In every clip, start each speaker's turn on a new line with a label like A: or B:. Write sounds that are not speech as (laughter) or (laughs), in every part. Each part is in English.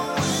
A: Life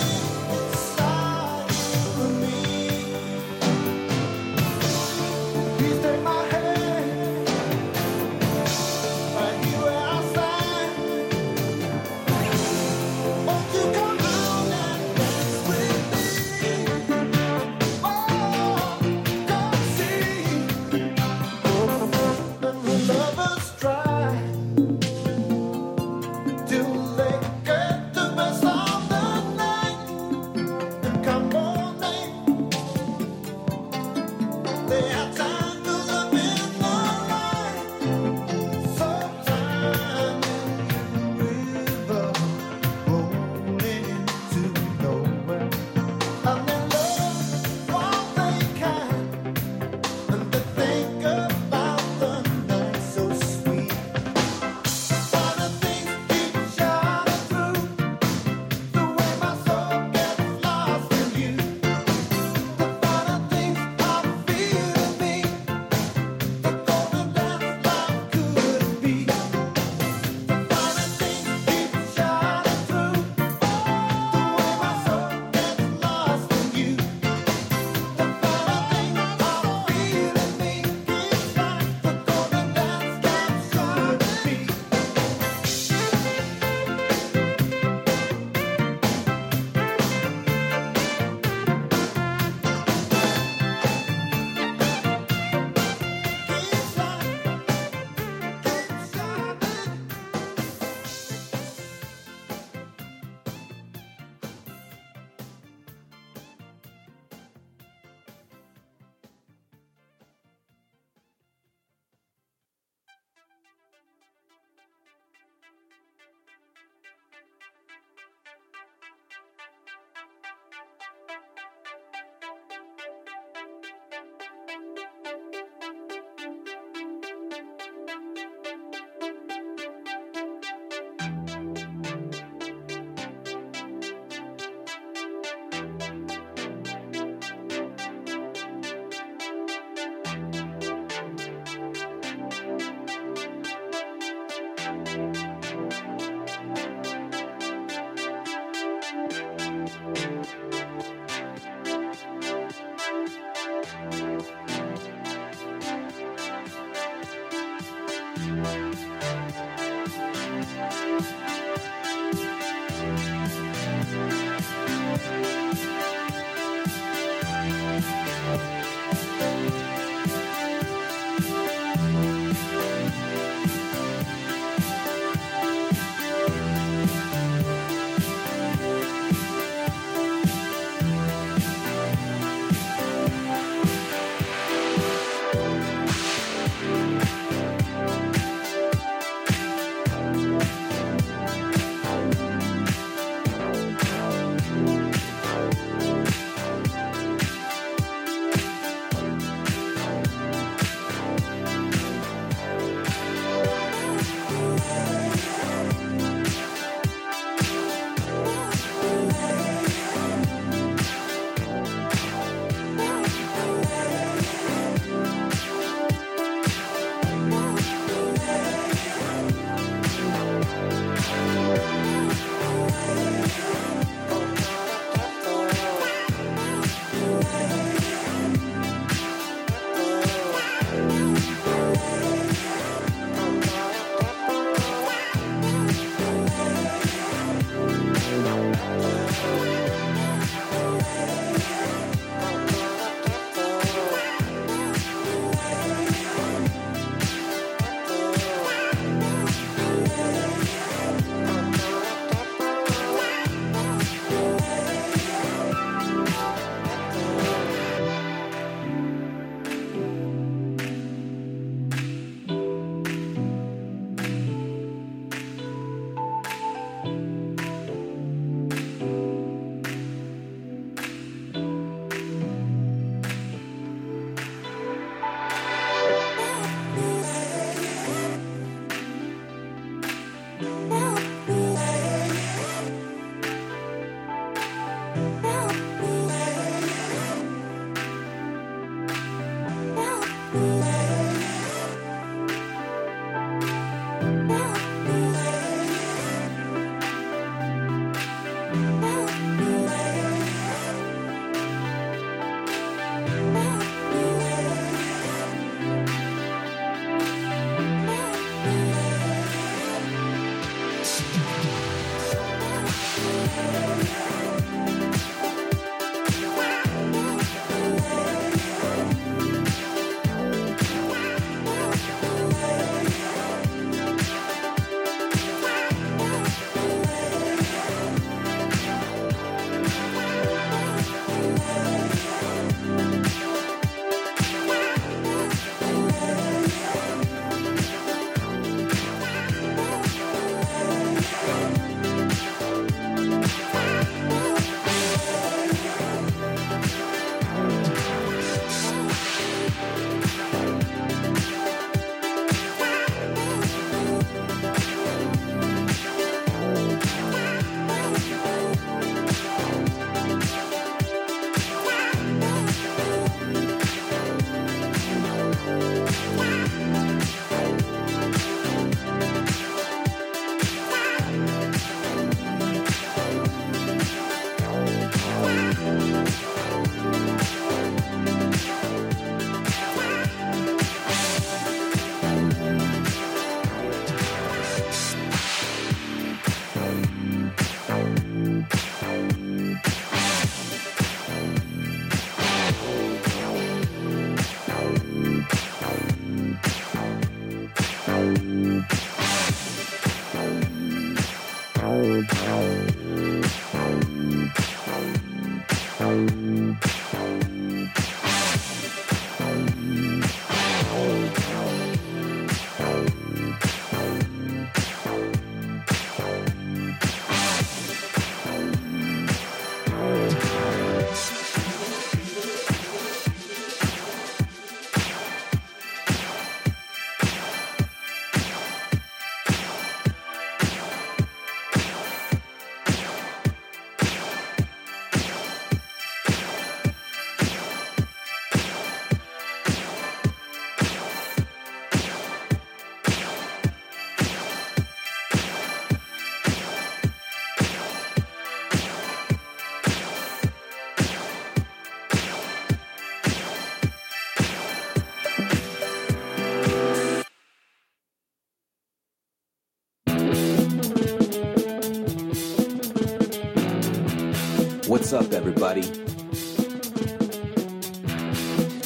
A: is flowing What's up, everybody?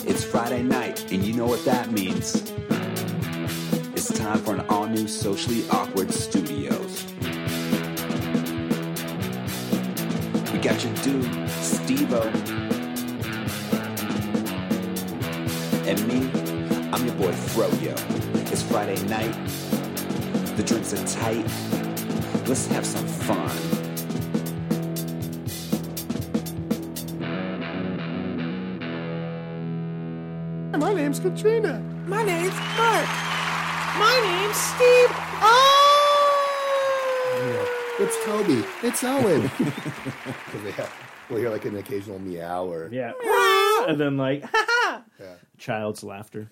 A: It's Friday night, and you know what that means. It's time for an all new Socially Awkward Studios. We got your dude, Stevo. And me, I'm your boy, Froyo. It's Friday night, the drinks are tight. Let's have some fun.
B: My name's Katrina.
C: My name's Mark.
D: My name's Steve. Oh!
B: It's Toby. It's Owen. 'Cause they have- we'll hear like an occasional meow or
E: Yeah. and then like child's laughter.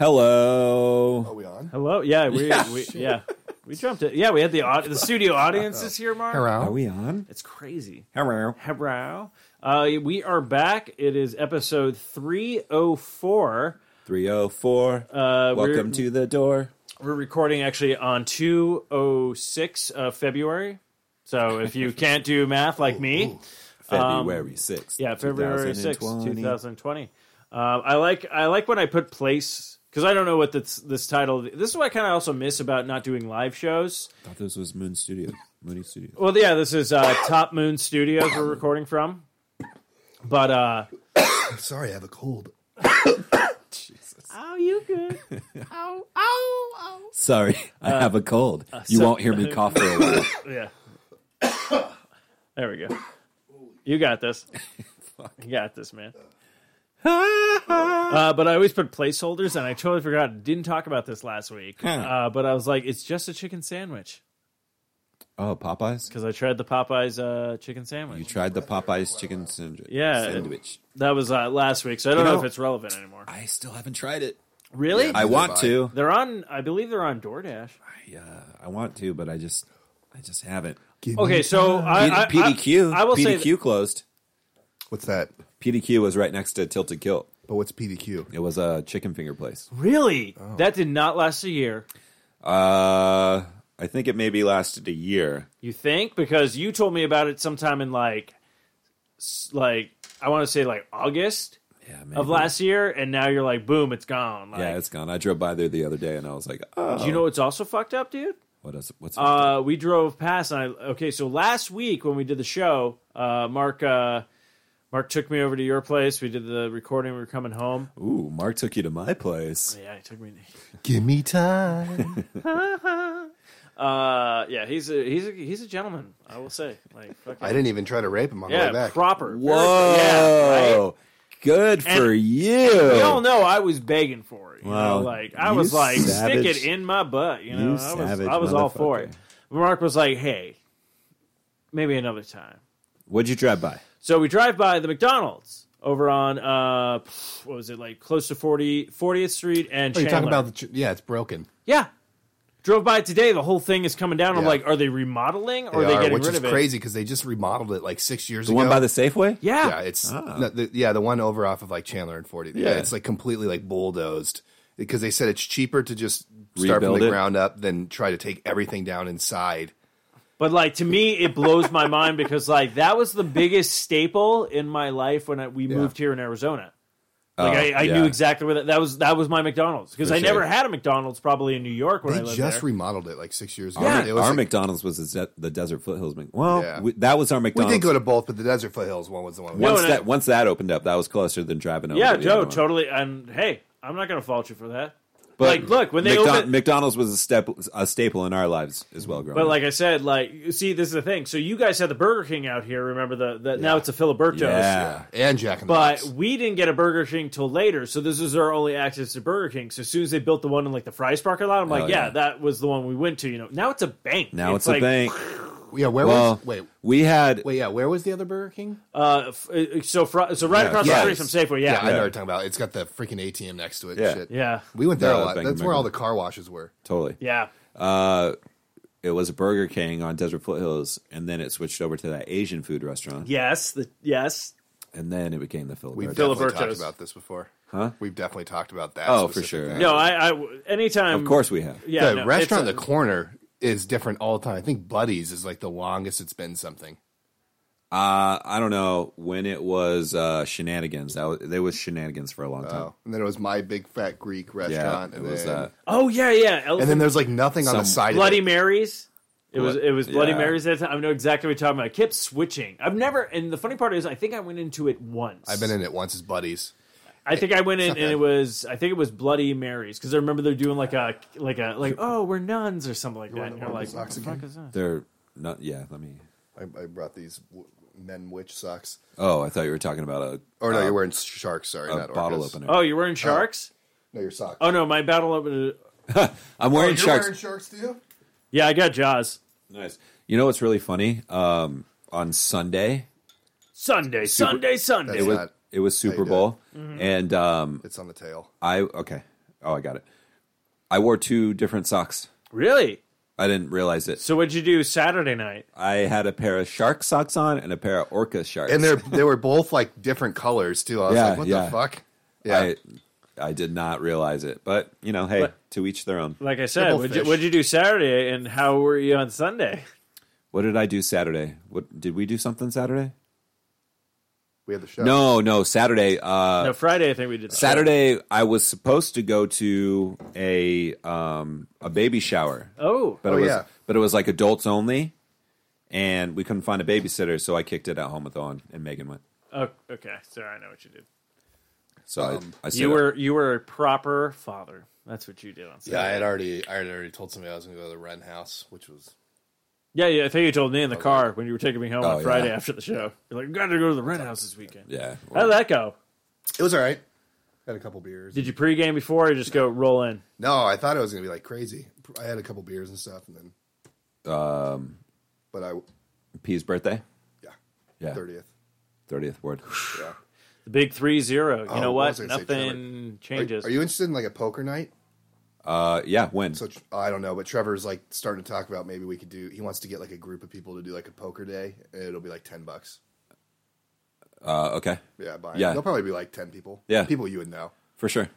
B: are
F: Hello.
B: we on?
E: Hello. Yeah, we yeah. we yeah. We jumped it. Yeah, we had the aud- the studio audience is here, Mark.
F: Are
B: Hello.
F: we on?
E: It's crazy.
F: Hello.
E: Hello. Uh, we are back. It is episode 304.
F: 304.
E: Uh, we're-
F: Welcome to the door.
E: We're recording actually on 206 of February. So if
F: (laughs)
E: you can't do math like me,
F: Oh, February 6th.
E: Um, Yeah, February 6th,
F: 2020.
E: 2020. Um, I like I like when I put place because I don't know what this this title. This is what I kind of also miss about not doing live shows.
F: thought this was Moon Studio. Mooney Studio.
E: Well, yeah, this is uh, Top Moon Studios we're recording from, but uh,
B: (coughs) Sorry, I have
E: (coughs)
B: a cold.
E: oh, you good?
D: Oh, oh, oh.
F: Sorry, I have a cold. you
E: Uh, so-
F: won't hear
E: (laughs)
F: me cough for a while. (laughs)
E: (coughs) Yeah. (coughs) There we go. You got this.
B: (laughs)
E: You got this, man. uh, but I always put placeholders, and I totally forgot. Didn't talk about this last week.
F: Huh.
E: Uh, but I was like, it's just a chicken sandwich.
F: Oh, Popeyes.
E: because I tried the Popeyes uh, chicken sandwich.
F: You tried the Popeyes chicken sandwich.
E: Yeah.
F: Sandwich.
E: that was uh, last week, so I don't
F: You
E: know,
F: know-
E: if it's relevant anymore.
F: I still haven't tried it.
E: really?
F: I want
B: Goodbye.
F: to.
E: they're on. I believe they're on DoorDash.
F: Yeah, I want to, but I just, I just haven't.
E: Okay, so I, I, I-
F: PDQ.
E: I, will
F: PDQ
E: say
F: closed.
B: What's that?
F: PDQ was right next to Tilted Kilt.
B: But what's PDQ?
F: It was a chicken finger place.
E: really
F: Oh.
E: that did not last a year.
F: Uh, I think it maybe lasted a year.
E: You think because you told me about it sometime in like, s- like I want to say like August
F: Yeah, maybe.
E: of last year, and now you're like, boom, it's gone. Like,
F: Yeah, it's gone. I drove by there the other day and I was like, oh,
E: do you know what's also fucked up, dude?
F: what is what's
E: Uh, we drove past, and I okay. So last week when we did the show, uh, Mark uh, Mark took me over to your place. We did the recording. We were coming home.
F: Ooh, Mark took you to my place.
E: Oh, Yeah, he took me.
B: Give me time.
E: (laughs) Uh, yeah, he's a he's a he's a gentleman. I will say, like, fucking,
B: (laughs) I didn't even try to rape him on the way
E: yeah,
B: back.
E: proper.
F: Whoa,
E: yeah, right?
F: good for
E: And-
F: you.
E: We all know I was begging for it. You
F: Wow.
E: know? Like I
F: You
E: was like,
F: savage-
E: stick it in my butt. You know,
F: You
E: I was
F: savage
E: I was all for
F: motherfucker.
E: it. Mark was like, hey, maybe another time.
F: What'd you drive by?
E: So we drive by the McDonald's over on uh pff, what was it like close to 40 40th Street and
B: Are you
E: Chandler.
B: Oh, talking about the? Ch- yeah, it's broken.
E: yeah. Drove by it today. The whole thing is coming down. I'm
B: Yeah.
E: like, are they remodeling or are
B: They
E: they
B: are,
E: getting
B: which
E: rid
B: is
E: of it?
B: crazy because they just remodeled it like six years
F: The
B: ago.
F: one by the Safeway?
E: Yeah. Ah.
B: yeah, it's no, the, yeah the one over off of like Chandler and Forty. Yeah,
F: Yeah.
B: it's like completely like bulldozed because they said it's cheaper to just
F: Rebuild
B: start from the
F: it.
B: ground up than try to take everything down inside.
E: But like to me, it blows my mind because like that was the biggest staple in my life when I, we moved here in Arizona.
F: Oh,
E: Like I, I
F: yeah.
E: knew exactly where that, that was. That was my McDonald's because
F: For
E: I never
F: sure.
E: had a McDonald's probably in New York when I
B: They
E: lived
B: just
E: there.
B: remodeled it like six years ago.
F: Our,
B: It
F: our
B: was like-
F: McDonald's was the Ze- the Desert Foothills. Mc- Well,
B: Yeah.
F: we, that was our
B: we
F: McDonald's.
B: did go to both, but the Desert Foothills one was the one. we-
E: What?
F: once
E: No, no.
F: that once that opened up, that was closer than driving over.
E: yeah,
F: to the other
E: Joe,
F: one.
E: totally. And hey, I'm not going to fault you for that.
F: But
E: like, look, when they
F: McDo-
E: opened-
F: McDonald's was a step a staple in our lives as well. Growing
E: But
F: up.
E: like I said, like you see, this is the thing. So you guys had the Burger King out here. Remember the, the now it's a Filiberto's.
F: yeah,
B: and Jack in the
E: But
B: Box.
E: we didn't get a Burger King till later, so this is our only access to Burger King. So as soon as they built the one in like the Fries parking lot, I'm like,
F: Oh,
E: yeah.
F: yeah.
E: that was the one we went to. You know, now it's a bank.
F: now it's,
E: like,
F: a bank.
B: yeah, where
F: Well,
B: was wait
F: we had
B: wait yeah where was the other Burger King?
E: Uh, f- uh, so fr- so right
F: Yeah,
E: across
B: yeah.
E: the street from Safeway.
B: Yeah,
E: Yeah,
B: I know
E: yeah.
B: what you're talking about. It's got the freaking ATM next to it. and
F: Yeah.
B: shit.
E: yeah.
B: We went there
F: Yeah,
B: a lot.
F: Bank
B: That's
F: of
B: where all the
F: America.
B: car washes were.
F: totally. it was a Burger King on Desert Foothills, and then it switched over to that Asian food restaurant,
E: Yes, the yes.
F: and then it became the
B: We've
F: Philadelphia.
B: definitely
E: Filiberto's.
B: talked about this before. Huh? We've definitely talked about that.
F: Oh, for
B: specific
F: sure.
B: thing.
E: No, I, I anytime.
F: Of course, we have.
E: yeah.
B: the
E: no,
B: restaurant in
E: it's a-
B: the corner is different all the time. I think Buddy's is like the longest it's been something.
F: Uh, I don't know when it was uh, shenanigans. That was, there was shenanigans for a long time.
B: Oh, and then it was my big fat Greek
F: yeah,
B: restaurant.
F: it
B: and
F: was uh,
B: then,
F: that.
E: oh yeah, yeah.
B: And then there's like nothing on the
F: Some
B: side.
E: Bloody
B: of it.
E: Marys. It was
F: What-
E: it was Bloody
F: yeah.
E: Marys that time. I know exactly what you're talking about. I kept switching. I've never. And the funny part is, I think I went into it once.
B: I've been in it once. Is Buddy's?
E: I think I went in
B: not
E: and
B: bad.
E: it was I think it was Bloody Marys because I remember they're doing like a like a like oh we're nuns or something like that. And you're like what the fuck is that?
F: They're not. Yeah, let me.
B: I, I brought these w- men witch socks.
F: Oh, I thought you were talking about a
B: Or no, you're wearing sharks. Sorry,
F: a
B: not
F: bottle
B: orcas.
F: opener.
E: Oh, you're wearing sharks?
B: No, your socks.
E: Oh no, my battle opener.
F: I'm wearing
B: oh, you're
F: sharks.
B: wearing sharks too.
E: Yeah, I got Jaws.
F: Nice. You know what's really funny? Um, on Sunday,
E: Sunday, Sunday, Sunday.
F: it was
B: not-
F: it was
B: you
F: Super
B: do
F: Bowl, and um,
B: It's on the tail.
F: I okay. Oh, I got it. I wore two different socks.
E: really?
F: I didn't realize it.
E: So what'd you do Saturday night?
F: I had a pair of shark socks on and a pair of orca sharks.
B: And they're they were both like different colors too. I was
F: Yeah,
B: like, what
F: yeah.
B: the fuck? Yeah,
F: I, I did not realize it, but you know, hey, to each their own.
E: Like I said,
B: both
E: what'd you,
B: fish.
E: what'd you do Saturday and how were you on Sunday?
F: What did I do Saturday? What did we do something Saturday?
B: we had the show.
F: No, no, Saturday. Uh,
E: no, Friday I think we did. the show.
F: Saturday, I was supposed to go to a um, a baby shower,
E: Oh,
F: but
B: Oh,
F: it was
B: yeah.
F: but it was like adults only, and we couldn't find a babysitter, so I kicked it at home with Owen and Megan went.
E: oh, okay. Sorry, I know what you did.
F: So I, I stayed
E: Um, You
F: up.
E: were you were a proper father. That's what you did on
B: Yeah,
E: Saturday.
B: I had already I had already told somebody I was going to go to the Ren House, which was
E: Yeah, Oh, yeah. I think you told me in the car when you were taking me home
F: Oh,
E: on
F: yeah.
E: Friday after the show. You're like, gotta go to the rent house this weekend.
F: yeah.
E: How did that go?
B: it was all right. Had a couple beers.
E: Did you pregame before or just go roll in?
F: Um.
B: no, I thought it was going to be like crazy. I had a couple beers and stuff, and then but I
F: P's birthday.
B: yeah,
F: Yeah,
B: thirtieth.
F: thirtieth word.
B: Yeah.
E: The big three zero. You
B: Oh,
E: know
B: what
E: what?
B: was I gonna say,
E: Nothing
B: Are,
E: changes.
B: are you interested in like a poker night?
F: Uh, yeah, when?
B: So tr- I don't know, but Trevor's like starting to talk about maybe we could do. He wants to get like a group of people to do like a poker day. And it'll be like ten bucks.
F: Uh, okay,
B: Yeah, buy it.
F: Yeah.
B: They'll probably be like ten people.
F: Yeah.
B: people you would know.
F: for sure.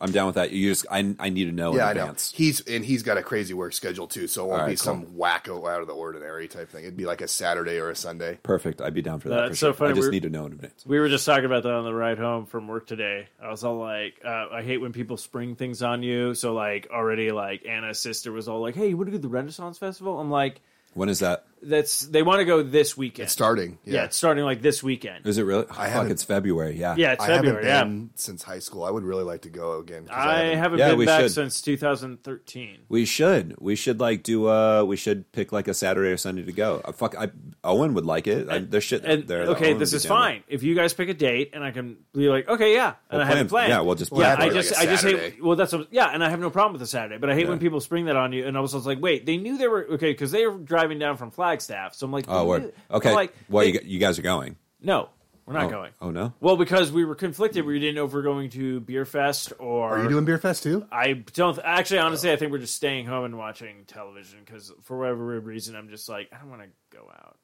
F: I'm down with that. You just, I, I need to know
B: yeah, I
F: in
B: know.
F: advance.
B: He's and he's got a crazy work schedule too, so it won't
F: All
B: be
F: right,
B: some wacko out of the ordinary type thing. It'd be like a Saturday or a Sunday.
F: Perfect. I'd be down for that.
E: That's
F: for
E: so
F: sure.
E: funny.
F: I just
E: We're-
F: need to know in advance.
E: we were just talking about that on the ride home from work today. I was all like, uh, I hate when people spring things on you. So like already like Anna's sister was all like, Hey, you want to go to the Renaissance Festival? I'm like,
F: When is that?
E: that's they want to go this weekend.
B: It's starting.
E: yeah. it's starting like this weekend.
F: Is it really? Oh, fuck,
B: haven't-
F: it's February. Yeah.
E: yeah, it's
B: I
E: February.
B: haven't
E: Yeah,
B: been since high school. I would really like to go again. 'cause
E: I haven't
F: Yeah,
E: been
F: we
E: back
F: should.
E: since 2013.
F: We should. We should like do. Uh, we should pick like a Saturday or Sunday to go. Uh, fuck. I Owen would like it. I, there's shit
E: And
F: there. that
E: okay,
F: Owen
E: this
F: would
E: is
F: be down with.
E: fine. If you guys pick a date and I can be like, okay, yeah, and
F: We'll
E: I have
F: plan-
E: a plan.
F: yeah, we'll just
E: yeah,
F: plan
E: I
F: for, like,
E: just,
B: a
E: I just
B: Saturday.
E: hate. Well, that's what- yeah, and I have no problem with a Saturday, but I hate when
F: Yeah.
E: people spring that on you. And I was just like, wait, they knew they were okay because they were driving down from Flagstaff. So I'm like,
F: Oh,
E: they
F: word.
E: knew-
F: Okay.
E: I'm like,
F: well,
E: they-
F: you, you guys are going.
E: no, we're not
F: Oh,
E: going.
F: oh, no?
E: Well, because we were conflicted. We didn't know if we were going to beer fest or
B: Are you doing beer fest too?
E: I don't actually, honestly, I think we're just staying home and watching television because for whatever reason, I'm just like, I don't want to go out.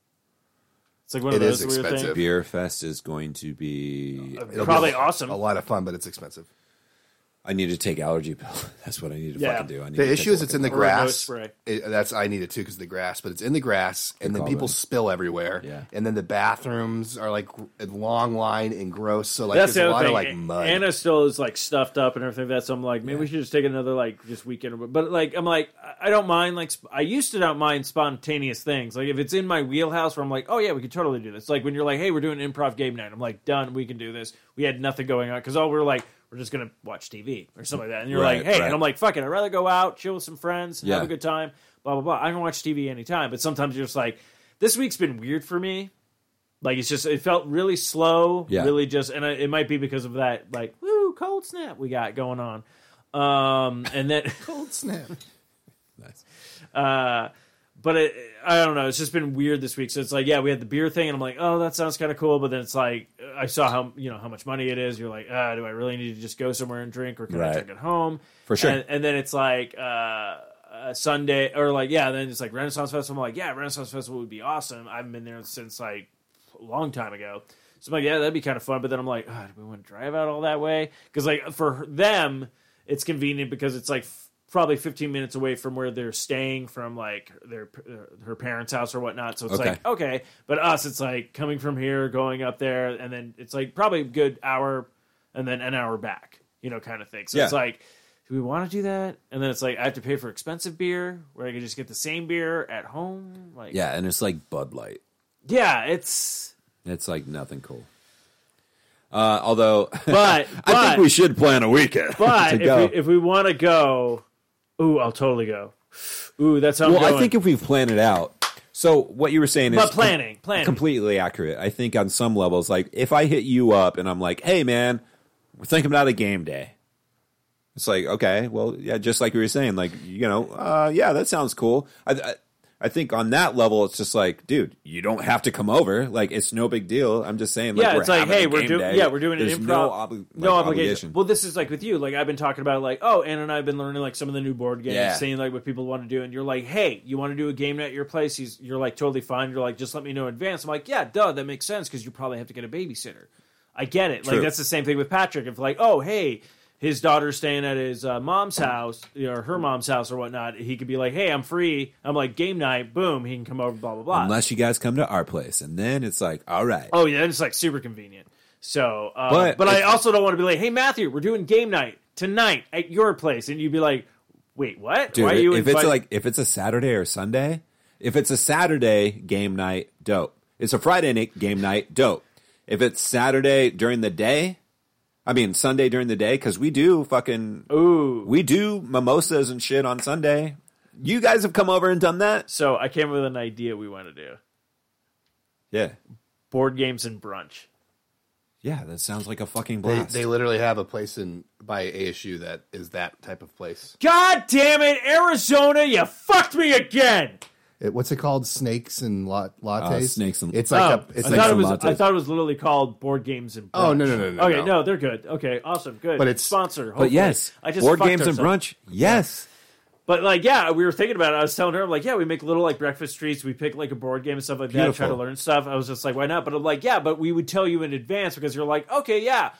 E: It's like one of
B: It
E: those
B: is
E: weird
B: expensive.
E: things.
F: Beer fest is going to be.
B: It'll be
E: Probably
B: a-
E: awesome.
B: A lot of fun, but it's expensive.
F: I need to take allergy pill. (laughs) That's what I need to
E: Yeah.
F: fucking do. I need to
B: The
F: take
B: issue is
F: a
B: it's in the
E: Or a nose
B: grass.
E: spray.
B: It- that's I need it too because the grass, but it's in the grass, and then
F: call,
B: people
F: man.
B: spill everywhere.
F: Yeah.
B: And then the bathrooms are like a long line and gross. So like
E: That's the
B: there's a
E: other
B: lot
E: thing.
B: of like mud.
E: Anna still is like stuffed up and everything. That's so I'm like, maybe we should just take another like just weekend. or- But like, I'm like, I- I don't mind. Like, sp- I used to not mind spontaneous things. Like if it's in my wheelhouse, where I'm like, oh yeah, we could totally do this. Like when you're like, hey, we're doing improv game night. I'm like, done. We can do this. We had nothing going on because all we are like. We're just gonna watch TV or something like that, and you're
F: Right,
E: like, "Hey,"
F: right.
E: and I'm like, "Fuck it, I'd rather go out, chill with some friends,
F: Yeah.
E: have a good time, blah blah blah." I can watch TV anytime, but sometimes you're just like, "This week's been weird for me." Like it's just it felt really slow,
F: Yeah.
E: really just, and I, it might be because of that like woo cold snap we got going on. Um, and then, (laughs)
B: Cold snap.
F: Nice.
E: uh, but it, I don't know. It's just been weird this week. So it's like, yeah, we had the beer thing, and I'm like, oh, that sounds kind of cool. But then it's like, I saw how you know how much money it is. You're like, ah, do I really need to just go somewhere and drink, or can I
F: Right.
E: drink at home?
F: For sure.
E: And, and then it's like. uh a Sunday or like yeah, then it's like Renaissance Festival. I'm like yeah, Renaissance Festival would be awesome. I haven't been there since like a long time ago. So I'm like, yeah, that'd be kind of fun. But then I'm like, oh, do we want to drive out all that way? Because like for them, it's convenient because it's like f- probably 15 minutes away from where they're staying from like their uh, her parents' house or whatnot. So it's
F: Okay.
E: like okay, but us, it's like coming from here, going up there, and then it's like probably a good hour and then an hour back, you know, kind of thing. So it's
F: Yeah.
E: like. Do we want to do that? And then it's like I have to pay for expensive beer, where I can just get the same beer at home. Like,
F: Yeah, and it's like Bud Light.
E: yeah, it's
F: It's like nothing cool. Uh, although (laughs)
E: but
F: I
E: but-
F: think we should plan a weekend (laughs) to
E: But
F: go.
E: if we, if we want to go, ooh, I'll totally go. Ooh, that's how I'm
F: well,
E: going.
F: I think if we plan it out. So what you were saying is
E: But planning, planning.
F: completely accurate. I think on some levels, like if I hit you up and I'm like, "Hey, man, we're thinking about a game day." It's like, okay, well, yeah, just like we were saying, like you know, uh, yeah, that sounds cool. I, I I think on that level, it's just like, dude, you don't have to come over. Like it's no big deal. I'm just saying, like,
E: yeah,
F: we're
E: it's like,
F: having a
E: hey, we're
F: game
E: doing,
F: day.
E: yeah, we're doing an
F: There's
E: improv,
F: No, obli- like,
E: no obligation. Well, this is like with you. Like I've been talking about, like, oh, Anna and I have been learning like some of the new board games,
F: Yeah.
E: seeing like what people want to do, and you're like, hey, you want to do a game night at your place? He's, you're like totally fine. You're like, just let me know in advance. I'm like, yeah, duh, that makes sense because you probably have to get a babysitter. I get it. Like
F: True.
E: that's the same thing with Patrick. If like, oh, hey. His daughter's staying at his uh, mom's house or her mom's house or whatnot. He could be like, "Hey, I'm free. I'm like game night. Boom, he can come over. Blah blah blah."
F: unless you guys come to our place, and then it's like, all right,
E: Oh yeah, it's like super convenient. So, uh, but,
F: But-
E: I also don't want to be like, hey Matthew, we're doing game night tonight at your place, and you'd be like, wait, what?
F: Dude,
E: Why are you?
F: if it's
E: invite-
F: like if it's a Saturday or Sunday, if it's a Saturday game night, dope. It's a Friday night game night, dope. If it's Saturday during the day, I mean Sunday during the day, because we do fucking
E: ooh.
F: we do mimosas and shit on Sunday. You guys have come over and done that,
E: So I came up with an idea we want to do:
F: yeah,
E: board games and brunch.
F: yeah. That sounds like a fucking
B: They,
F: blast.
B: they literally have a place in by ASU that is that type of place.
E: God damn it, Arizona! You fucked me again.
B: It, what's it called? Snakes and lot, lattes.
F: Uh, snakes and-
B: it's like
E: Oh,
B: a. It's
E: I
B: like
E: thought
B: a
E: it was.
F: lattes.
E: I thought it was literally called board games and. Brunch.
B: Oh, no, no, no, no,
E: Okay,
B: no.
E: no. they're good. Okay, awesome, good.
B: But it's-
E: sponsor.
F: But
E: hopefully.
F: yes,
E: I just
F: board
E: fucked
F: games and
E: ourselves.
F: brunch. Yes,
E: But like, yeah, we were thinking about it. I was telling her, I'm like, yeah, we make little like breakfast treats. We pick like a board game and stuff like that. Try to
F: Beautiful.
E: learn stuff. I was just like, why not? But I'm like, yeah, but we would tell you in advance because you're like, okay, yeah,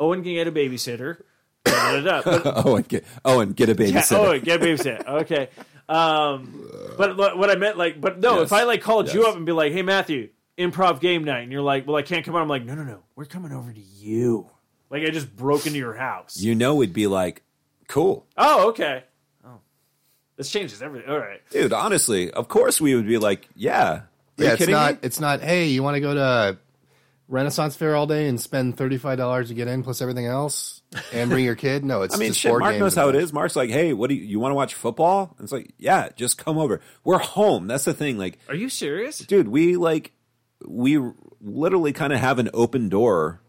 E: Owen can get a babysitter. Da, da, da, da. But-
F: (laughs) oh, and get oh, and get a
E: yeah,
F: babysitter.
E: Owen, get a babysitter. Okay. Um, but lo- what I meant, like, but no,
F: Yes.
E: if I like called you
F: Yes.
E: up and be like, hey, Matthew, improv game night, and you're like, well, I can't come on. I'm like, no, no, no, we're coming over to you. Like I just broke into your house.
F: You know, it'd be like cool,
E: oh, okay. Oh, this changes everything. All right.
F: dude. Honestly, of course we would be like, yeah. Are you
B: yeah, it's
F: kidding
B: not.
F: me?
B: It's not. Hey, you want to go to Renaissance Fair all day and spend thirty five dollars to get in plus everything else, and bring your kid? No,
F: (laughs)
B: it's.
F: I mean,
B: just
F: shit.
B: board
F: Mark
B: games
F: knows
B: and
F: how it
B: brunch.
F: is. Mark's like, hey, what do you, you want to watch football? And it's like, yeah, just come over. We're home. That's the thing. Like,
E: Are you serious?
F: dude, we like we literally kind of have an open door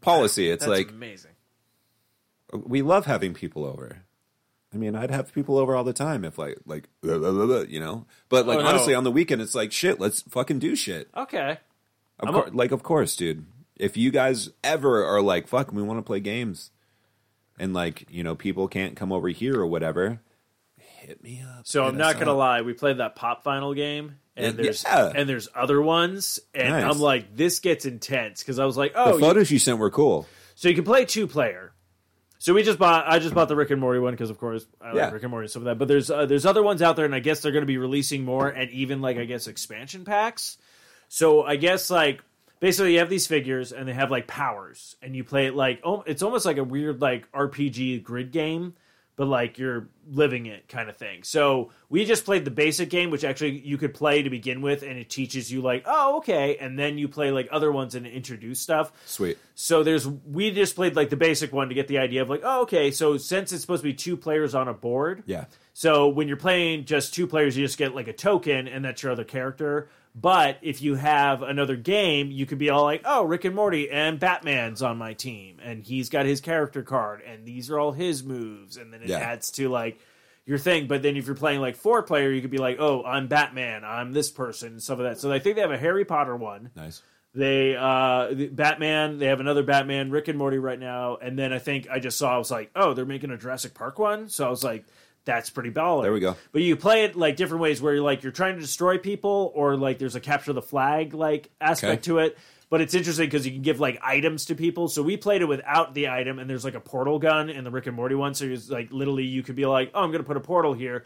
F: policy. It's
E: That's
F: like
E: amazing.
F: we love having people over. I mean, I'd have people over all the time if like like (laughs) blah, blah, blah, blah, you know. But like
E: Oh, no.
F: honestly, on the weekend, it's like shit. Let's fucking do shit.
E: Okay.
F: Of
E: I'm
F: cour-
E: a-
F: like of course, dude. If you guys ever are like fuck, we want to play games, and like you know people can't come over here or whatever, hit me up.
E: So I'm
F: Hit
E: not
F: us
E: gonna
F: up.
E: lie, we played that pop final game and
F: Yeah.
E: there's
F: Yeah.
E: and there's other ones and
F: Nice.
E: I'm like, this gets intense because I was like,
F: The
E: oh, you-
F: photos you sent were cool.
E: so you can play two player. So we just bought. I just bought the Rick and Morty one because, of course, I
F: Yeah.
E: like Rick and Morty and stuff like that. But there's uh, there's other ones out there, and I guess they're going to be releasing more, and even like I guess expansion packs. So I guess like basically you have these figures, and they have like powers, and you play it like oh, it's almost like a weird like RPG grid game, but like you're living it kind of thing. So we just played the basic game, which actually you could play to begin with, and it teaches you like oh okay, and then you play like other ones and introduce stuff.
F: Sweet.
E: So there's we just played like the basic one to get the idea of like, oh, okay, so since it's supposed to be two players on a board,
F: Yeah.
E: So when you're playing just two players, you just get like a token, and that's your other character. But if you have another game, you could be all like, "Oh, Rick and Morty and Batman's on my team, and he's got his character card, and these are all his moves." And then it
F: Yeah.
E: adds to like your thing. But then if you're playing like four player, you could be like, "Oh, I'm Batman, I'm this person, and stuff like that." So I think they have a Harry Potter one.
F: Nice.
E: They uh the- Batman, they have another Batman, Rick and Morty right now, and then I think I just saw I was like, oh, they're making a Jurassic Park one, so I was like, that's pretty baller.
F: There we go.
E: But you play it like different ways where you're like you're trying to destroy people, or like there's a capture the flag like aspect
F: Okay.
E: to it. But it's interesting because you can give like items to people. So we played it without the item, and there's like a portal gun in the Rick and Morty one. So it's like literally you could be like, oh, I'm gonna put a portal here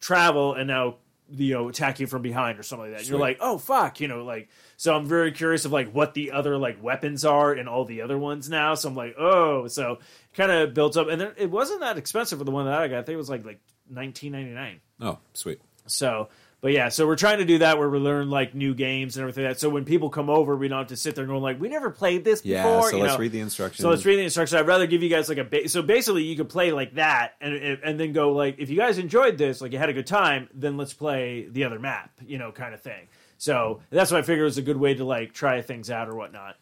E: travel and now you know attack you from behind or something like that. And You're
F: Sweet.
E: like, oh fuck, you know, like so I'm very curious of like what the other like weapons are and all the other ones now. So I'm like, oh, so kind of built up, and there, it wasn't that expensive for the one that I got. I think it was like like 19.99.
F: Oh, sweet.
E: So. But yeah, so we're trying to do that where we learn like new games and everything like that. So when people come over, we don't have to sit there going like, "We never played this
F: Yeah.
E: before."
F: so
E: you
F: let's
E: know?
F: read the instructions.
E: So let's read the instructions. I'd rather give you guys like a ba- so basically you could play like that and and then go like if you guys enjoyed this like you had a good time then let's play the other map you know kind of thing. So that's what I figured was a good way to like try things out or whatnot.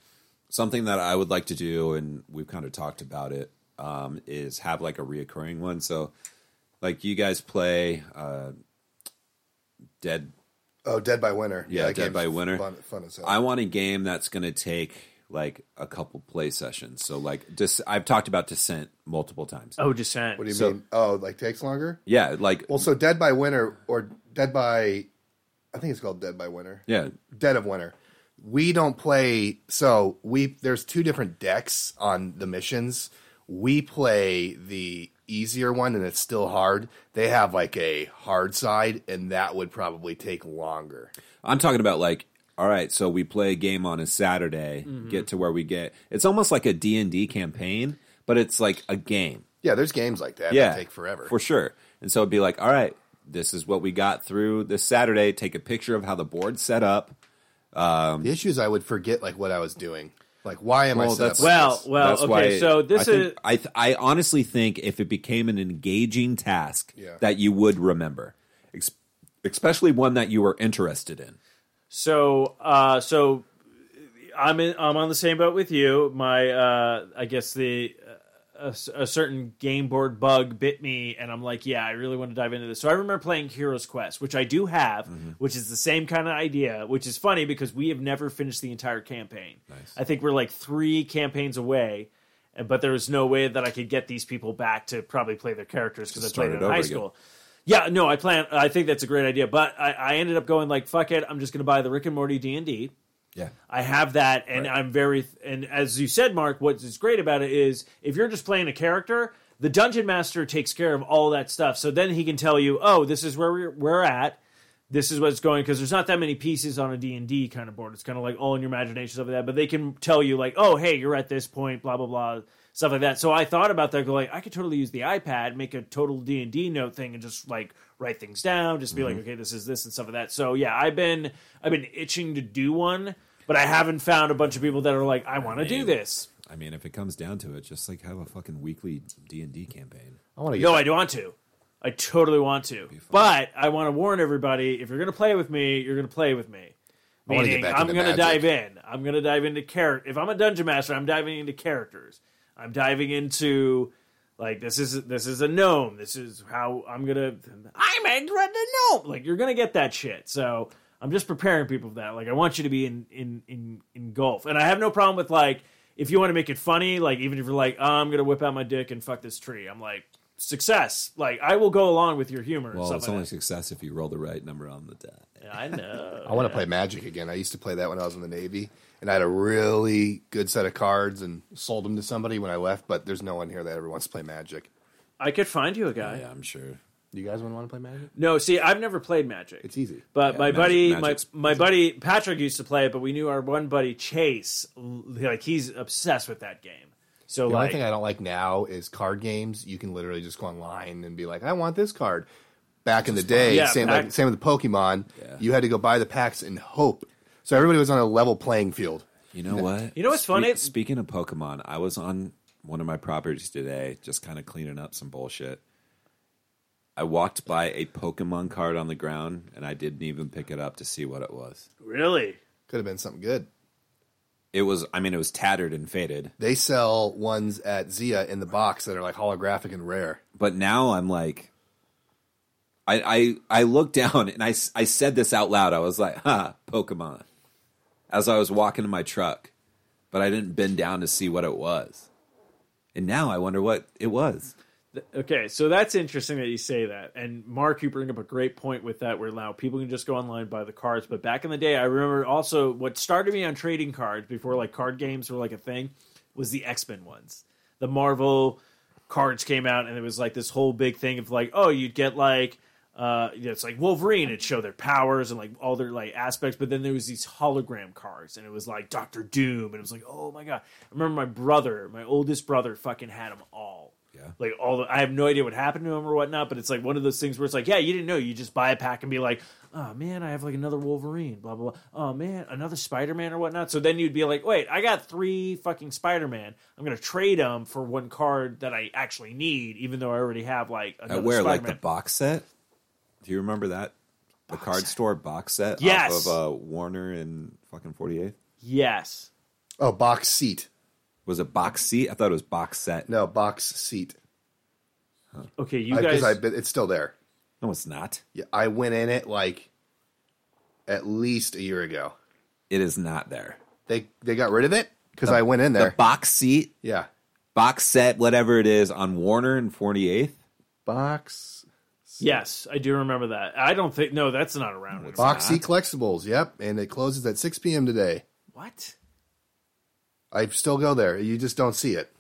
F: something that I would like to do, and we've kind of talked about it, um, is have like a reoccurring one. So, like you guys play uh, Dead.
B: Oh, Dead by Winter.
F: Yeah,
B: that
F: Dead
B: game's
F: by Winter.
B: Fun, fun as hell.
F: I want a game that's going to take like a couple play sessions. So, like, dis- I've talked about Descent multiple times.
E: Oh, descent.
B: what do you
F: so-
B: mean? Oh, like takes longer.
F: Yeah, like,
B: Well, so Dead by Winter or Dead by, I think it's called Dead by Winter.
F: yeah,
B: Dead of Winter. We don't play. So we there's two different decks on the missions. We play the easier one, and it's still hard. They have like a hard side, and that would probably take longer.
F: I'm talking about like, all right, so we play a game on a Saturday,
B: Mm-hmm.
F: get to where we get. It's almost like a D and D campaign, but it's like a game.
B: Yeah, there's games like that.
F: yeah,
B: that take forever.
F: for sure. And so it'd be like, all right, this is what we got through this Saturday. Take a picture of how the board's set up.
B: the issue is I would forget like what I was doing. Like why am I
F: Well,
B: set up
F: Oh, that's-
B: like
E: Well,
B: this?
E: well,
F: That's
E: okay.
F: why
E: so this
F: I
E: is
F: think- I th- I honestly think if it became an engaging task
B: Yeah.
F: that you would remember, ex- especially one that you were interested in.
E: So, uh, so I'm in, I'm on the same boat with you. My, uh, I guess the uh, a, s- a certain game board bug bit me, and I'm like, yeah, I really want to dive into this. So I remember playing Heroes Quest, which I do have,
F: Mm-hmm.
E: which is the same kind of idea, which is funny because we have never finished the entire campaign. I think we're like three campaigns away. and- But there was no way that I could get these people back to probably play their characters because I
F: Start
E: played
F: it
E: them in
F: over
E: high
F: again.
E: school. Yeah, no, I plan. I think that's a great idea, but I, I ended up going like, fuck it, I'm just going to buy the Rick and Morty D and D.
F: Yeah.
E: I have that, and I'm very. And as you said, Mark, what is great about it is if you're just playing a character, the dungeon master takes care of all that stuff. So then he can tell you, oh, this is where we're, we're at. This is what's going because there's not that many pieces on a D and D kind of board. It's kind of like all in your imagination stuff like that. But they can tell you like, oh, hey, you're at this point, blah blah blah, stuff like that. So I thought about that, going, I could totally use the iPad, make a total D and D note thing, and just like write things down, just be like, okay, this is this and stuff like that. So yeah, I've been I've been itching to do one but I haven't found a bunch of people that are like, I want to do this.
F: I mean, if it comes down to it, just like have a fucking weekly D and D campaign.
B: I want to.
E: No, I do want to. I totally want to. But I want to warn everybody: if you're going to play with me, you're going to play with me.
B: I wanna get
E: Meaning,
B: back
E: I'm
B: into
E: going to
B: Magic.
E: dive in. I'm going to dive into character. If I'm a dungeon master, I'm diving into characters. I'm diving into like this is this is a gnome. This is how I'm gonna. I'm Edward the gnome. Like you're gonna get that shit. So I'm just preparing people for that. Like I want you to be in in in in golf, and I have no problem with like if you want to make it funny. Like even if you're like "Oh, I'm gonna whip out my dick and fuck this tree. I'm like success. Like I will go along with your humor.
F: Well,
E: and
F: it's
E: stuff
F: only
E: like
F: success if you roll the right number on the die.
E: that. I know.
B: I want to play Magic again. I used to play that when I was in the Navy, and I had a really good set of cards and sold them to somebody when I left. But there's no one here that ever wants to play Magic.
E: I could find you a guy.
F: Yeah, I'm sure.
B: You guys want to play Magic?
E: No, see, I've never played Magic.
B: It's easy.
E: But
F: Yeah,
E: my
F: Magic-
E: buddy,
F: Magic's-
E: my my buddy Patrick used to play it, but we knew our one buddy Chase, l- like he's obsessed with that game. So
B: The
E: like,
B: only thing I don't like now is card games. You can literally just go online and be like, "I want this card." Back in the day,
E: Yeah,
B: same
E: back-
B: like, same with the Pokemon.
F: Yeah.
B: You had to go buy the packs and hope. So everybody was on a level playing field.
F: You know what?
E: You know what's
F: Spe-
E: funny?
F: Speaking of Pokemon, I was on one of my properties today, just kind of cleaning up some bullshit. I walked by a Pokemon card on the ground, and I didn't even pick it up to see what it was.
E: really,
B: Could have been something good.
F: It was, I mean, it was tattered and faded.
B: They sell ones at Zia in the box that are like holographic and rare.
F: But now I'm like, I I I looked down and I s- I said this out loud. I was like, "Ha, Pokemon," as I was walking to my truck, but I didn't bend down to see what it was. And now I wonder what it was.
E: Th- okay, so that's interesting that you say that. And Mark, you bring up a great point with that. Where now people can just go online buy the cards, but back in the day, I remember also what started me on trading cards before like card games were like a thing was the X Men ones, the Marvel cards came out, and it was like this whole big thing of like, oh, you'd get like. Uh, you know, it's like Wolverine. It'd show their powers and like all their like aspects, but then there was these hologram cards, and it was like Doctor Doom, and it was like, oh my god! I remember my brother, my oldest brother, fucking had them all.
F: Yeah.
E: Like all the, I have no idea what happened to him or whatnot, but it's like one of those things where it's like, yeah, you didn't know. You just buy a pack and be like, oh man, I have like another Wolverine, blah blah blah. Oh man, another Spider Man or whatnot. So then you'd be like, wait, I got three fucking Spider Man. I'm gonna trade them for one card that I actually need, even though I already have like
F: I
E: another
F: wear
E: Spider Man.
F: like the box set. Do you remember that? The card store box set off
E: Yes.
F: of uh, Warner and fucking 48th.
E: yes,
B: Oh, box seat.
F: Was it box seat? I thought it was box set. No,
B: No, box seat.
E: okay, you
B: Because
E: guys.
B: I, bet it's still there.
F: it's not.
B: Yeah, I went in it like at least a year ago.
F: It is not there.
B: They they got rid of it because I went in there.
F: The box seat,
B: yeah,
F: box set, whatever it is on Warner and 48th.
B: box
E: yes, I do remember that. I don't think no, that's not around. anymore.
B: box seat collectibles. Yep, and it closes at six p.m. today.
E: What?
B: I still go there. You just don't see it.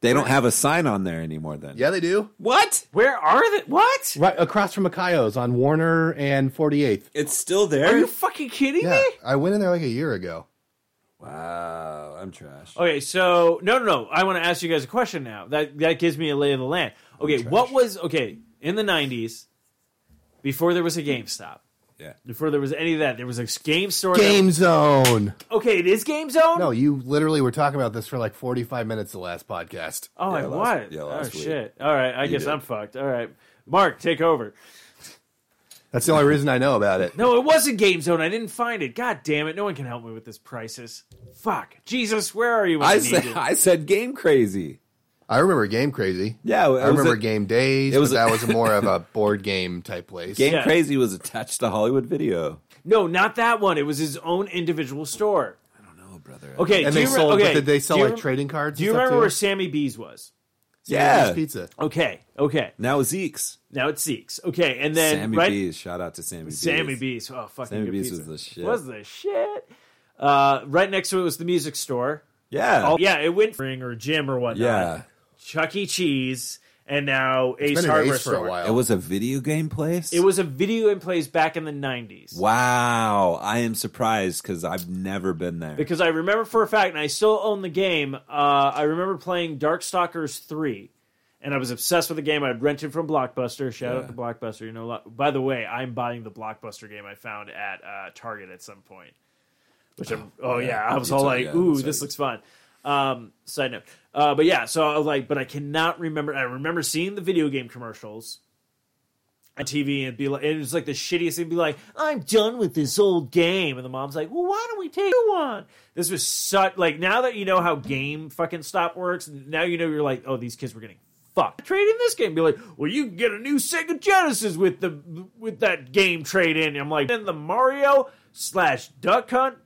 F: They don't have a sign on there anymore then.
B: Yeah, they do.
F: What?
E: Where are they? What?
B: Right across from Makayo's on Warner and Forty Eighth.
F: It's still
E: Are
F: there?
E: you fucking kidding
B: Yeah,
E: me?
B: I went in there like a year ago.
F: wow, I'm trash.
E: Okay, so no, no, no. I want to ask you guys a question now. That that gives me a lay of the land. Okay, what was okay in the '90s before there was a GameStop?
F: Yeah.
E: Before there was any of that, there was a game store. that-
B: Game Zone.
E: okay, it is Game Zone.
B: No, you literally were talking about this for like forty-five minutes the last podcast.
E: oh,
F: Yeah,
E: I
F: last-
E: was.
F: yeah,
E: oh
F: last week.
E: shit. All right, I guess
F: did.
E: I'm fucked. All right, Mark, take over.
B: That's the only reason I know about it.
E: No, it wasn't Game Zone. I didn't find it. God damn it! No one can help me with this crisis. Fuck, Jesus, where are you? When
F: I
E: you need
F: said
E: you?
F: I said game crazy.
B: I remember Game Crazy.
F: Yeah, it
B: I
F: was
B: remember
F: a-
B: Game Days.
F: it was
B: but
F: a-
B: that was more of a board game type place.
F: Game
E: Yeah.
F: Crazy was attached to Hollywood Video.
E: No, not that one. It was his own individual store.
F: No, brother.
E: Okay,
B: and
E: do
B: they
E: you re-
B: sold.
E: okay,
B: But did they
E: do
B: sell
E: you
B: like
E: rem-
B: trading cards?
E: Do
B: and
E: you
B: stuff,
E: remember
B: too?
E: where Sammy B's was?
F: Yeah.
B: Pizza?
E: Okay, okay.
F: Now Zeke's.
E: Now it's Zeke's. Okay, and then
F: Sammy
E: right,
F: B's. Shout out to Sammy B's.
E: Sammy B's. Oh, fucking
F: Sammy
E: good
F: B's was
E: pizza.
F: the shit.
E: Was the shit. Uh, right next to it was the music store.
F: Yeah.
E: Oh, yeah, it went ring or gym or whatnot.
F: yeah.
E: Chuck E. Cheese, and now Ace
B: It's been an
E: Hardware
B: ace for
E: store.
B: a while.
F: It was a video game place?
E: It was a video in place back in the nineties.
F: Wow. I am surprised because I've never been there.
E: Because I remember for a fact, and I still own the game. Uh, I remember playing Darkstalkers three, and I was obsessed with the game. I'd rented from Blockbuster. Shout out
F: Yeah.
E: to Blockbuster. You know, lo- by the way, I'm buying the Blockbuster game I found at uh, Target at some point. Which I'm. Oh, yeah, I was
F: You
E: all
F: told-
E: like,
F: yeah,
E: "Ooh,
F: that's
E: this
F: right.
E: looks fun." Um, side note, uh, but yeah, so I was like, but I cannot remember. I remember seeing the video game commercials on TV and be like, and it was like the shittiest thing. Be like, I'm done with this old game, and the mom's like, well, why don't we take a one? This was such like now that you know how game fucking stop works. Now you know you're like, oh, these kids were getting fucked. Trade in this game. Be like, well, you can get a new Sega Genesis with the with that game trade in. I'm like, then the Mario slash Duck Hunt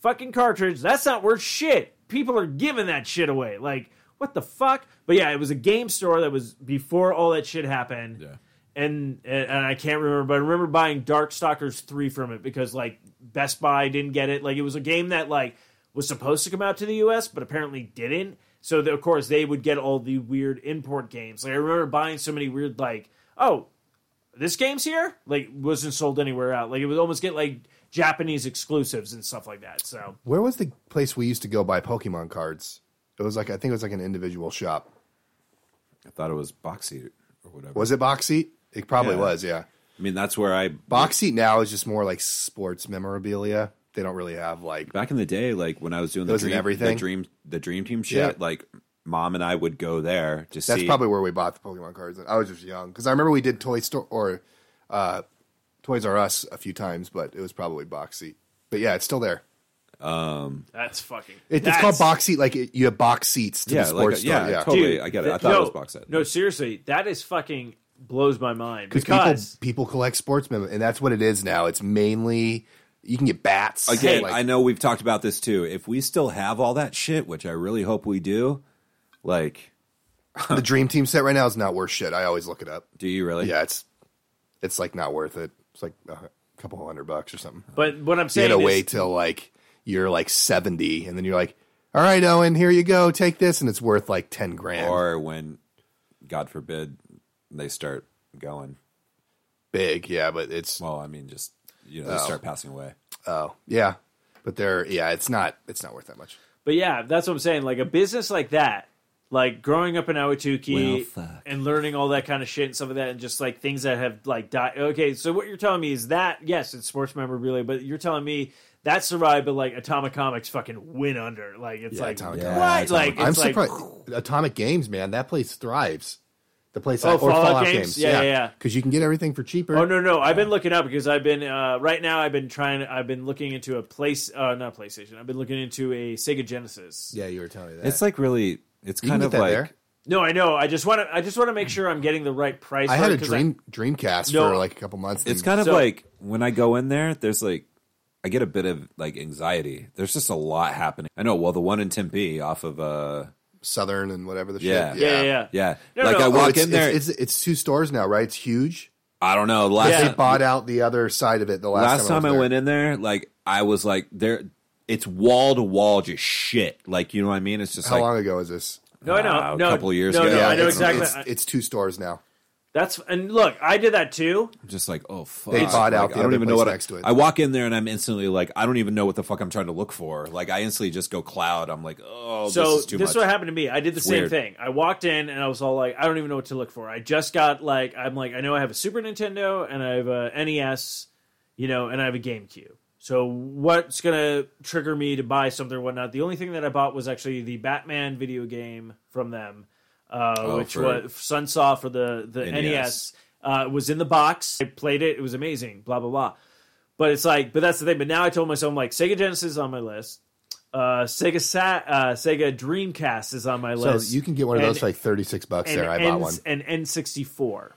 E: fucking cartridge. That's not worth shit. People are giving that shit away. Like, what the fuck? But yeah, it was a game store that was before all that shit happened
F: Yeah.
E: and and I can't remember, but I remember buying Darkstalkers three from it because like Best Buy didn't get it. Like it was a game that like was supposed to come out to the U.S. but apparently didn't. So the- of course they would get all the weird import games. Like I remember buying so many weird like oh this game's here like wasn't sold anywhere out. Like it would almost get like Japanese exclusives and stuff like that. So
B: Where was the place we used to go buy Pokemon cards? It was like I think it was like an individual shop.
F: I thought it was Box Seat or whatever.
B: Was it Box Seat? It probably
F: Yeah.
B: was. Yeah,
F: I mean, that's where I.
B: Box Seat now is just more like sports memorabilia. They don't really have like
F: Back in the day, like when I was doing the
B: Those and
F: dream, the
B: everything?
F: dream, the dream team shit,
B: Yeah.
F: like mom and I would go there to
B: That's
F: see.
B: probably where we bought the Pokemon cards. I was just young because I remember we did Toy Store or uh, Toys R Us a few times, but it was probably Box Seat. But yeah, it's still there.
E: that's fucking.
B: It, it's
E: that's-
B: called Box Seat. Like it, you have box seats to
F: Yeah,
B: the
F: like
B: sports
F: a-
B: store.
F: yeah,
B: Yeah,
F: totally. Wait, I get it. I
E: that-
F: thought it
E: no,
F: was box set.
E: No, seriously, that is fucking blows my mind because.
B: because people, people collect sports memo, and that's what it is now. It's mainly you can get bats
F: Again,
B: like-
F: I know we've talked about this too. If we still have all that shit, which I really hope we do, like,
B: the Dream Team set right now is not worth shit. I always look it up.
F: do you really?
B: Yeah, it's it's like not worth it. It's like a hu- couple hundred bucks or something.
E: But what I'm
B: you
E: saying
B: gotta
E: is,
B: wait till like you're like 70 and then you're like all right owen here you go take this and it's worth like 10 grand
F: Or when, God forbid, they start going.
B: big yeah but it's
F: Well, I mean, just you know, they start passing away.
B: oh yeah but they're yeah it's not it's not worth that much
E: but yeah, that's what I'm saying. Like a business like that, like growing up in
F: Well,
E: Awatuki
F: fuck.
E: and learning all that kind of shit and some of that, and just like things that have like died. Okay, so what you're telling me is that yes, it's sports memorabilia, but you're telling me that survived, but like Atomic Comics fucking went under. Like it's like
B: Atomic
E: what?
B: Comics.
F: Yeah,
E: like
F: Atomic-
E: it's
B: i'm
E: like,
B: surprised atomic games man that place thrives the place
E: Oh,
B: I, or
E: Fallout
B: fallout
E: games?
B: games,
E: Yeah, yeah, yeah.
B: because you can get everything for cheaper
E: Oh no no! I've been looking up because I've been uh, right now. I've been trying. I've been looking into a place, uh, not PlayStation. I've been looking into a Sega Genesis.
B: yeah you were telling me that
F: It's like really, it's
B: you can
F: kind
B: get
F: of
B: that
F: like
B: there
E: No, I know. I just want to. I just want to make sure I'm getting the right price.
B: i
E: for
B: had
E: it
B: a
E: 'cause
B: dream dreamcast
E: No.
B: for like a couple months
F: it's
B: and-
F: kind of
E: So-
F: like when I go in there, there's like I get a bit of like anxiety. There's just a lot happening. I know. Well, the one in Tempe off of uh
B: southern and whatever the
F: Yeah.
B: shit
E: Yeah, yeah, yeah.
F: yeah,
E: No,
F: like
E: no,
F: I
E: oh,
B: Oh,
F: walk
B: it's,
F: in there.
B: it's, it's, it's two stores now right it's huge
F: I don't know. Last
E: Yeah.
B: they bought out the other side of it the last,
F: last
B: time,
F: time I
B: was there.
F: went in there, like I was like there. It's wall to wall just shit. Like you know what I mean? It's just
B: How
F: like
B: long ago is this?
E: No, no,
F: Uh, a
E: no.
F: couple years
E: no,
F: ago.
E: No,
F: Yeah,
E: I know
B: it's,
E: exactly.
B: It's, it's two stores now.
E: That's and look, I did that too.
F: just like oh fuck.
B: They
F: Like,
B: bought out the
F: I don't
B: other
F: even know
B: place
F: what I-
B: next to it.
F: I walk in there and I'm instantly like I don't even know what the fuck I'm trying to look for. Like I instantly just go cloud. I'm like oh
E: so
F: this is too
E: this is
F: much.
E: what happened to me. I did the same
F: weird.
E: thing. I walked in and I was all like, I don't even know what to look for. I just got like, I'm like, I know I have a Super Nintendo and I have a NES, you know, and I have a GameCube. So what's gonna trigger me to buy something or whatnot? The only thing that I bought was actually the Batman video game from them, uh,
F: Oh,
E: which
F: for- E
E: was Sunsaw for the the NES.
F: NES.
E: Uh, it was in the box. I played it. It was amazing. Blah blah blah. But it's like, but that's the thing. But now I told myself, I'm like, Sega Genesis is on my list. Uh, Sega Sat, uh, Sega Dreamcast is on my
B: So
E: list.
B: you can get one of
E: And-
B: those for like thirty six bucks
E: and
B: there. I
E: N-
B: bought one.
E: And N64.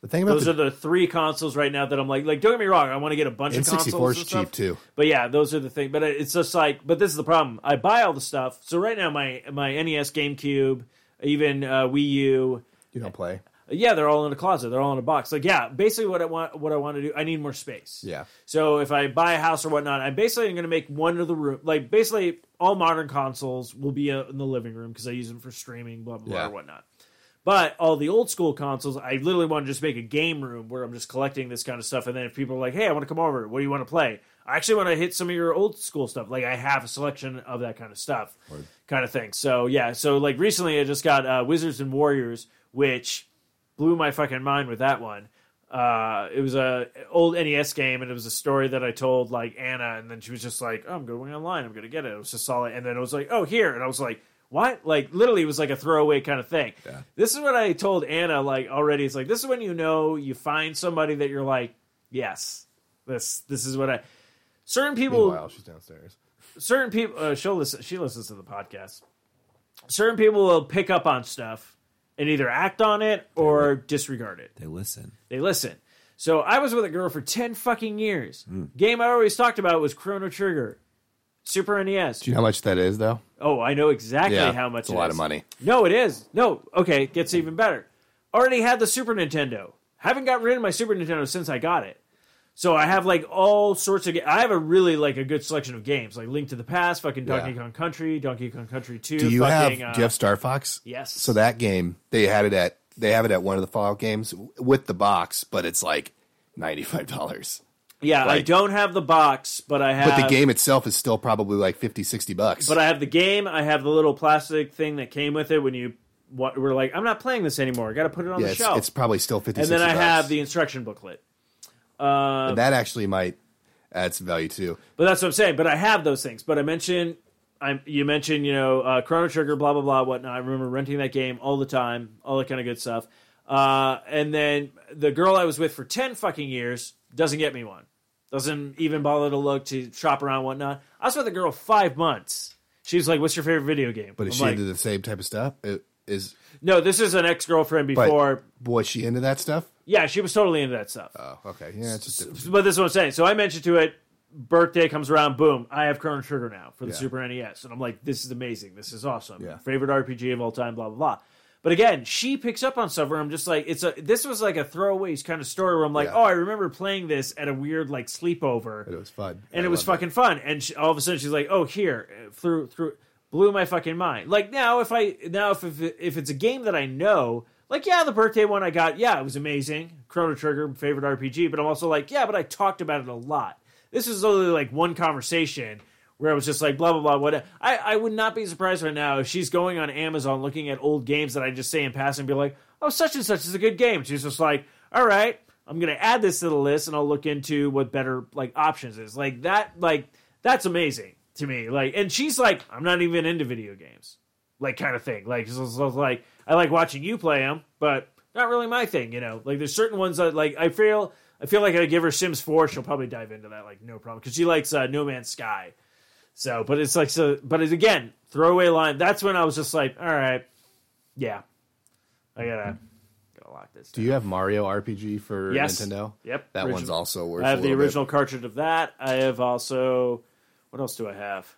B: The thing about
E: Those
B: the,
E: are the three consoles right now that I'm like, like. Don't get me wrong, I want to get a bunch of
B: N64
E: consoles.
B: is
E: and stuff,
B: cheap, too.
E: But yeah, those are the thing. But it's just like, but this is the problem. I buy all the stuff. So right now, my my NES, GameCube, even uh, Wii U,
B: you don't play.
E: yeah, they're all in a closet. They're all in a box. Like, yeah, basically what I want, what I want to do, I need more space.
B: Yeah.
E: So if I buy a house or whatnot, I'm basically going to make one of the room. Like, basically, all modern consoles will be uh, in the living room because I use them for streaming, blah blah blah,
B: Yeah.
E: or whatnot. But all the old school consoles, I literally want to just make a game room where I'm just collecting this kind of stuff. And then if people are like, "Hey, I want to come over. What do you want to play?" I actually want to hit some of your old school stuff. Like I have a selection of that kind of stuff, kind of thing. So yeah, so like recently I just got uh, Wizards and Warriors, which blew my fucking mind with that one. Uh, it was a old NES game, and it was a story that I told like Anna, and then she was just like, oh, "I'm going online. I'm gonna get it." It was just solid, and then it was like, "Oh, here," and I was like, "What?" Like literally, it was like a throwaway kind of thing. This is what I told Anna like already. It's like this is when you know you find somebody that you're like, "Yes, this this is what I." Certain people
B: Meanwhile, she's downstairs.
E: certain people uh, she'll listen she listens to the podcast certain people will pick up on stuff and either act on it or disregard it
F: They listen.
E: they listen so i was with a girl for 10 fucking years
B: Hmm.
E: game i always talked about was chrono trigger super nes
B: Do you know how much that is though?
E: oh i know exactly
B: Yeah,
E: how much
B: it's a
E: it
B: lot
E: is.
B: of money.
E: no it is no okay it gets even better already had the super nintendo haven't got rid of my super nintendo since i got it so I have like all sorts of. Ga- I have a really like a good selection of games, like Link to the Past, fucking Donkey
B: Yeah.
E: Kong Country, Donkey Kong Country Two.
B: Do you
E: fucking,
B: have
E: uh,
B: do you have Star Fox?
E: Yes.
B: So that game they had it at they have it at one of the Fallout games w- with the box, but it's like ninety five dollars.
E: yeah, I
B: like-
E: don't have the box, but I have.
B: But the game itself is still probably like 50, 60 bucks.
E: Uh, But I have the game. I have the little plastic thing that came with it when you what, were like, I'm not playing this anymore. I got to put it on
B: yeah,
E: the
B: it's,
E: shelf.
B: it's probably still fifty.
E: and then
B: 60
E: I
B: bucks.
E: have the instruction booklet.
B: And that actually might add some value too.
E: But that's what I'm saying. But I have those things. But I mentioned, I you mentioned, you know, uh, Chrono Trigger, blah blah blah, whatnot. I remember renting that game all the time, all that kind of good stuff. Uh, and then the girl I was with for ten fucking years doesn't get me one. Doesn't even bother to look to shop around, whatnot. I was with a girl five months. She was like, "What's your favorite video game?"
B: But is
E: I'm
B: she
E: like,
B: into the same type of stuff? It- Is
E: no, this is an ex girlfriend
B: but
E: before.
B: was she into that stuff?
E: yeah, she was totally into that stuff.
B: Oh, okay. Yeah, it's just different.
E: but this is what I'm saying. So I mentioned to it, birthday comes around, boom, I have Chrono Trigger now for the
B: Yeah.
E: Super NES. And I'm like, this is amazing. This is awesome.
B: Yeah.
E: Favorite RPG of all time, blah, blah, blah. But again, she picks up on stuff where I'm just like, it's a this was like a throwaway kind of story where I'm like,
B: Yeah.
E: oh, I remember playing this at a weird like sleepover
B: It was fun.
E: and
B: I
E: it was
B: loved
E: fucking fun. And she, all of a sudden, she's like, "Oh, here, uh, through through, blew my fucking mind." Like now, if I now if if, if it's a game that I know, like yeah, the birthday one I got, yeah, it was amazing. Chrono Trigger, favorite RPG, but I'm also like, yeah, but I talked about it a lot. This is only like one conversation where I was just like, blah blah blah. What I I would not be surprised right now if she's going on Amazon looking at old games that I just say in passing, and be like, "Oh, such and such is a good game." She's just like, "All right." I'm gonna add this to the list and I'll look into what better like options is. Like that, like that's amazing to me. Like, and she's like, I'm not even into video games, like kind of thing. Like, so, so, like I like watching you play them, but not really my thing. You know, like there's certain ones that like I feel I feel like I give her Sims Four, she'll probably dive into that like no problem because she likes uh, No Man's Sky. So, but it's like so, but it's again throwaway line. That's when I was just like, all right, yeah, I gotta gotta lock this.
B: Do you have Mario RPG for
E: Yes.
B: Nintendo?
E: Yep.
B: That
E: Origi-
B: one's also worth.
E: I have
B: a
E: the
B: little bit.
E: original cartridge of that. I have also. What else do I have?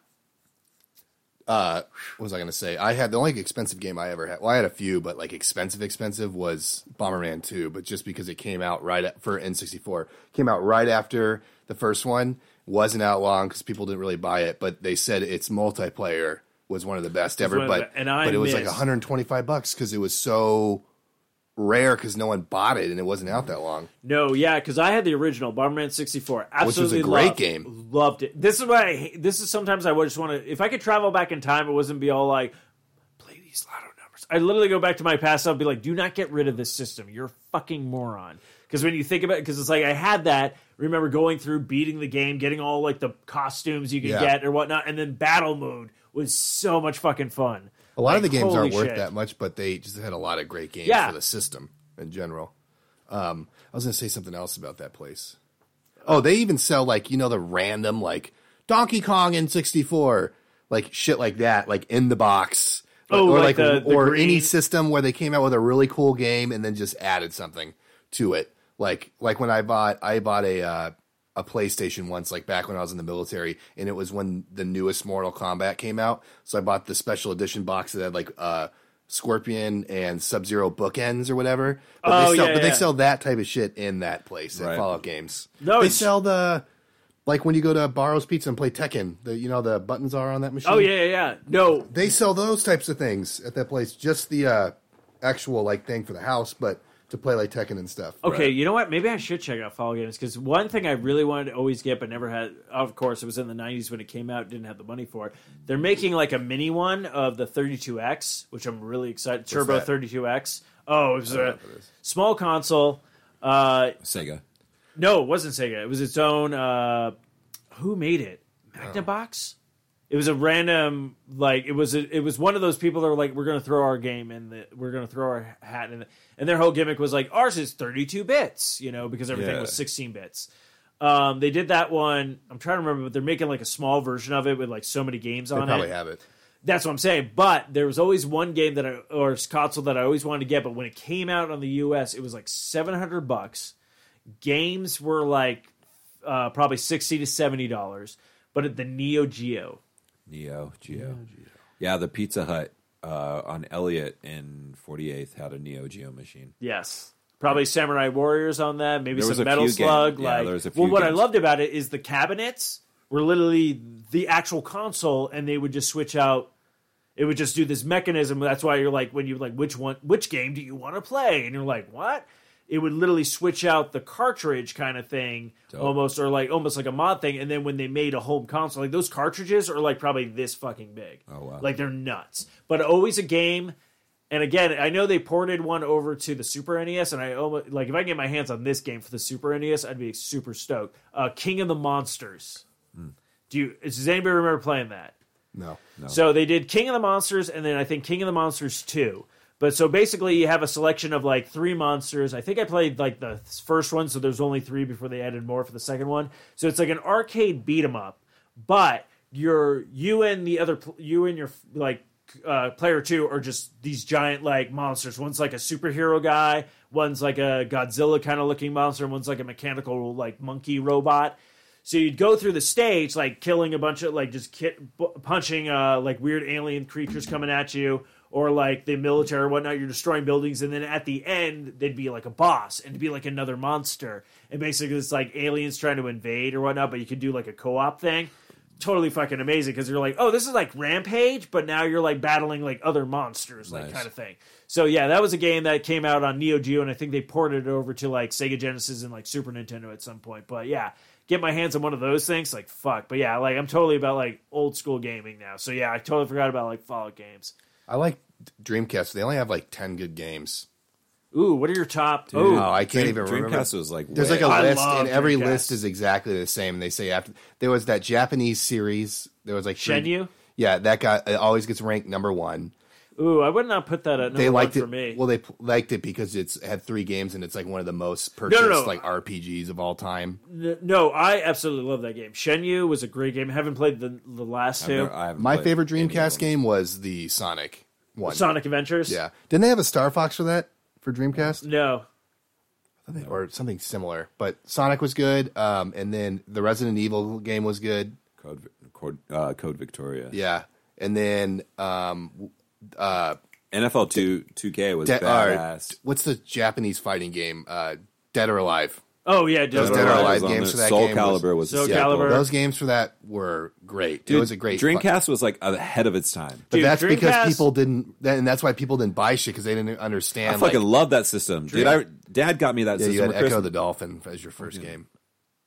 B: Uh, what was I going to say? I had the only expensive game I ever had. Well, I had a few, but like expensive, expensive was Bomberman Two. But just because it came out right at, for N sixty four, came out right after the first one, wasn't out long because people didn't really buy it. But they said its multiplayer was one of the best ever.
E: one of
B: But
E: the- and I
B: but it was like
E: missed-
B: one hundred and twenty five bucks because it was so rare because no one bought it and it wasn't out that long.
E: No, yeah, because I had the original Bomberman sixty four.
B: was a
E: Absolutely
B: great
E: loved-
B: game.
E: Loved it. This is what I. hate- This is sometimes I would just want to. If I could travel back in time, it wasn't be all like play these lotto numbers. I literally go back to my past. I'll be like, do not get rid of this system. You're a fucking moron. Because when you think about, because it's like I had that. Remember going through, beating the game, getting all like the costumes you could
B: Yeah.
E: get or whatnot, and then battle mode was so much fucking fun.
B: A lot of the games aren't worth
E: that much.
B: that much, but they just had a lot of great games
E: Yeah.
B: for the system in general. Um, I was going to say something else about that place. Oh, they even sell like you know the random like Donkey Kong in '64 like shit like that, like in the box,
E: Oh,
B: or
E: like the- the
B: or any
E: green-
B: system where they came out with a really cool game and then just added something to it. Like like when I bought I bought a uh, a PlayStation once, like back when I was in the military, and it was when the newest Mortal Kombat came out. So I bought the special edition box that had like uh, Scorpion and Sub Zero bookends or whatever. But
E: Oh,
B: they sell,
E: yeah,
B: but they
E: yeah.
B: sell that type of shit in that place at
F: Right.
B: Fallout Games.
E: No,
B: they
E: it's-
B: sell the like when you go to Barrow's Pizza and play Tekken. The you know the buttons are on that machine.
E: Oh yeah, yeah, yeah. No,
B: They sell those types of things at that place. Just the uh, actual like thing for the house, but to play like Tekken and stuff.
E: Okay, you know what? Maybe I should check out Fall Games because one thing I really wanted to always get but never had. Of course, it was in the '90s when it came out. Didn't have the money for it. They're making like a mini one of the 32X, which I'm really excited. Turbo
B: that?
E: 32X. Oh, it was
B: don't know
E: a
B: what it is.
E: small console. Uh,
F: Sega.
E: no, it wasn't Sega. It was its own. Uh, who made it?
B: Oh.
E: Magnabox. It was a random like it was a, it was one of those people that were like we're gonna throw our game in the we're gonna throw our hat in the, and their whole gimmick was like ours is 32 bits you know because everything
F: Yeah.
E: was 16 bits. Um, they did that one. I'm trying to remember, but they're making like a small version of it with like so many games
B: They
E: on
B: probably
E: it.
B: have it.
E: That's what I'm saying. But there was always one game that I or console that I always wanted to get, but when it came out on the US, it was like 700 bucks. Games were like uh, probably 60 to 70 dollars, but at the Neo Geo.
F: Neo Geo. Yeah, the Pizza Hut uh, on Elliott in 48th had a Neo Geo machine.
E: Yes. Probably Samurai Warriors on that, maybe
F: There was
E: some
F: a
E: Metal
F: few
E: Slug
F: game- yeah,
E: like
F: there was a
E: Well,
F: few
E: what I
F: games.
E: loved about it is the cabinets were literally the actual console and they would just switch out it would just do this mechanism. That's why you're like, when you like, which one, which game do you want to play? And you're like, what? It would literally switch out the cartridge kind of thing, almost, or like almost like a mod thing. And then when they made a home console, like those cartridges are like probably this fucking big. Oh
F: wow.
E: Like they're nuts. But always a game. And again, I know they ported one over to the Super NES, and I almost like if I can get my hands on this game for the Super NES, I'd be super stoked. Uh, King of the Monsters. Do you? Does anybody remember playing that?
B: No, no.
E: So they did King of the Monsters and then I think King of the Monsters 2. But so basically you have a selection of like three monsters. I think I played like the first one, so there's only three before they added more for the second one. So it's like an arcade beat 'em up, but you're you and the other pl- you and your like uh, player two are just these giant like monsters. One's like a superhero guy, one's like a Godzilla kind of looking monster, and one's like a mechanical like monkey robot. So you'd go through the stage, like killing a bunch of, like just ki- bu- punching, uh, like weird alien creatures coming at you, or like the military or whatnot. You're destroying buildings, and then at the end, they'd be like a boss, and it'd be like another monster, and basically it's like aliens trying to invade or whatnot. But you could do like a co-op thing. Totally fucking amazing because you're like, oh, this is like Rampage, but now you're like battling like other monsters, like
F: Nice.
E: kind of thing. So yeah, that was a game that came out on Neo Geo, and I think they ported it over to like Sega Genesis and like Super Nintendo at some point. But yeah, get my hands on one of those things, like fuck. But yeah, like I'm totally about like old school gaming now. So yeah, I totally forgot about like Fallout games.
B: I like Dreamcast. They only have like ten good games.
E: Ooh, what are your top?
B: Oh,
E: Oh,
B: I can't even
F: Dreamcast
B: remember.
F: was like
B: There's
F: way
B: like a
F: up.
E: I
B: list,
E: love
B: and every
E: Dreamcast.
B: list is exactly the same. They say after there was that Japanese series, there was like three-
E: Shenmue.
B: Yeah, that guy it always gets ranked number one.
E: Ooh, I would not put that at number
B: they liked
E: one
B: it
E: for me.
B: Well, they p- liked it because it's had three games, and it's like one of the most purchased
E: no.
B: like RPGs of all time.
E: N- no, I absolutely love that game. Shenmue was a great game. I haven't played the the last
F: I've
E: two
F: never- I haven't
B: My
F: played
B: favorite
F: any of
B: Dreamcast
F: them.
B: game was the Sonic one.
E: Sonic Adventures.
B: Yeah, didn't they have a Star Fox for that for Dreamcast
E: No,
B: or something similar? But Sonic was good, um, and then the Resident Evil game was good.
F: Code, Code, uh, Code Victoria.
B: Yeah, and then um,
F: NFL two two K was
B: De- or,
F: badass.
B: what's the Japanese fighting game? Uh, Dead or Alive.
E: oh yeah,
B: Those
E: Dead or
B: Dead or
E: Alive.
B: Alive
F: was on
B: games
F: there.
B: for that
F: Soul
B: game was-
F: Calibur was,
E: Soul
F: a staple.
E: Calibur.
B: Those games for that were great.
F: Dude,
B: it was a great
F: Dreamcast was like ahead of its time.
B: But
E: Dude,
B: that's because
E: Dreamcast-
B: people didn't, that- and that's why people didn't buy shit because they didn't understand.
F: I fucking
B: like,
F: love that system, dude. I, Dad got me that
B: yeah,
F: system.
B: you had
F: for
B: Echo
F: Christmas. Mm-hmm.
B: the Dolphin as your first game.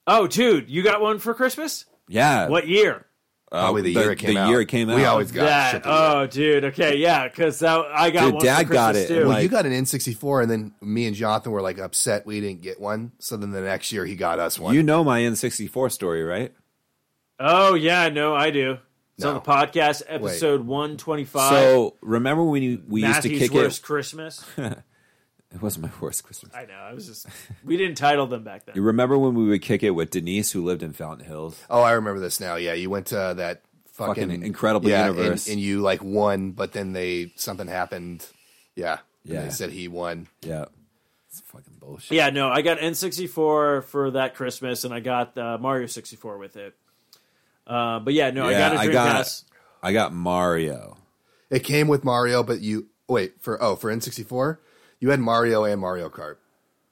E: Oh, dude, you got one for Christmas?
F: yeah,
E: What year?
F: uh,
B: Probably the, year it came
F: the
B: out.
F: year it came out.
B: We always got
E: that.
B: shit. together.
E: oh, dude. Okay, yeah, because I got
F: Dude,
E: one.
F: Dad
E: for
F: got
E: Christmas,
F: it,
E: Too.
F: and,
B: well,
F: like-
B: you got an N64, and then me and Jonathan were like upset we didn't get one. So then the next year he got us one.
F: you know my N sixty four story, right?
E: oh yeah, no, I do. It's on
B: No.
E: the podcast, episode one twenty five.
F: So remember when you, we
E: Matthew's
F: used to kick
E: worst
F: it?
E: Christmas.
F: It wasn't my worst Christmas.
E: I know. I was just we didn't title them back
F: (laughs) You
E: then.
F: remember when we would kick it with Denise, who lived in Fountain Hills?
B: oh, I remember this now. Yeah, you went to that fucking,
F: Fucking Incredible
B: yeah, and-
F: Universe.
B: and, you like won, but then they something happened. Yeah, And
F: Yeah.
B: They said he won.
F: Yeah. It's fucking bullshit.
E: Yeah, no, I got N64 for that Christmas, and I got uh, Mario 64 with it. Uh, but yeah, no, I
F: Yeah,
E: got a
F: I
E: Dreamcast.
F: got- I got Mario.
B: It came with Mario, but you wait for oh for N sixty four, you had Mario and Mario Kart.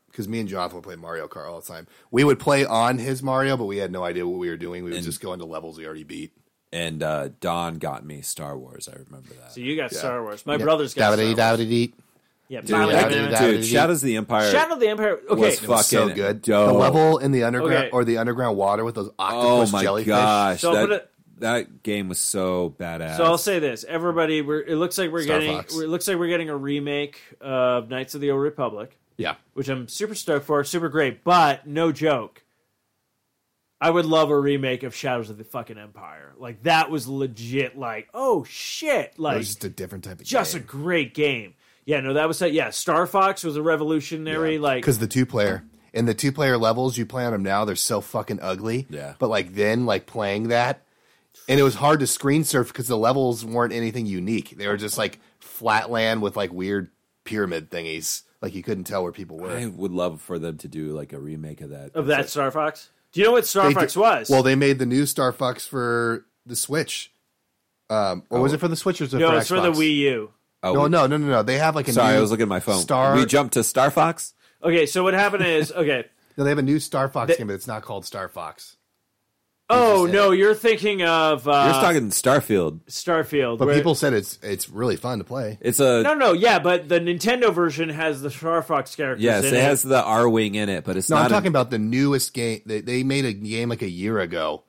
B: Because me and Jonathan would play Mario Kart all the time. We would play on his Mario, but we had no idea what we were doing. We would just go into levels we already beat.
F: And uh, Don got me Star Wars. I remember that.
E: So you got
B: Yeah.
E: Star Wars. My brother's got Star Wars.
B: Da-ba-dee-da-ba-dee-dee.
E: Yeah,
F: Dude,
E: Battle of
B: yeah,
E: the
B: dude,
E: Bands.
B: that-
F: dude Shadows of the Empire.
E: Shadow of the Empire. Okay,
F: was fucking
B: so good.
F: dope.
B: The level in the underground
E: Okay.
B: or the underground water with those
F: Oh
B: octopus
F: my
B: jellyfish.
F: gosh,
E: So
F: that,
E: put it-
F: that game was so badass.
E: So I'll say this: everybody, we're, it looks like we're
B: Star
E: getting.
B: Fox.
E: It looks like we're getting a remake of Knights of the Old Republic,
B: Yeah.
E: which I'm super stoked for. Super great, but no joke. I would love a remake of Shadows of the fucking Empire. Like that was legit. Like oh shit!
C: It
E: Like
C: was just a different type of
E: just a
C: game.
E: great game. Yeah, no, that was that. Yeah, Star Fox was a revolutionary. Like
B: Because the two player in the two player levels you play on them now, they're so fucking ugly.
F: Yeah.
B: But like then, like playing that, and it was hard to screen surf because the levels weren't anything unique. They were just like flat land with like weird pyramid thingies. Like you couldn't tell where people were.
F: I would love for them to do like a remake of that.
E: of that Star Fox. Do you know what Star
B: They
E: Fox
B: did-
E: was?
B: Well, they made the new Star Fox for the Switch. Um, or was it for the Switch or was it
E: no,
B: for
E: it's for the
B: Xbox?
E: Wii U.
F: Oh,
B: No,
F: we-
B: no, no, no, no. They have like a
F: Sorry,
B: new
F: I was looking at my phone.
B: Star.
F: We jumped to Star Fox.
E: Okay, so what happened is
B: (laughs)
E: okay.
B: No, they have a new Star Fox
E: They-
B: game, but it's not called Star Fox.
E: Oh
B: just
E: no, you're thinking of uh,
F: You're just talking Starfield.
E: Starfield.
B: But
E: where-
B: people said it's it's really fun to play.
F: It's a
E: no, no, yeah, but the Nintendo version has the Star Fox characters.
F: yes,
E: in
F: it has the R wing in it, but it's
B: No,
F: not.
B: I'm
F: a-
B: talking about the newest game. They, they made a game like a year ago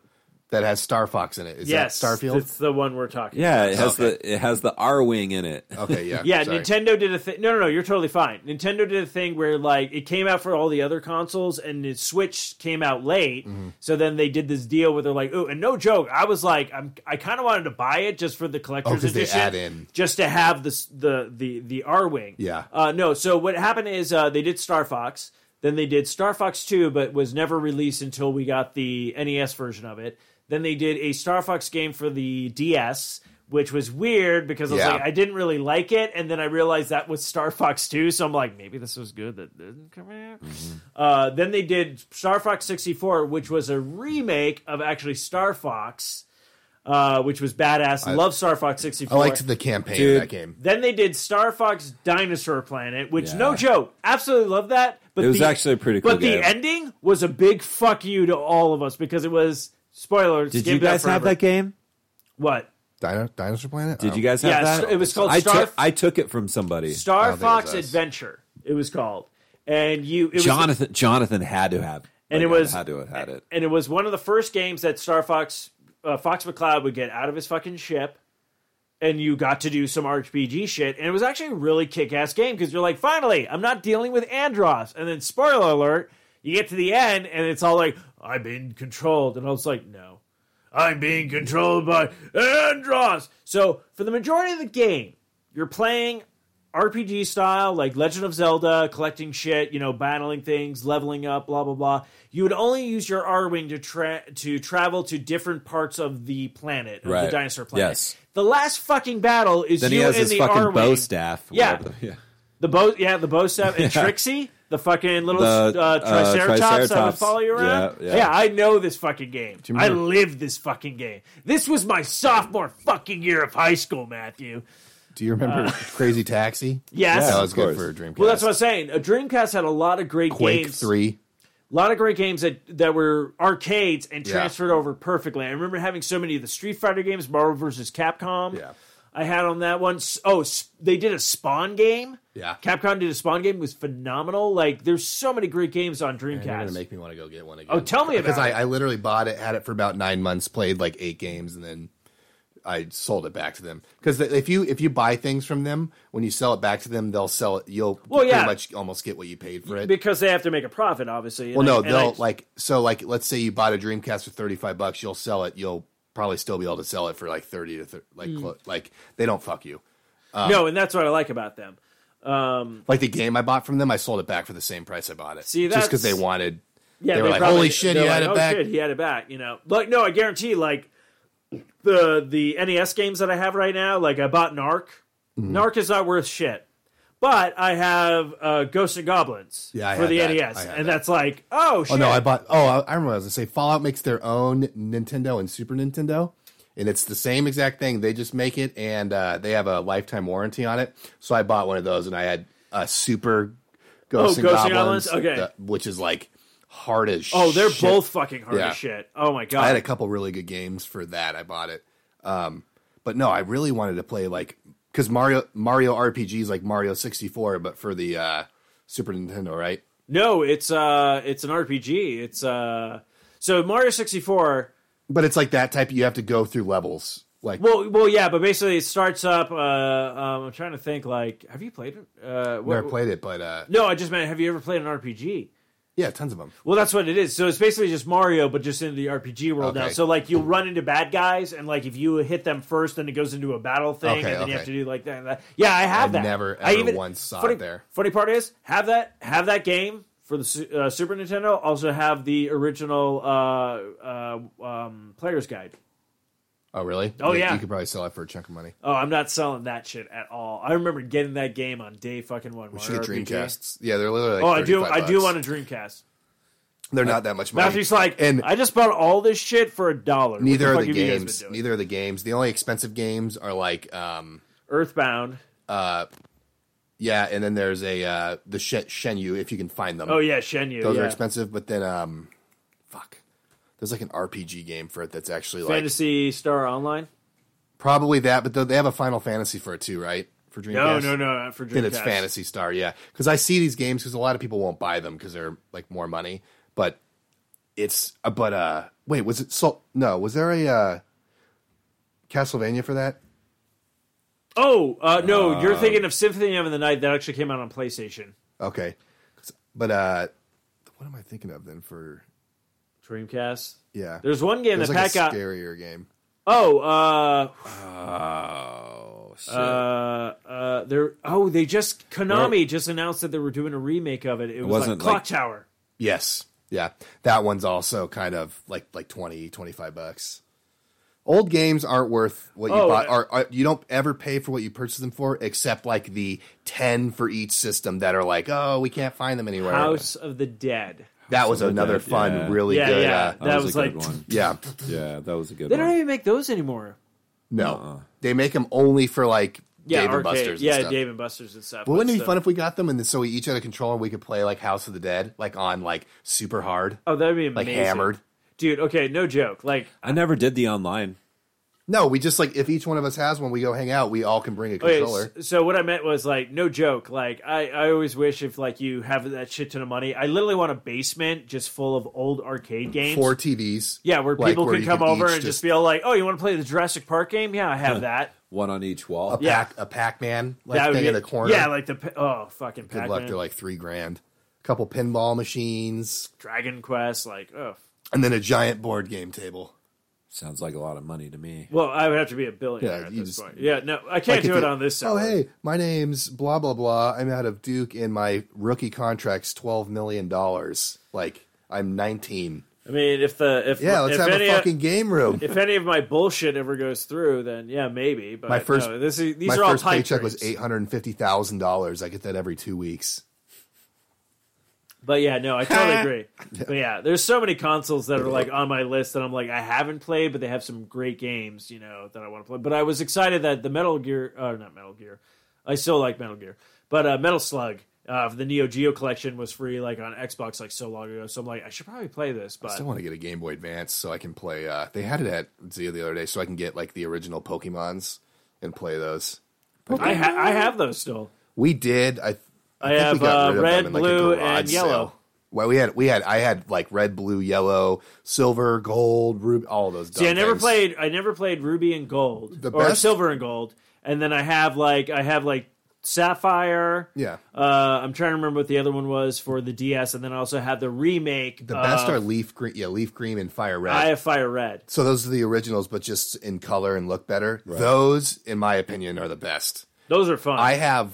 B: that has Star Fox in it. Is
E: yes,
B: that Starfield?
E: It's the one we're talking.
F: yeah, it has
B: Okay.
F: the it has the R wing in it.
B: Okay, yeah.
E: Yeah,
B: sorry.
E: Nintendo did a thing. No, no, no, you're totally fine. Nintendo did a thing where like it came out for all the other consoles, and the Switch came out late.
B: Mm-hmm.
E: So then they did this deal where they're like, "Oh, and no joke, I was like, I'm, I kind of wanted to buy it just for the collector's
B: Oh, 'cause they
E: edition,
B: add in.
E: just to have this the the the R wing."
B: Yeah.
E: Uh, no, so what happened is uh, they did Star Fox, then they did Star Fox Two, but was never released until we got the NES version of it. Then they did a Star Fox game for the DS. Which was weird because I was
B: Yeah.
E: like, I didn't really like it, and then I realized that was Star Fox 2, so I'm like, maybe this was good that didn't come out.
F: Mm-hmm.
E: Uh, then they did Star Fox 64, which was a remake of actually Star Fox, uh, which was badass. Love Star Fox 64.
B: I liked the campaign
F: Dude.
B: of that game.
E: Then they did Star Fox Dinosaur Planet, which
F: Yeah.
E: no joke, absolutely love that. But
F: It was
E: the-
F: actually a pretty cool
E: But
F: game.
E: the ending was a big fuck you to all of us because it was spoilers.
F: Did you guys have that game?
E: What
B: Dino, Dinosaur Planet? Oh.
F: Did you guys have
E: Yeah,
F: that?
E: it was called
F: I
E: Star-
F: took- I took it from somebody.
B: I
E: Star
B: don't think it was
E: Fox
B: us.
E: Adventure? It was called, and you it was
F: Jonathan Jonathan had to have,
E: And it
F: like,
E: was-
F: had to have had it.
E: and it was one of the first games that Star Fox uh, Fox McCloud would get out of his fucking ship, and you got to do some RPG shit, and it was actually a really kick ass game because you're like, finally, I'm not dealing with Andros, and then spoiler alert, you get to the end and it's all like, I've been controlled, and I was like, no. I'm being controlled by Andros. So, for the majority of the game, you're playing RPG style, like Legend of Zelda, collecting shit, you know, battling things, leveling up, blah blah blah. You would only use your R wing to tra- to travel to different parts of the planet, of the
F: Right.
E: dinosaur planet.
F: Yes.
E: The last fucking battle is
F: Then
E: you
F: he has
E: and
F: his
E: the
F: fucking
E: R-wing.
F: bow staff.
E: Yeah.
F: whatever the- yeah.
E: The bow, yeah, the bow staff
F: (laughs)
E: and Trixie, the fucking little
F: The,
E: uh,
F: uh,
E: triceratops, that would
F: Triceratops.
E: follow you around.
F: Yeah, yeah.
E: I know this fucking game. I
F: remember-
E: lived this fucking game. This was my sophomore fucking year of high school, Matthew.
B: Do you remember Crazy Taxi?
E: Uh. Yes.
B: that
F: of
B: was
F: course.
B: good for a Dreamcast.
E: Well, that's what I'm saying. A Dreamcast had a lot of great
B: Quake
E: games.
B: Three.
E: A lot of great games that, that were arcades and
B: Yeah.
E: transferred over perfectly. I remember having so many of the Street Fighter games, Marvel vs. Capcom.
B: Yeah.
E: I had on that one. S- Oh, s- they did a Spawn game.
B: Yeah.
E: Capcom did a Spawn game. It was phenomenal. Like, there's so many great games on
B: You're gonna
E: Dreamcast.
B: make me want to go get one again.
E: Oh, tell me
B: because
E: about
B: I,
E: it.
B: I literally bought it, had it for about nine months, played like eight games, and then I sold it back to them. Because if you if you buy things from them, when you sell it back to them, they'll sell it. You'll pretty
E: yeah.
B: much almost get what you paid for it.
E: because they have to make a profit, obviously.
B: well,
E: And I-
B: no,
E: and
B: they'll
E: I-
B: like so like let's say you bought a Dreamcast for thirty five bucks, you'll sell it. You'll probably still be able to sell it for like thirty to thir-
E: Mm.
B: like clo- like they don't fuck you.
E: no, and that's what I like about them.
B: Like the game I bought from them, I sold it back for the same price I bought it.
E: See,
B: just because they
E: that's-
B: wanted.
E: Yeah,
B: they were
E: they
B: like,
E: probably-
B: "Holy shit,
E: they're
B: he
E: like,
B: had it
E: oh,
B: back."
E: Shit, he had it back. You know, like no, I guarantee. Like the the NES games that I have right now, like I bought Narc.
B: Mm-hmm.
E: Narc is not worth shit. But I have uh, Ghosts and Goblins
B: Yeah, I
E: for
B: had
E: the
B: that.
E: NES,
B: I had
E: and
B: that.
E: that's like, oh shit!
B: Oh no, I bought. Oh, I, I remember. what I was gonna say Fallout makes their own Nintendo and Super Nintendo, and it's the same exact thing. They just make it, and uh, they have a lifetime warranty on it. So I bought one of those, and I had a Super Ghosts and
E: Oh, Ghosts and
B: Goblins,
E: Goblins? Okay.
B: the- which is like hard as.
E: oh, they're
B: shit.
E: both fucking hard
B: Yeah.
E: as shit. Oh my god!
B: I had a couple really good games for that. I bought it, um, but no, I really wanted to play like because Mario Mario RPGs like Mario sixty four, but for the uh, Super Nintendo, right?
E: No, it's uh it's an RPG. It's uh so Mario 64
B: But it's like that type. You have to go through levels. Like
E: well well yeah, but basically it starts up uh um, I'm trying to think like have you played it? Uh what,
B: Never played it, but uh,
E: No, I just meant have you ever played an RPG?
B: yeah, tons of them.
E: Well, that's what it is. So it's basically just Mario, but just in the RPG world now.
B: Okay.
E: So like you run into bad guys, and like if you hit them first, then it goes into a battle thing,
B: Okay,
E: and then you have
B: okay.
E: to do like that. and that. Yeah, I have
B: I
E: that.
B: never,
E: I
B: ever
E: even
B: once saw
E: funny,
B: it there.
E: Funny part is have that have that game for the Su- uh, Super Nintendo. Also have the original uh, uh, um, player's guide.
B: Oh, really?
E: Oh,
B: You-
E: yeah.
B: You could probably sell it for a chunk of money.
E: Oh, I'm not selling that shit at all. I remember getting that game on day fucking one.
B: We
E: Mario
B: should get
E: RPG.
B: Dreamcasts. Yeah, they're literally. Like
E: Oh, I do.
B: 35
E: I do
B: bucks.
E: want a Dreamcast.
B: They're not that much money.
E: Matthew's like,
B: and
E: I just bought all this shit for a dollar. What
B: neither
E: the
B: are
E: fuck
B: the
E: have you guys been
B: games.
E: doing?
B: Neither are the games. The only expensive games are like, um,
E: Earthbound.
B: yeah, and then there's a uh, the Shen- Shenyu if you can find them.
E: Oh yeah, Shenyu.
B: those
E: yeah.
B: are expensive. But then, um, fuck, there's like an RPG game for it that's actually like
E: Fantasy Star Online.
B: probably that. But th- they have a Final Fantasy for it too, right? For Dreamcast.
E: No, no, no, not for Dreamcast.
B: Then it's Fantasy Star, yeah. Because I see these games because a lot of people won't buy them because they're like more money. But it's uh, but uh wait was it so no was there a uh, Castlevania for that?
E: Oh uh, no, you're thinking of Symphony of the Night that actually came out on PlayStation,
B: Okay, 'Cause- but uh what am I thinking of then for
E: Dreamcast.
B: yeah?
E: There's one game
B: There's
E: that
B: like
E: Pat got.
B: a scarier game.
E: Oh, uh,
F: Oh, shit.
E: uh, uh, they're oh they just Konami just announced that they were doing a remake of it. It, was like
F: wasn't
E: Clock
F: like-
E: Tower.
B: Yes, yeah, that one's also kind of like like 20, 25 bucks. Old games aren't worth what you
E: Oh,
B: bought.
E: uh,
B: Are, are you don't ever pay for what you purchase them for, except like the ten for each system that are like, oh, we can't find them anywhere.
E: House of the Dead.
B: that was
F: of the
B: another
F: Dead,
B: fun,
F: yeah.
B: really
E: yeah,
B: good.
E: yeah.
B: Uh,
F: that,
E: that
F: was,
E: was
F: a good
E: like-
F: one.
B: yeah,
F: Yeah, that was a good
E: They don't
F: one.
E: even make those anymore.
B: no, they make them only for like
E: Yeah,
B: Dave and
E: arcade.
B: Buster's.
E: yeah,
B: and stuff.
E: Dave and Buster's and stuff.
B: But
E: but
B: wouldn't it be
E: still.
B: fun if we got them and then so we each had a controller and we could play like House of the Dead, like on like super hard,
E: Oh, that'd be
B: like
E: amazing.
B: hammered.
E: dude. Okay, no joke. Like
F: I never did the online.
B: No, we just like if each one of us has one, we go hang out. We all can bring a
E: Okay,
B: controller.
E: s- so what I meant was like no joke. Like I, I always wish if like you have that shit ton of money. I literally want a basement just full of old arcade games.
B: four TVs.
E: yeah, where
B: like,
E: people can
B: you
E: come over
B: each
E: and just be all like, "Oh, you want to play the Jurassic Park game? Yeah, I have that.
F: One on each wall.
B: a
E: yeah.
B: pack a Pac Man like
E: that would
B: thing
E: be
B: in the corner.
E: Yeah, like the pa- oh fucking
B: good
E: Pac-Man,
B: luck. They're like three grand. A couple pinball machines
E: Dragon Quest. Like oh,
B: and then a giant board game table.
F: Sounds like a lot of money to me.
E: well, I would have to be a billionaire
B: Yeah,
E: at
B: you
E: this
B: just-
E: point. Yeah, no, I can't
B: Like,
E: do
B: if
E: it
B: you-
E: on this.
B: Oh
E: server.
B: hey, my name's blah blah blah. I'm out of Duke and my rookie contract's twelve million dollars. Like I'm nineteen.
E: I mean, if the if
B: Yeah, let's
E: if
B: have
E: any, uh,
B: a fucking game room.
E: if any of my bullshit ever goes through, then yeah, maybe. But
B: My first-
E: no, this is, these
B: my
E: are all
B: first
E: pipe
B: paycheck was
E: dreams.
B: eight hundred and fifty thousand dollars. I get that every two weeks.
E: But yeah, no, I totally agree. But yeah, there's so many consoles that are like on my list that I'm like I haven't played, but they have some great games, you know, that I want to play. But I was excited that the Metal Gear, uh, not Metal Gear, I still like Metal Gear, but uh, Metal Slug uh, for the Neo Geo collection was free like on Xbox like so long ago. So I'm like I should probably play this,
B: I
E: but
B: still want to get a Game Boy Advance so I can play. Uh, they had it at Zia the other day, so I can get like the original Pokemons and play those.
E: I, ha- I have those still.
B: We did. I.
E: I
B: think we
E: have,
B: got
E: uh,
B: rid of
E: red,
B: them in, like, a
E: blue,
B: garage
E: and yellow.
B: sale. Well, we had we had I had like red, blue, yellow, silver, gold, ruby, all those.
E: See, I
B: dumb
E: never
B: things.
E: played. I never played Ruby and Gold
B: The
E: or
B: best-
E: Silver and Gold, and then I have like I have like Sapphire.
B: Yeah.
E: uh, I'm trying to remember what the other one was for the DS, and then I also had the remake.
B: The best
E: of
B: are leaf green, yeah, leaf green and fire red.
E: Eye of Fire Red.
B: so those are the originals, but just in color and look better. Those, in my opinion, are the best.
E: Those are fun.
B: I have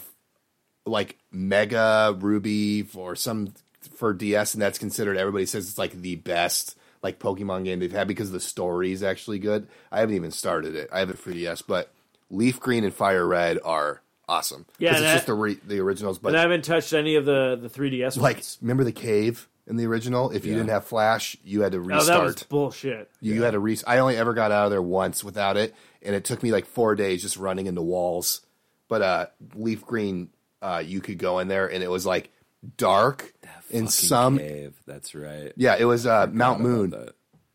B: like Mega Ruby for some for DS, and that's considered. Everybody says it's like the best. like Pokemon game they've had because the story is actually good. I haven't even started it. I have it for DS, but Leaf Green and Fire Red are awesome. 'Cause
E: Yeah,
B: it's
E: that-
B: just the re- the originals, but
E: And I haven't touched any of the the 3DS
B: like
E: ones.
B: remember the cave in the original? If you didn't have Flash, you had to
E: Oh,
B: restart.
E: that was bullshit.
B: You had to re. I only ever got out of there once without it, and it took me like four days just running into walls. But uh, leaf green, uh, you could go in there, and it was like dark and some.
F: cave. That's right.
B: Yeah, it was uh, Mount Moon.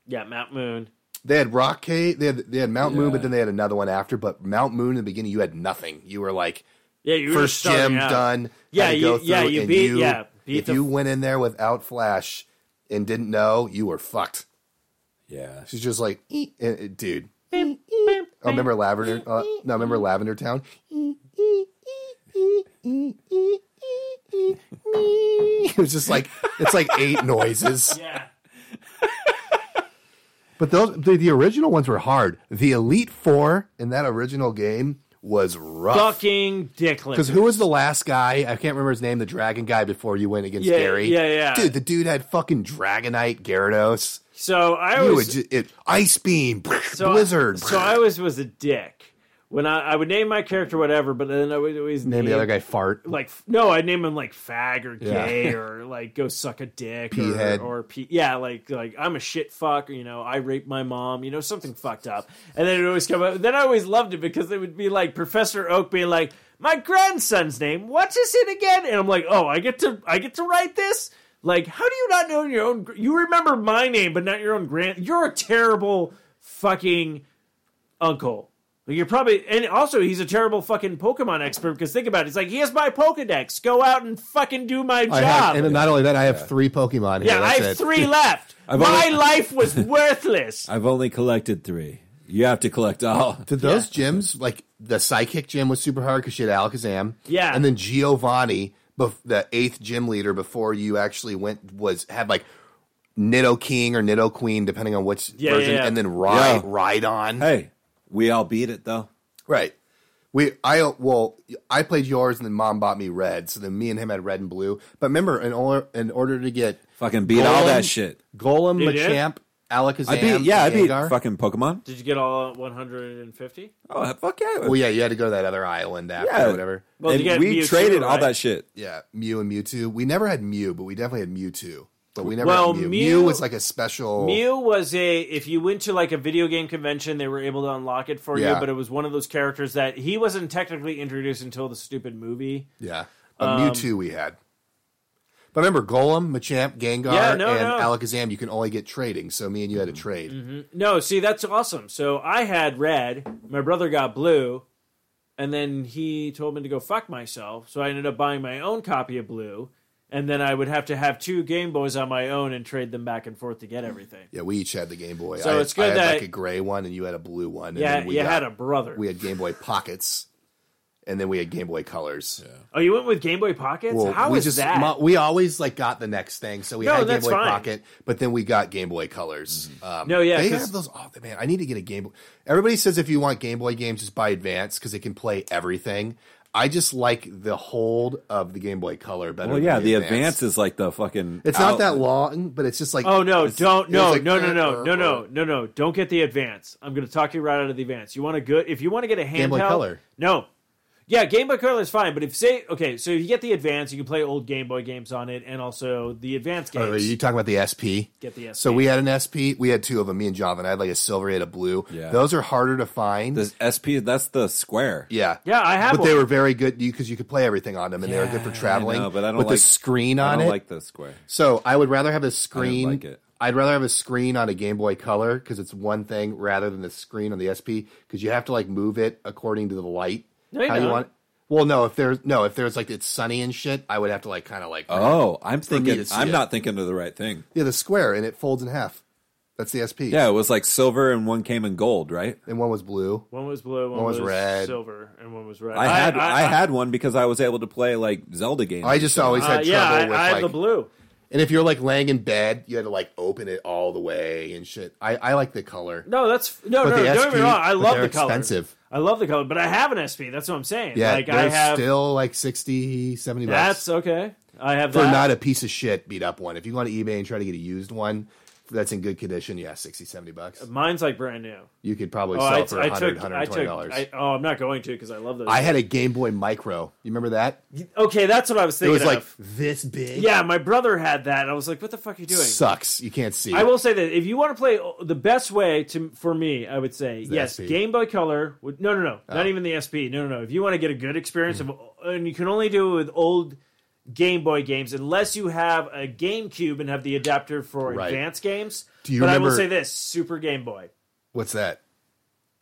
E: Yeah, Mount Moon.
B: They had Rock Cave. They had they had Mount Moon,
F: Yeah.
B: but then they had another one after. But Mount Moon in the beginning, you had nothing. You were like
E: Yeah, you were
B: first
E: just starting
B: gym
E: out.
B: done.
E: Yeah,
B: had to
E: you-
B: go through,
E: yeah, you
B: and
E: beat- yeah, beat
B: if
E: the-
B: you went in there without Flash and didn't know, you were fucked.
F: Yeah.
B: She's just like, "Eek," and- and- dude.
E: Beep, beep,
B: Oh, remember Lavender? Uh, no, remember Lavender Town? It was just like it's like eight noises.
E: (laughs) Yeah.
B: But those the, the original ones were hard. The Elite Four in that original game was rough.
E: Fucking dickless.
B: Because who was the last guy? I can't remember his name. The dragon guy before you went against
E: Yeah,
B: Gary.
E: yeah, yeah.
B: Dude, the dude had fucking Dragonite, Gyarados.
E: So I
B: You
E: always
B: would ju- it, ice beam,
E: so
B: blizzard.
E: so I always was a dick. When I, I would name my character whatever, but then I would always
B: name
E: name
B: the other guy fart.
E: like f- no, I'd name him like fag or
B: Yeah.
E: gay or like go suck a dick
B: Peahead.
E: or or pee, yeah, like like I'm a shit fuck, or, you know, I raped my mom, you know, something fucked up. And then it would always come up. Then I always loved it because it would be like Professor Oak being like, "My grandson's name, what is it again?" And I'm like, "Oh, I get to I get to write this." Like, how do you not know your own? gr- You remember my name, but not your own grand. You're a terrible fucking uncle. Like you're probably, and also he's a terrible fucking Pokemon expert because think about it. It's like he has my Pokedex. Go out and fucking do my job.
B: I have, and not only that, I have three Pokemon here.
E: Yeah, I
B: That's
E: have
F: (laughs)
B: it.
E: three left.
F: I've
E: My
F: only- (laughs)
E: life was worthless.
F: I've only collected three. You have to collect all.
B: Did those gyms, like the psychic gym, was super hard because she had Alakazam.
E: Yeah.
B: and then Giovanni, bef- the eighth gym leader before you actually went, was had like Nido King or Nido Queen, depending on which
E: Yeah,
B: version,
E: yeah, yeah.
B: and then Ride
F: Yeah.
B: on.
F: Hey, we all beat it though.
B: Right. We I well I played yours and then mom bought me red, so then me and him had red and blue. But remember, in order in order to get
F: Fucking beat all
B: Golem-
F: that shit.
B: Golem,
E: You did?
B: Machamp, Alakazam,
F: I beat. Yeah, I beat
B: Gengar-
F: fucking Pokemon.
E: Did you get all 150?
F: Oh fuck yeah!
B: Well, yeah, you had to go to that other island after
F: Yeah.
B: or whatever.
E: Well,
F: and
E: you get
F: we
E: Mewtwo,
F: traded all
E: right?
F: that shit.
B: Yeah, Mew and Mewtwo. We never had Mew, but we definitely had Mewtwo. But we never
E: Well,
B: had Mew.
E: Mew-
B: Mew was like a special.
E: Mew was a if you went to like a video game convention, they were able to unlock it for you.
B: Yeah.
E: But it was one of those characters that he wasn't technically introduced until the stupid movie.
B: Yeah, but Mewtwo we had. But remember, Golem, Machamp, Gengar,
E: Yeah, no,
B: and
E: no. Mm-hmm.
B: Alakazam. You can only get trading. So me and you had a trade.
E: No, see that's awesome. So I had red, my brother got blue, and then he told me to go fuck myself. So I ended up buying my own copy of blue, and then I would have to have two Game Boys on my own and trade them back and forth to get everything.
B: Yeah, we each had the Game Boy.
E: So
B: I,
E: it's good
B: I had
E: that-
B: like a gray one, and you had a blue one. And
E: Yeah,
B: then we
E: you
B: got-
E: had a brother.
B: We had Game Boy Pockets, and then we had Game Boy Colors.
E: Oh, you went with Game Boy Pockets? How
B: Well,
E: is
B: we just
E: that?
B: mo- we always like got the next thing, so we
E: No,
B: had Game
E: that's
B: Boy
E: fine. Mm-hmm.
B: Pocket, but then we got Game Boy Colors. Um,
E: No, yeah,
B: they
E: 'cause-
B: have those. Oh man, I need to get a Game Boy. Everybody says if you want Game Boy games, just buy Advance because it can play everything. I just like the hold of the Game Boy Color better.
F: Well,
B: than
F: yeah, the advance is like the fucking.
B: It's
F: out-
B: not that long, but it's just like
E: oh no,
B: it's-
E: don't
B: it's
E: no,
B: like,
E: no, no, no,
B: uh, uh,
E: no,
B: uh.
E: no, no, no. Don't get the advance. I'm gonna talk you right out of the advance. You want a good if you want to get a handheld
B: Boy Color.
E: No. Yeah, Game Boy Color is fine, but if say okay, so if you get the advance, you can play old Game Boy games on it and also the advance games.
B: Oh, are you talking about the SP?
E: Get the SP.
B: So we had an SP. We had two of them. Me and Jonathan. I had like a silver. He had a blue.
F: Yeah.
B: Those are harder to find.
F: This SP, that's the square.
B: Yeah,
E: Yeah, I have
B: But they
E: one.
B: were very good because you could play everything on them, and they were good for traveling.
F: know, but I don't
B: with the
F: like-
B: screen
F: I
B: on
F: don't
B: it.
F: like the square.
B: so I would rather have a screen.
F: like it.
B: I'd rather have a screen on a Game Boy Color because it's one thing rather than the screen on the SP because you have to like move it according to the light.
E: No, you
B: how you
E: don't.
B: want. Well, no, if there's no, if there's like it's sunny and shit, I would have to like kind of like
F: Oh, I'm
B: me
F: thinking.
B: to see
F: I'm
B: it.
F: not thinking of the right thing.
B: yeah, the square and it folds in half. That's the SP.
F: Yeah, it was like silver and one came in gold, right?
B: and one was blue.
E: one was blue, one,
B: One was red.
E: silver, and one was red.
F: I had I, had one because I was able to play like Zelda games.
B: I just always had
E: uh,
B: trouble
E: yeah, I,
B: with
E: I had
B: like
E: the blue.
B: And if you're like laying in bed, you had to like open it all the way and shit. I, I like the color.
E: No, that's no,
B: But
E: no.
B: the
E: Don't get me
B: SP
E: wrong. I
B: but
E: love
B: they're
E: the color.
B: expensive.
E: I love the color, but I have an SP. That's what I'm saying.
B: Yeah,
E: like
B: they're
E: I have
B: still like 60, 70 bucks
E: That's okay. I have
B: for
E: that.
B: not a piece of shit beat up one. If you go on eBay and try to get a used one, that's in good condition, yeah, 60, 70 bucks.
E: Mine's like brand new.
B: You could probably
E: Um, Oh,
B: sell
E: I,
B: it for
E: I
B: 100
E: took. I
B: 120
E: took.
B: dollars.
E: I, oh, I'm not going to because I love those.
B: I had a Game Boy Micro. You remember that?
E: okay, that's what I was
B: It
E: thinking.
B: was like
E: of.
B: this big.
E: yeah, my brother had that. And I was like, what the fuck are you doing?
B: sucks. You can't see.
E: I
B: it.
E: will say that if you want to play uh, the best way to for me, I would say yes,
B: SP.
E: Game Boy Color. Would, no, no, no,
B: Oh.
E: not even the SP. No, no, no. If you want to get a good experience
B: Hmm.
E: of, uh, and you can only do it with old Game Boy games unless you have a GameCube and have the adapter for
B: Right.
E: advanced games.
B: Do you
E: but I will
B: remember-
E: say this: Super Game Boy.
B: What's that?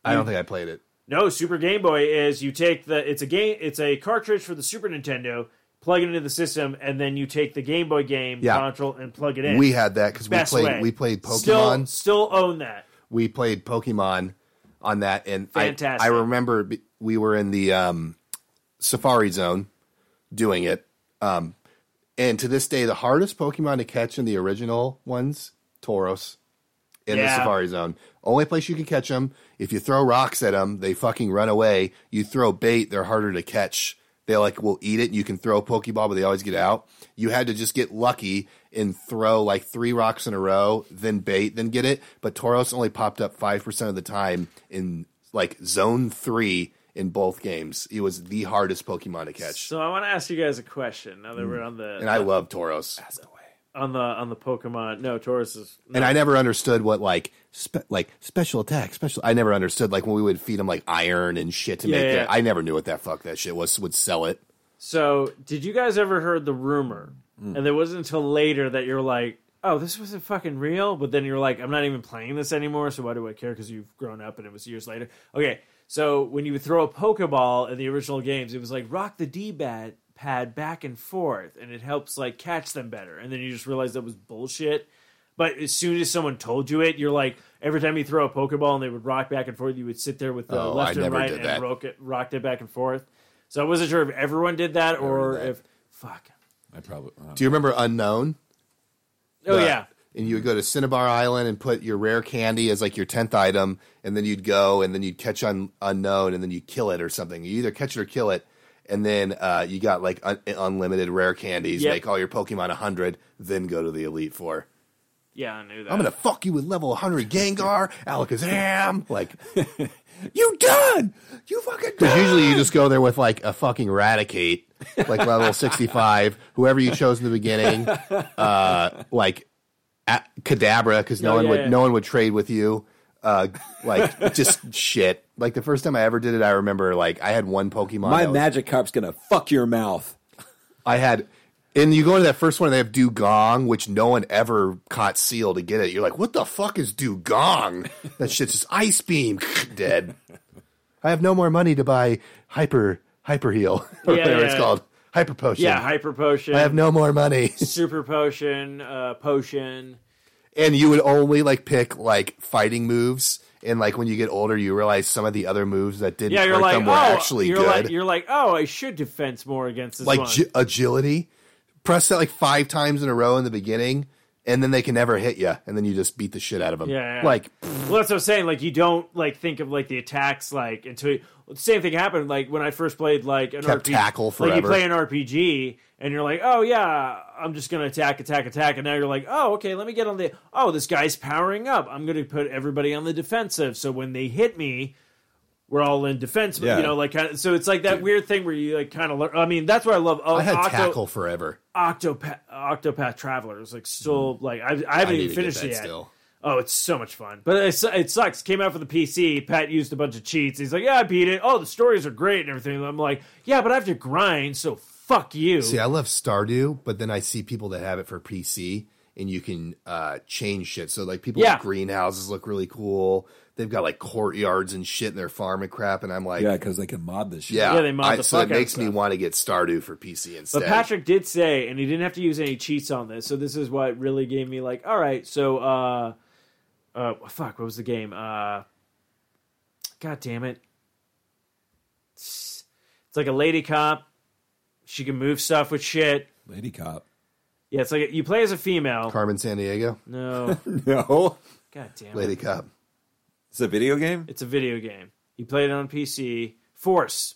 B: I don't think I played it.
E: No, Super Game Boy is you take the it's a game it's a cartridge for the Super Nintendo, plug it into the system, and then you take the Game Boy game
B: Yeah.
E: console and plug it in.
B: We had that because we
E: Best
B: played
E: way.
B: we played
E: Still,
B: Pokemon.
E: still own that.
B: we played Pokemon on that, and I-
E: Fantastic.
B: I, remember b- we were in the um, Safari Zone doing it, um, and to this day, the hardest Pokemon to catch in the original ones, Tauros, in
E: Yeah.
B: the Safari Zone. Only place you can catch them. If you throw rocks at them, they fucking run away. You throw bait, they're harder to catch. They like will eat it. You can throw a Pokeball, but they always get out. You had to just get lucky and throw like three rocks in a row, then bait, then get it. But Tauros only popped up five percent of the time in like zone three in both games. It was the hardest Pokemon to catch.
E: So I want to ask you guys a question. Now that we're on the
B: Mm. And I love Tauros.
E: on the on the Pokemon, no Taurus is
B: and I never understood what like spe- like special attack, special. I never understood like when we would feed them like iron and shit to
E: Yeah,
B: make.
E: yeah,
B: Their,
E: yeah.
B: I never knew what that fuck that shit was. Would sell it.
E: So, did you guys ever heard the rumor?
B: Hmm.
E: And it wasn't until later that you're like, "Oh, this wasn't fucking real." But then you're like, "I'm not even playing this anymore, so why do I care?" Because you've grown up, and it was years later. Okay, so when you would throw a Pokeball in the original games, it was like rock the D bat pad back and forth, and it helps like catch them better. And then you just realize that was bullshit. But as soon as someone told you it, you're like, every time you throw a Pokeball and they would rock back and forth, you would sit there with the
B: Oh, I
E: left and
B: never
E: right
B: did
E: and
B: that.
E: rock it, rocked it back and forth. So I wasn't sure if everyone did that or
B: did that.
E: if fuck.
F: I probably. I
B: Do you remember Unknown?
E: Oh
B: The-
E: yeah,
B: And you would go to Cinnabar Island and put your rare candy as like your tenth item, and then you'd go and then you'd catch un- unknown, and then you kill it or something. You either catch it or kill it, and then uh, you got like un- unlimited rare candies.
E: Yep.
B: Make all your Pokemon hundred, then go to the Elite Four.
E: yeah, I knew that.
B: I'm gonna fuck you with level
E: (laughs)
B: 100 Gengar, Alakazam. Like,
F: You done? You fucking
B: Because
F: done?
B: usually you just go there with like a fucking Raticate,
E: (laughs)
B: like level 65, whoever you chose in the beginning, uh, like a- Kadabra, because no
E: Oh,
B: one
E: yeah,
B: would
E: yeah.
B: no one would trade with you. Uh, like just shit. Like the first time I ever did it, I remember like I had one Pokemon.
F: My
B: that was-
F: magic cup's gonna fuck your mouth.
B: I had, and you go into that first one, they have dugong, which no one ever caught seal to get it. You're like, what the fuck is dugong? That shit's just ice beam (laughs) dead. I have no more money to buy hyper hyper heal (laughs) or
E: Yeah,
B: whatever
E: yeah.
B: it's called hyper potion.
E: yeah, hyper potion.
B: I have no more money, (laughs)
E: super potion, uh, potion.
B: and you would only like pick like fighting moves. And like when you get older, you realize some of the other moves that didn't
E: Yeah, you're
B: hurt
E: like,
B: them
E: oh,
B: were actually
E: you're
B: good.
E: like, you're like, oh, I should defense more against this
B: like
E: one.
B: gi- agility. Press that like five times in a row in the beginning, and then they can never hit you, and then you just beat the shit out of them.
E: Yeah, yeah.
B: Like,
E: Well, that's what I'm saying. Like, you don't like think of like the attacks like until you, well, the same thing happened. Like when I first played like an
B: Kept
E: RPG,
B: tackle
E: Like you
B: forever.
E: play an RPG and you're like, oh yeah, I'm just gonna attack, attack, attack, and now you're like, oh okay, let me get on the. Oh, this guy's powering up. I'm gonna put everybody on the defensive. So when they hit me. We're all in defense, but
F: Yeah.
E: you know, like, kinda, so it's like that weird thing where you like kind of learn. I mean, that's what I love. Oh,
B: I had
E: Octo-
B: tackle forever.
E: Octopath, Octopath Traveler is like still like I, I haven't
B: Hmm. need
E: even
B: to get
E: finished
B: that
E: it yet.
B: still.
E: Oh, it's so much fun, but it's, it sucks. Came out for the PC. Pat used a bunch of cheats. He's like, "Yeah, I beat it. Oh, the stories are great and everything." I'm like, "Yeah, but I have to grind, so fuck you."
B: See, I love Stardew, but then I see people that have it for PC, and you can uh change shit. So like people
E: Yeah.
B: with greenhouses look really cool. They've got like courtyards and shit in their farm and crap, and I'm like,
F: Yeah,
B: yeah,
F: because they can mod this shit.
E: Yeah, they mod
B: I-
E: the
B: so
E: fuck
B: it
E: out of
B: makes me
E: stuff.
B: want to get Stardew for PC instead.
E: But Patrick did say, and he didn't have to use any cheats on this, so this is what really gave me like, all right, so uh, uh, fuck, what was the game? Uh, God damn it! It's it's like a lady cop. She can move stuff with shit.
F: Lady cop. (laughs)
E: Yeah, it's like you play as a female.
B: Carmen San Diego, (laughs)
E: no,
F: No,
E: God damn it!
B: Lady Cup.
F: it's a video game.
E: It's a video game. You play it on PC. Force.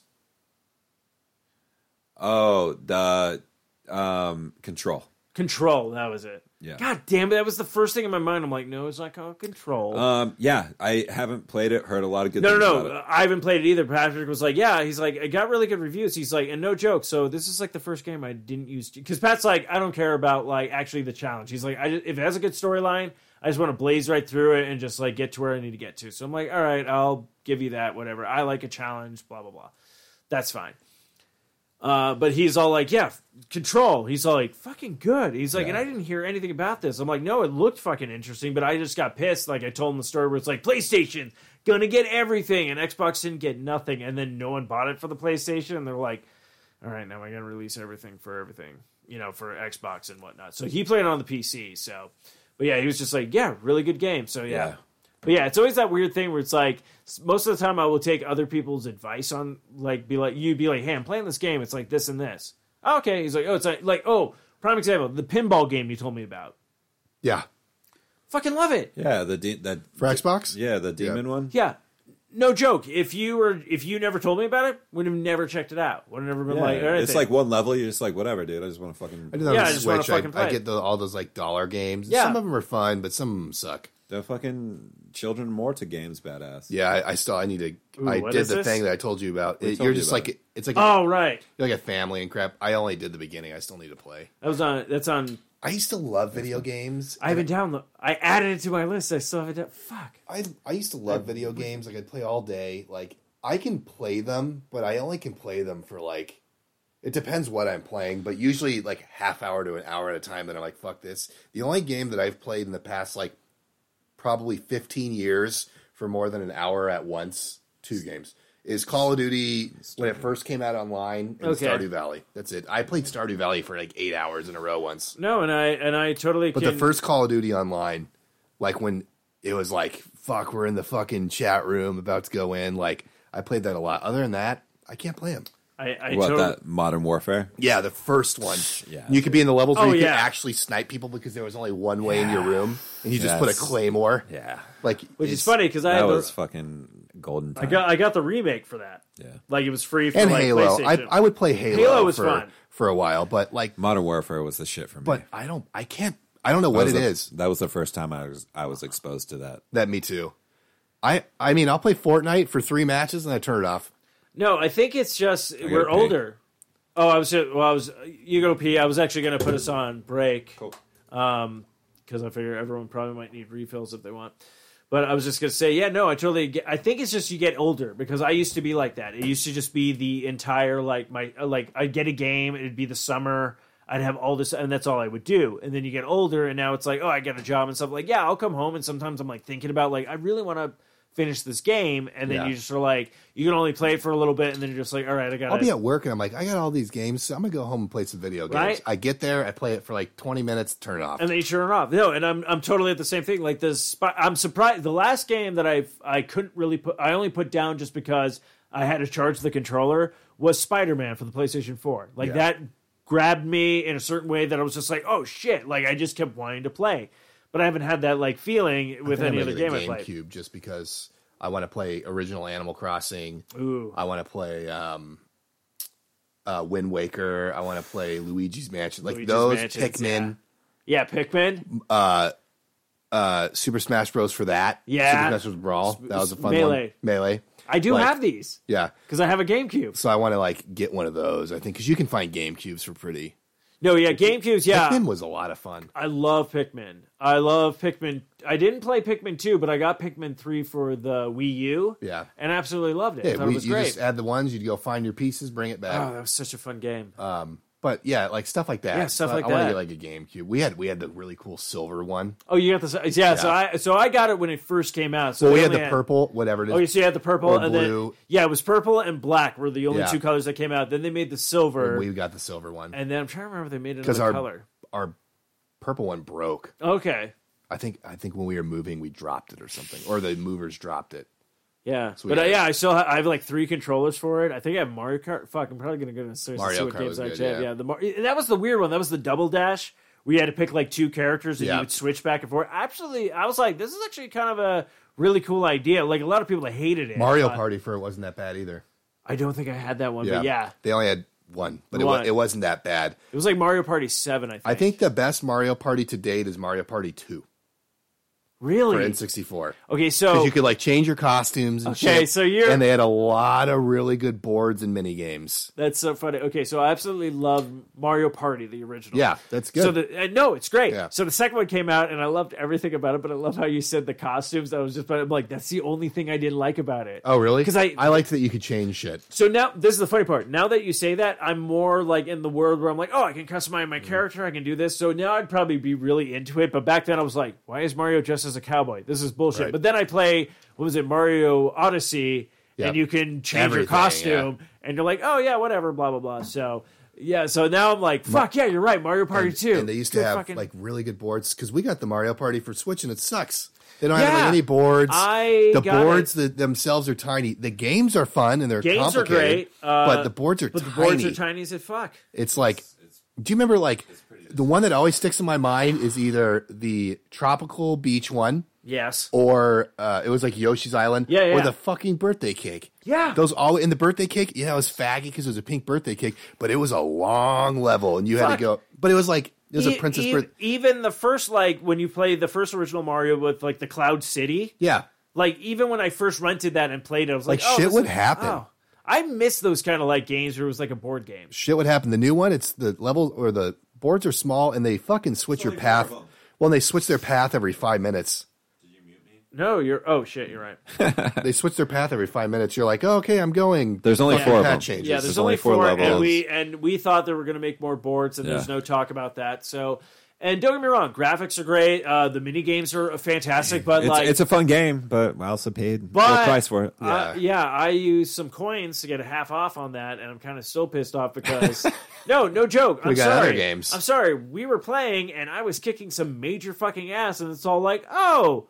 F: Oh, the um, control.
E: Control, that was it.
F: Yeah.
E: God damn it, that was the first thing in my mind. I'm like, no, it's not called
B: Oh,
E: Control.
F: Um, yeah, I haven't played it. Heard a lot of good.
E: no,
F: things
E: no,
F: about
E: no.
F: it.
E: uh, I haven't played it either. Patrick was like, yeah, he's like, it got really good reviews. He's like, and no joke. So this is like the first game I didn't use because Pat's like, I don't care about like actually the challenge. He's like, I just, if it has a good storyline, I just want to blaze right through it and just like get to where I need to get to. So I'm like, all right, I'll give you that. Whatever. I like a challenge. Blah blah blah. That's fine. Uh, but he's all like, yeah, f- control. He's all like, fucking good. He's like, and I didn't hear anything about this. I'm like, no, it looked fucking interesting, but I just got pissed. Like I told him the story where it's like PlayStation gonna get everything, and Xbox didn't get nothing, and then no one bought it for the PlayStation, and they're like, all right, now we're gonna release everything for everything, you know, for Xbox and whatnot. So he played it on the PC. So, but yeah, he was just like, yeah, really good game. So yeah.
F: Yeah.
E: But yeah, it's always that weird thing where it's like s- most of the time I will take other people's advice on like be like you'd be like, hey, I'm playing this game. It's like this and this. "Oh, okay, he's like, oh, it's like, like oh, prime example, the pinball game you told me about.
B: Yeah.
E: Fucking love it.
F: Yeah, the de- that
B: For Xbox?
F: yeah the demon one.
E: Yeah. No joke. If you were, if you never told me about it, would have never checked it out. Would have never been
F: Yeah,
E: like,
F: it's like one level. You're just like whatever, dude. I just want to fucking
B: I did that
E: Yeah,
B: on
E: I
B: the
E: just wanna
B: Switch. I,
E: fucking play
B: I
E: it.
B: get the, all those like dollar games.
E: Yeah.
B: Some of them are fun, but some of them suck.
F: the fucking children Morta game's badass.
B: Yeah, I, I still I need to.
E: Ooh,
B: I
E: what
B: did
E: is
B: the
E: this?
B: thing that I told you about. It-
F: told
B: you're
F: you
B: just
F: about
B: like it's like
E: oh right,
B: you're like a family and crap. I only did the beginning. I still need to play.
E: that was on. That's on.
B: I used to love video games.
E: I haven't download. I added it to my list. I still haven't. done- Fuck.
B: I I used to love video games. Like I'd play all day. Like I can play them, but I only can play them for like it depends what I'm playing, but usually like half hour to an hour at a time that I'm like, fuck this. The only game that I've played in the past like probably fifteen years for more than an hour at once, two games. Is Call of Duty when it first came out online and
E: Okay.
B: Stardew Valley. That's it. I played Stardew Valley for like eight hours in a row once.
E: No, and I and I totally.
B: But
E: can,
B: the first Call of Duty online, like when it was like, fuck, we're in the fucking chat room about to go in. Like I played that a lot. Other than that, I can't play them.
E: I, I
F: What
E: totally,
F: that Modern Warfare?
B: Yeah, the
E: (sighs)
B: first one.
F: Yeah.
B: you could be in the levels where
E: Oh,
B: you
E: yeah.
B: could actually snipe people because there was only one way in your
F: Yeah.
B: room, and you just put a
F: Yes.
B: claymore.
F: Yeah,
B: Like
E: which
B: it's-
E: is funny because I
F: that
E: had the-
F: was fucking golden. Time.
E: I got I got the remake for that.
F: yeah.
E: Like it was free for
B: And
E: like
B: Halo, I,
E: PlayStation.
B: I would play Halo,
E: Halo was
B: for
E: fun.
B: for a while, but like,
F: Modern Warfare was the shit for me.
B: but I don't, I can't, I don't know what
F: That was
B: it is.
F: the- That was the first time I was I was exposed to that.
B: That me too. I I mean, I'll play Fortnite for three matches and I turn it off.
E: no, I think it's just
F: gotta
E: we're
F: pee.
E: older. Oh, I was just, well, I was you go pee. I was actually going to put us on break. Cool. because I figure everyone probably might need refills if they want. But I was just gonna say, yeah, no, I totally. Get, I think it's just you get older because I used to be like that. It used to just be the entire like my like I'd get a game. It'd be the summer. I'd have all this, and that's all I would do. And then you get older, and now it's like, oh, I got a job and stuff. Like, yeah, I'll come home, and sometimes I'm like thinking about like I really want to finish this game, and then
B: Yeah.
E: you just are like, you can only play it for a little bit, and then you're just like, all right, I got.
B: I'll be at work and I'm like, I got all these games, so I'm gonna go home and play some video games.
E: Right?
B: I get there, I play it for like 20 minutes, turn it off.
E: and they turn it off. No, and I'm I'm totally at the same thing. Like this, Spy- I'm surprised. The last game that I I couldn't really put, I only put down just because I had to charge the controller was Spider Man for the PlayStation Four. Like that grabbed me in a certain way that I was just like, oh shit! Like I just kept wanting to play, but I haven't had that like feeling with
B: I'm
E: any
B: gonna
E: other
B: get a
E: game I played.
B: GameCube just because I want to play original Animal Crossing.
E: Ooh.
B: I want to play um, uh, Wind Waker. I want to play Luigi's Mansion. Like
E: Luigi's
B: those
E: Mansions,
B: Pikmin,
E: Yeah, Pikmin.
B: uh, Super Smash Bros. for that.
E: Yeah.
B: Super Smash Bros. Brawl. That was a fun one.
E: Melee.
B: Melee.
E: I do
B: like-
E: have these
B: Yeah.
E: because I have a GameCube.
B: So I want to like get one of those. I think because you can find GameCubes for pretty.
E: No, yeah, GameCubes. Yeah,
B: Pikmin was a lot of fun.
E: I love Pikmin. I love Pikmin. I didn't play Pikmin 2, but I got Pikmin 3 for the Wii U.
B: Yeah.
E: And absolutely loved it. I
B: Yeah,
E: thought
B: we-
E: it was
B: you
E: great.
B: just add the ones. You'd go find your pieces, bring it back.
E: oh, that was such a fun game.
B: Uh, But yeah, like stuff like that.
E: Yeah, stuff
B: So I-
E: like
B: I want
E: that.
B: to get like a GameCube. We had we had the really cool silver one.
E: oh, you got the yeah, so I so I got it when it first came out. So
B: Well, we
E: they
B: had
E: only
B: the purple, whatever it is.
E: Oh, you see, you had the purple
B: or
E: and
B: blue.
E: then yeah, it was purple and black were the only
B: Yeah.
E: two colors that came out. Then they made the silver,
B: we got the silver one
E: and then I'm trying to remember if they made
B: because
E: another
B: our
E: color.
B: our purple one broke.
E: Okay,
B: I think I think when we were moving, we dropped it or something, or the movers dropped it.
E: yeah,
B: we
E: but uh,
B: got-
E: yeah, I still have, I have like three controllers for it. I think I have Mario Kart. Fuck, I'm probably gonna go to the search and
B: Mario
E: see what
B: Kart
E: games
B: was
E: I
B: good,
E: actually have.
B: yeah.
E: Yeah, the Mar- and that was the weird one. That was the double dash. We had to pick like two characters and
B: Yeah.
E: you would switch back and forth. Absolutely, I was like, this is actually kind of a really cool idea. Like a lot of people hated it.
B: Mario
E: but
B: Party for it wasn't that bad either.
E: I don't think I had that one, but yeah,
B: they only had one, but it, wa-
E: One.
B: it wasn't that bad.
E: It was like Mario Party Seven, I think.
B: I think the best Mario Party to date is Mario Party Two for
E: really.
B: N sixty four.
E: okay,
B: Because
E: so
B: you could like change your costumes and
E: Okay,
B: shit.
E: so you're-
B: and they had a lot of really good boards and mini games.
E: that's so funny. Okay, so I absolutely love Mario Party, the original.
B: Yeah, that's good.
E: So the uh, no, it's great.
B: Yeah.
E: So the second one came out, and I loved everything about it. But I love how you said the costumes. I was just, but I'm like, that's the only thing I didn't like about it.
B: oh really?
E: 'Cause I-
B: I liked that you could change shit.
E: So now this is the funny part. Now that you say that, I'm more like in the world where I'm like, oh, I can customize
B: Mm-hmm.
E: my character, I can do this. So now I'd probably be really into it. But back then I was like, why is Mario dressed as a cowboy? This is bullshit.
B: Right.
E: But then I play what was it, Mario Odyssey,
B: Yeah.
E: and you can change your
B: Everything,
E: costume, and you're like, oh yeah, whatever, blah blah blah. So yeah, so now I'm like, fuck yeah, you're right, Mario Party
B: and,
E: Two.
B: and they used to
E: Good
B: have
E: fucking-
B: like really good boards because we got the Mario Party for Switch and it sucks. They don't have
E: Yeah.
B: like, any boards.
E: I
B: the
E: got
B: boards that themselves are tiny. The games are fun and they're
E: Games are
B: complicated,
E: great, uh,
B: but the boards are
E: but the
B: tiny.
E: boards are tiny as it fuck.
B: It's like, do you remember like the one that always sticks in my mind is either the tropical beach one
E: Yes.
B: or uh, it was like Yoshi's Island,
E: Yeah, yeah,
B: or
E: yeah.
B: the fucking birthday cake.
E: Yeah.
B: those all in the birthday cake. Yeah, it was faggy because it was a pink birthday cake, but it was a long level, and you had
E: Fuck.
B: to go. But it was like it was
E: E-
B: a princess
E: e-
B: birthday.
E: Even the first, like when you play the first original Mario with like the Cloud City,
B: Yeah,
E: like even when I first rented that and played it, I was like,
B: Like,
E: oh,
B: shit
E: this
B: would
E: is-
B: happen.
E: oh. I miss those kind of like games where it was like a board game.
B: shit would happen. The new one, it's the level or the boards are small, and they fucking switch your path. Well, and they switch their path every
F: (laughs)
B: five minutes.
E: No, you're oh shit, you're
B: (laughs)
E: right.
B: they switch their path every five minutes. You're like, oh, okay, I'm going.
F: There's only
B: Fucking
F: four of
B: path
F: them.
B: changes.
E: Yeah, there's,
F: There's
E: only,
F: only
E: four,
F: four
E: and
F: levels.
E: we and we thought they were going to make more boards, and there's
F: Yeah.
E: no talk about that. So, and don't get me wrong, graphics are great. Uh, the mini games are fantastic, but
F: It's,
E: like
F: it's a fun game, but I also paid a
E: But-
F: full price for it.
E: Uh, yeah, I used some coins to get a half off on that, and I'm kind of still pissed off
B: (laughs)
E: because no, no joke. I'm
B: We got
E: sorry.
B: other games.
E: I'm sorry. We were playing, and I was kicking some major fucking ass, and it's all like, oh,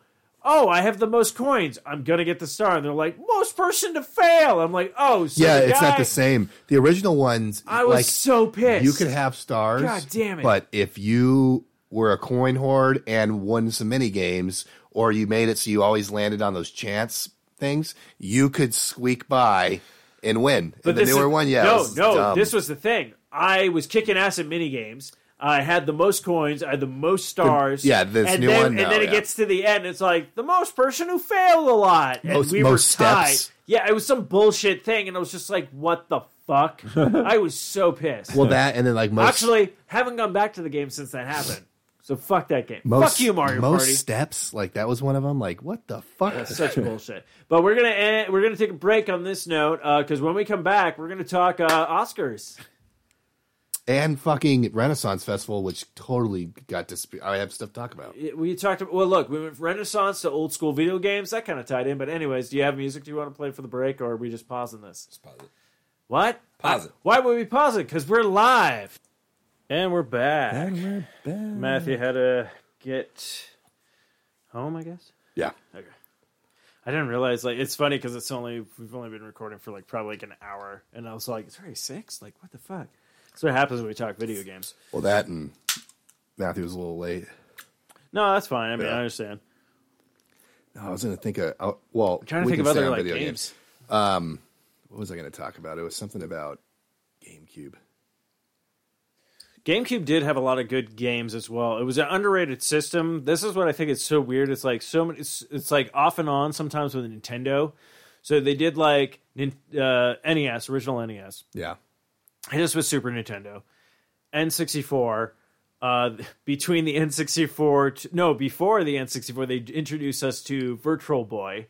E: oh, I have the most coins. I'm gonna get the star, and they're like, most person to fail. I'm like, oh, so
B: yeah,
E: the
B: it's not
E: guy-
B: the same. The original ones,
E: I was
B: like,
E: so pissed.
B: You could have stars.
E: God damn it.
B: But if you were a coin hoard and won some mini games, or you made it so you always landed on those chance things, you could squeak by and win. and the
E: this
B: newer
E: is-
B: one, yeah,
E: no,
B: was
E: no.
B: dumb.
E: This was the thing. I was kicking ass at minigames. I had the most coins. I had the most stars.
B: yeah, this
E: and
B: new
E: then,
B: one,
E: And
B: no,
E: then it
B: yeah.
E: gets to the end. It's like the most person who failed a lot. And
B: Most-
E: we were
B: most
E: tied.
B: steps.
E: Yeah, it was some bullshit thing, and I was just like, "What the fuck?" I was so pissed.
B: well, that and then like most
E: Actually, haven't gone back to the game since that happened. So fuck that game.
B: most
E: fuck you, Mario
B: most
E: Party.
B: steps like that was one of them. Like what the fuck?
E: Such bullshit. But we're gonna end, we're gonna take a break on this note because when we come back, we're gonna talk uh, Oscars.
B: and fucking Renaissance Festival, which totally got disp- I have stuff to talk about.
E: It- we talked about well look we went from renaissance to old school video games that kind of tied in but anyways do you have music do you want to play for the break or are we just pausing this what
F: Pause it.
E: why would we pause it because we're live and we're back matthew had to get home i guess
B: Yeah.
E: i didn't realize like it's funny because it's only we've only been recording for like probably like an hour and i was like it's already six like what the fuck that's what happens when we talk video games
B: Well, that and Matthew was a little late.
E: no that's fine i mean
B: Yeah.
E: i understand
B: I was going to think of uh, well,
E: trying to
B: we
E: think of
B: can stay
E: other
B: on
E: like
B: video
E: games.
B: What was I going to talk about? It was something about GameCube.
E: GameCube did have a lot of good games as well. It was an underrated system. This is what I think is so weird. It's like so many. It's, it's like off and on sometimes with Nintendo. So they did like nin- uh, NES, original E NES.
B: Yeah,
E: It just was Super Nintendo, N64. Uh, between the N64, t- no, before the N64, they introduced us to Virtual Boy,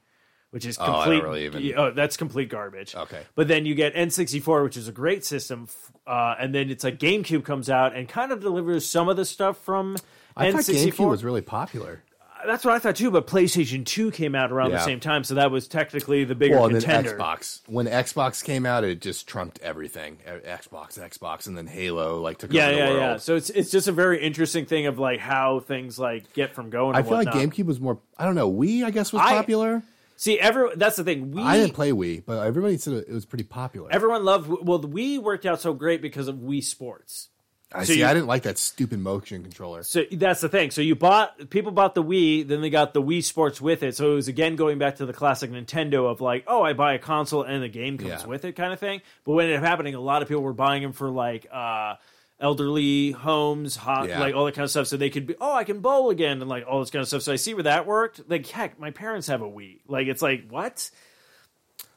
E: which is
B: I don't
E: complete.
B: really even-
E: Oh, that's complete garbage.
B: Okay.
E: but then you get N64, which is a great system, f- uh, and then it's like GameCube comes out and kind of delivers some of the stuff from.
B: I thought
E: N64.
B: GameCube was really popular.
E: That's what I thought too, but PlayStation 2 came out around the
B: Yeah.
E: same time, so that was technically the bigger
B: Well, and then
E: contender.
B: Xbox. When Xbox came out, it just trumped everything. E- Xbox, Xbox, and then Halo like took
E: Yeah,
B: over
E: yeah,
B: the world.
E: yeah. So it's it's just a very interesting thing of like how things like get from going.
B: I
E: and
B: feel like
E: whatnot.
B: GameCube was more. I don't know. Wii, I guess, was
E: I-
B: popular.
E: See, every that's the thing. We
B: I didn't play Wii, but everybody said it was pretty popular.
E: everyone loved. Well, the Wii worked out so great because of Wii Sports.
B: I
E: So
B: see.
E: you-
B: I didn't like that stupid motion controller.
E: So that's the thing. So you bought people bought the Wii, then they got the Wii Sports with it. So it was again going back to the classic Nintendo of like, oh, I buy a console and the game comes
B: Yeah.
E: with it kind of thing. But what ended up happening, a lot of people were buying them for like uh elderly homes, hot
B: Yeah.
E: like all that kind of stuff. So they could be, oh, I can bowl again and like all this kind of stuff. So I see where that worked. Like, heck, my parents have a Wii. Like it's like what?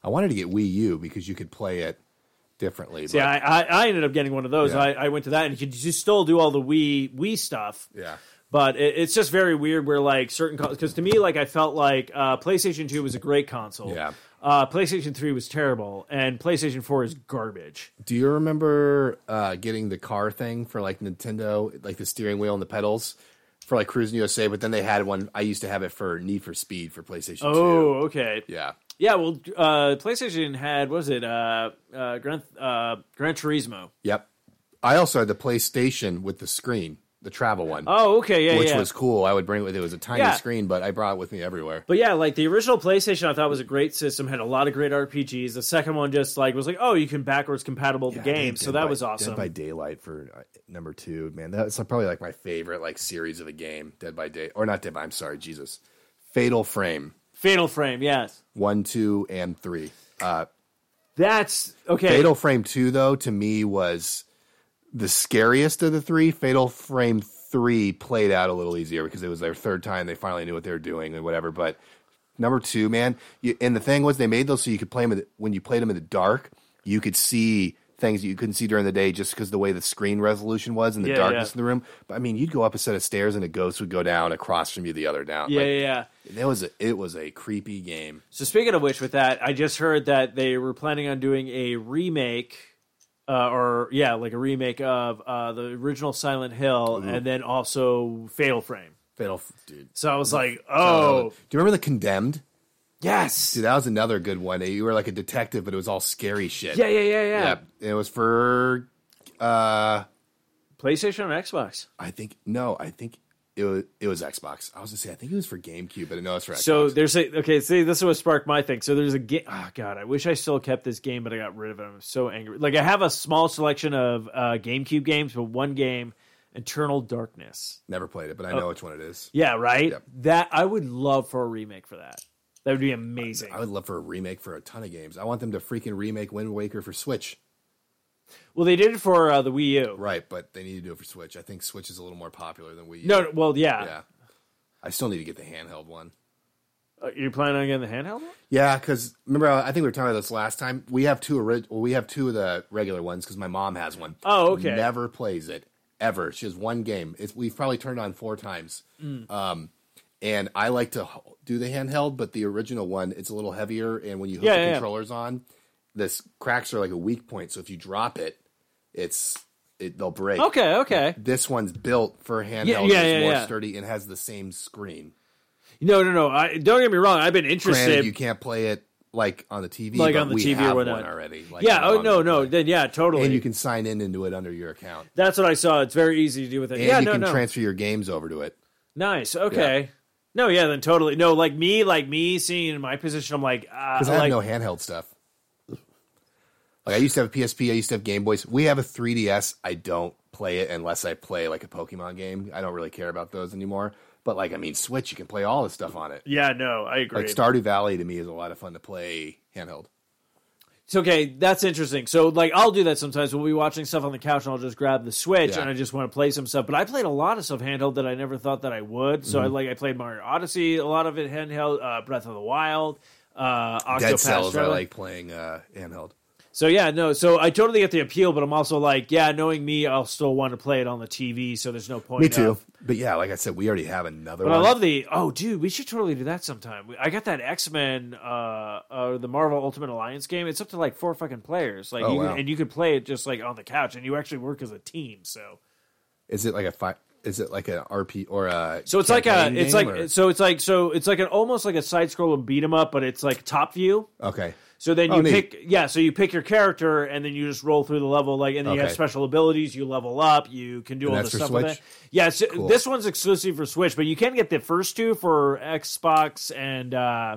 B: I wanted to get Wii U because you could play it differently.
E: Yeah,
B: but,
E: I, I, I ended up getting one of those.
B: Yeah.
E: I, I went to that and you could you still do all the Wii Wii stuff.
B: yeah.
E: but it, it's just very weird where like certain because to me like i felt like uh, playstation 2 was a great console
B: Yeah.
E: uh, playstation 3 was terrible and playstation 4 is garbage
B: Do you remember uh, getting the car thing for like Nintendo, like the steering wheel and the pedals for like Cruise in USA? But then they had one. I used to have it for Need for Speed for PlayStation
E: oh
B: 2.
E: okay
B: Yeah.
E: yeah well uh, playstation had what was it uh, uh, gran, uh, gran turismo
B: Yep. I also had the PlayStation with the screen, the travel one,
E: oh okay yeah
B: which
E: yeah.
B: was cool. I would bring it with it. was a tiny
E: Yeah.
B: screen, but I brought it with me everywhere.
E: But yeah, like the original PlayStation, I thought was a great system. Had a lot of great RPGs. The second one just like was like, oh, you can backwards compatible the game, so that was awesome.
B: Dead by Daylight for uh, number two, man. That's probably like my favorite like series of a game. Dead by Day, or not Dead by. I'm sorry, Jesus. Fatal Frame
E: Fatal Frame, yes,
B: one, two, and three. Uh,
E: that's okay.
B: Fatal Frame two though to me was the scariest of the three. Fatal Frame three played out a little easier because it was their third time. They finally knew what they were doing and whatever. But number two, man, you, and the thing was they made those so you could play them in the, when you played them in the dark. You could see things that you couldn't see during the day just because the way the screen resolution was and the
E: Yeah,
B: darkness
E: yeah.
B: in the room. But I mean, you'd go up a set of stairs and a ghost would go down across from you, the other down.
E: yeah,
B: Like,
E: yeah, yeah.
B: That was a, it was a creepy game.
E: So speaking of which, with that, I just heard that they were planning on doing a remake, uh, or yeah, like a remake of uh, the original Silent Hill, and then also Fatal Frame.
B: Fatal, F- dude.
E: So I was like, oh
B: do you remember the Condemned?
E: yes,
B: Dude, that was another good one. You were like a detective, but it was all scary shit.
E: yeah, yeah, yeah, yeah.
B: It was for, uh,
E: PlayStation or Xbox?
B: I think no, I think it was it was Xbox. I was gonna say I think it was for GameCube, but no, it's for Xbox.
E: So there's a okay. See, this is what sparked my thing. So there's a game. Oh god, I wish I still kept this game, but I got rid of it. I'm so angry. Like I have a small selection of uh, GameCube games, but one game, Eternal Darkness.
B: never played it, but I
E: Oh.
B: know which one it is.
E: Yeah, right.
B: Yep.
E: That I would love for a remake for that. That would be amazing.
B: I would love for a remake for a ton of games. I want them to freaking remake Wind Waker for Switch.
E: well, they did it for uh, the Wii U.
B: Right, but they need to do it for Switch. I think Switch is a little more popular than Wii. U.
E: No, no, well, yeah.
B: yeah. I still need to get the handheld one.
E: Uh, you're planning on getting the handheld one?
B: Yeah, because remember, uh, I think we were talking about this last time. We have two orig- well, we have two of the regular ones because my mom has one.
E: Oh, okay.
B: Never plays it ever. She has one game. It's, we've probably turned it on four times.
E: Mm.
B: Um, and I like to h- do the handheld, but the original one, it's a little heavier, and when you hook
E: Yeah,
B: the
E: yeah, yeah.
B: controllers on, this cracks are like a weak point. So if you drop it, it's it, they'll break.
E: Okay, okay.
B: This one's built for handheld.
E: yeah,
B: it's
E: yeah,
B: more
E: yeah.
B: sturdy and has the same screen.
E: No, no, no. I, don't get me wrong. I've been
B: Granted,
E: interested.
B: you can't play it like on the TV,
E: Like
B: but
E: on the
B: we
E: TV or
B: have one
E: whatnot.
B: already. Like,
E: yeah.
B: my
E: Oh
B: mom
E: no,
B: can
E: no.
B: play it.
E: Then yeah, totally.
B: and you can sign in into it under your account,
E: That's what I saw. It's very easy to do with it.
B: and
E: yeah.
B: you
E: no,
B: can
E: no.
B: transfer your games over to it.
E: nice. Okay. No, yeah. Then totally. No, like me, like me, seeing in my position, I'm like, uh,
B: Because I have
E: like
B: no handheld stuff. Like I used to have a PSP, I used to have Game Boys. We have a 3DS. I don't play it unless I play like a Pokemon game. I don't really care about those anymore. But like, I mean, Switch, you can play all this stuff on it.
E: yeah. No, I agree.
B: Like Stardew Valley to me is a lot of fun to play handheld.
E: It's okay. That's interesting. So, like, I'll do that sometimes. We'll be watching stuff on the couch, and I'll just grab the Switch,
B: Yeah.
E: and I just want to play some stuff. But I played a lot of stuff handheld that I never thought that I would.
B: Mm-hmm.
E: So, I like I played Mario Odyssey, a lot of it handheld. Uh, Breath of the Wild, uh, Octopath
B: Dead Cells, I
E: Traveler.
B: like playing uh, handheld.
E: So yeah, no. So I totally get the appeal, but I'm also like, yeah, knowing me, I'll still want to play it on the TV. So there's no point.
B: Me
E: of-
B: too. But yeah, like I said, we already have another.
E: uh, But I
B: one.
E: love the oh, dude, we should totally do that sometime. We- I got that X Men, uh, uh, the Marvel Ultimate Alliance game. It's up to like four fucking players, like
B: Oh,
E: you
B: wow.
E: can, and you could play it just like on the couch, and you actually work as a team. So,
B: Is it like a fi- is it like an RP or a
E: so it's like a,
B: campaign
E: it's
B: game,
E: like,
B: or-
E: so it's like, so it's like an almost like a side scroller beat 'em up, but it's like top view.
B: okay.
E: So then
B: Oh,
E: you
B: neat.
E: pick, yeah. So you pick your character, and then you just roll through the level, like, and then you have
B: Okay.
E: special abilities. You level up. You can do all this
B: that's for
E: stuff with
B: Switch?
E: it. Yeah, so this one's exclusive for Switch, but you can get the first two for Xbox and uh,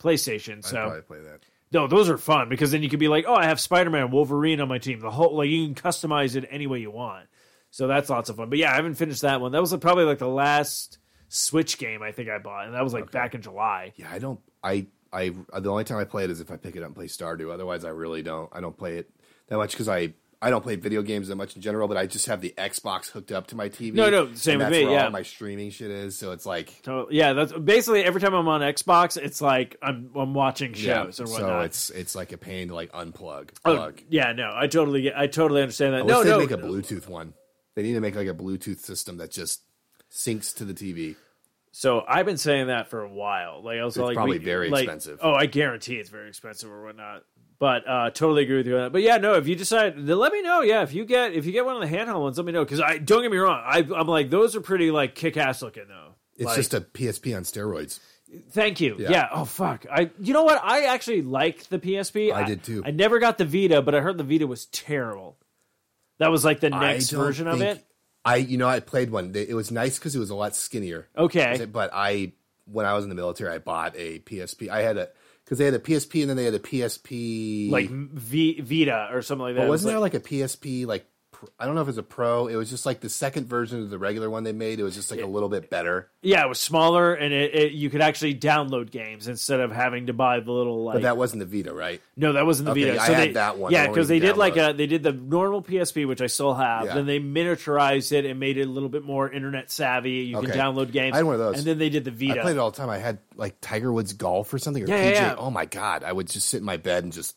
E: PlayStation. So
B: I'd probably play that.
E: no, those are fun because then you can be like, oh, I have Spider Man, Wolverine on my team. The whole like you can customize it any way you want. So that's lots of fun. But yeah, I haven't finished that one. That was probably like the last Switch game I think I bought, and that was like back in July.
B: Yeah, I don't. I I the only time I play it is if I pick it up and play Stardew. Otherwise, I really don't. I don't play it that much because I I don't play video games that much in general. But I just have the Xbox hooked up to my TV.
E: No, no, same with
B: and that's
E: me,
B: Where
E: yeah.
B: all my streaming shit is. So it's like
E: So yeah, that's basically every time I'm on Xbox, it's like I'm I'm watching
B: yeah.
E: shows or
B: so
E: whatnot.
B: it's it's like a pain to like unplug.
E: Oh,
B: Plug.
E: yeah, no, I totally get, I totally understand that.
B: I
E: no,
B: wish they'd
E: no,
B: make a Bluetooth one. They need to make like a Bluetooth system that just syncs to the TV.
E: So I've been saying that for a while. Like I was
B: It's
E: like,
B: probably
E: we-
B: very
E: like-
B: expensive.
E: Oh, I guarantee it's very expensive or whatnot. But uh, totally agree with you on that. But yeah, no, if you decide, then let me know. Yeah, if you get if you get one of the handheld ones, let me know. Because I don't get me wrong, I, I'm like those are pretty like kick ass looking though.
B: It's
E: Like,
B: just a PSP on steroids.
E: thank you. Yeah.
B: Yeah.
E: Oh fuck. I you know what? I actually liked the PSP.
B: I did, too.
E: I never got the Vita, but I heard the Vita was terrible. That was like the
B: I
E: next
B: don't
E: version of
B: think-
E: it.
B: I you know I played one. They- It was nice because it was a lot skinnier.
E: Okay.
B: But I when I was in the military, I bought a PSP. I had a because they had a PSP and then they had a PSP.
E: Like v- Vita or something like that.
B: but
E: It was
B: wasn't
E: like-
B: there like a PSP like pr- I don't know if it's a pro. It was just like the second version of the regular one they made. It was just like a little bit better.
E: Yeah, it was smaller, and it, it you could actually download games instead of having to buy the little like.
B: But that wasn't the Vita, right?
E: no, that wasn't the
B: Okay,
E: Vita.
B: I
E: So
B: had
E: they,
B: that one.
E: Yeah,
B: The one
E: because
B: we
E: they did like
B: downloaded.
E: a they did the normal PSP, which I still have.
B: Yeah.
E: Then they miniaturized it and made it a little bit more internet savvy. You can
B: Okay.
E: download games.
B: I had one of those.
E: And then they did the Vita.
B: I played it all the time. I had like Tiger Woods golf or something or
E: Yeah,
B: PJ.
E: yeah, yeah.
B: Oh my god, I would just sit in my bed and just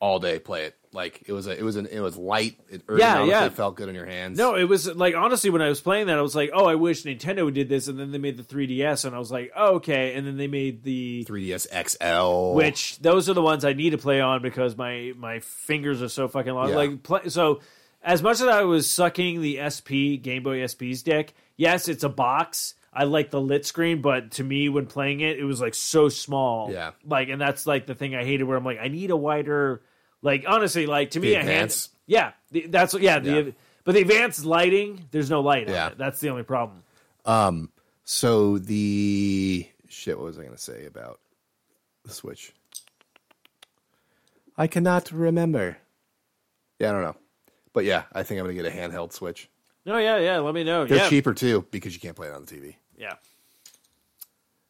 B: all day play it. Like it was a, it was an it was light. It
E: Yeah,
B: ergonomically
E: yeah.
B: felt good in your hands.
E: No, it was like honestly when I was playing that, I was like, oh, I wish Nintendo did this. And then they made the 3DS, and I was like, oh, okay. And then they made the
B: 3ds XL.
E: which those are the ones I need to play on because my my fingers are so fucking long.
B: Yeah.
E: Like play, so, as much as I was sucking the SP Game Boy SP's deck, yes, it's a box. I like the lit screen, but to me, when playing it, it was like so small.
B: Yeah.
E: like and that's like the thing I hated. Where I'm like, I need a wider. Like honestly, like to me,
B: The
E: a hand-
B: advance?
E: yeah, the, that's yeah. The,
B: Yeah.
E: But the advanced lighting, there's no light. Yeah,
B: Yeah.
E: on it. that's the only problem.
B: so the shit. What was I going to say about the Switch? I cannot remember. Yeah, I don't know, but yeah, I think I'm going to get a handheld Switch.
E: No, yeah, yeah. Let me know.
B: They're
E: yeah,
B: cheaper too because you can't play it on the TV.
E: yeah.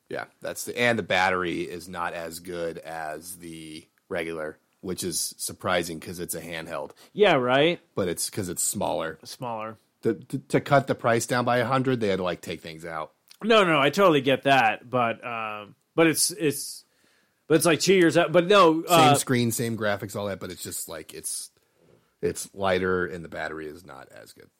B: Yeah, that's the and the battery is not as good as the regular, which is surprising because it's a handheld,
E: Yeah, right.
B: but it's because it's smaller.
E: Smaller.
B: To, to, to cut the price down by a hundred, they had to like take things out.
E: No, no, I totally get that, but um, but it's it's but it's like two years out. But no,
B: Same
E: uh,
B: screen, same graphics, all that, but it's just like it's it's lighter and the battery is not as good.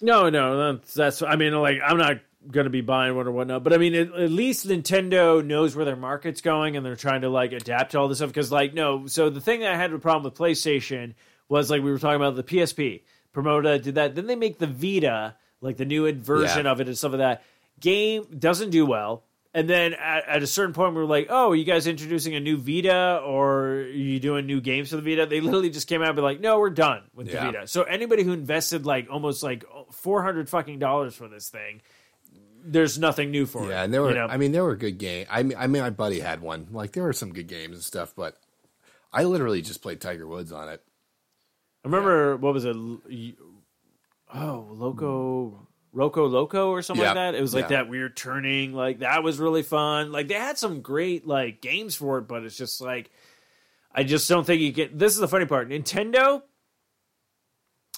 E: no, no, that's, that's I mean, like I'm not gonna be buying one or whatnot. But I mean, at, at least Nintendo knows where their market's going, and they're trying to like adapt to all this stuff. Because like no, so the thing that I had a problem with PlayStation was like we were talking about the PSP. Promota did that. Then they make the Vita, like the new version
B: Yeah.
E: of it and stuff like that. Game doesn't do well. And then at, at a certain point, we were like, oh, are you guys introducing a new Vita or are you doing new games for the Vita? They literally just came out and be like, no, we're done with
B: Yeah.
E: the Vita. So anybody who invested like almost like 400 fucking dollars for this thing, there's nothing new for it.
B: Yeah, and there were.
E: you know?
B: I mean, there were good games. I mean, I mean, my buddy had one. Like there were some good games and stuff, but I literally just played Tiger Woods on it.
E: I remember what was it? L- y- Oh, Loco, Roco Loco, or something like
B: Yeah.
E: that. It was like
B: Yeah.
E: that weird turning. Like that was really fun. Like they had some great like games for it, but it's just like I just don't think you get. This is the funny part. Nintendo.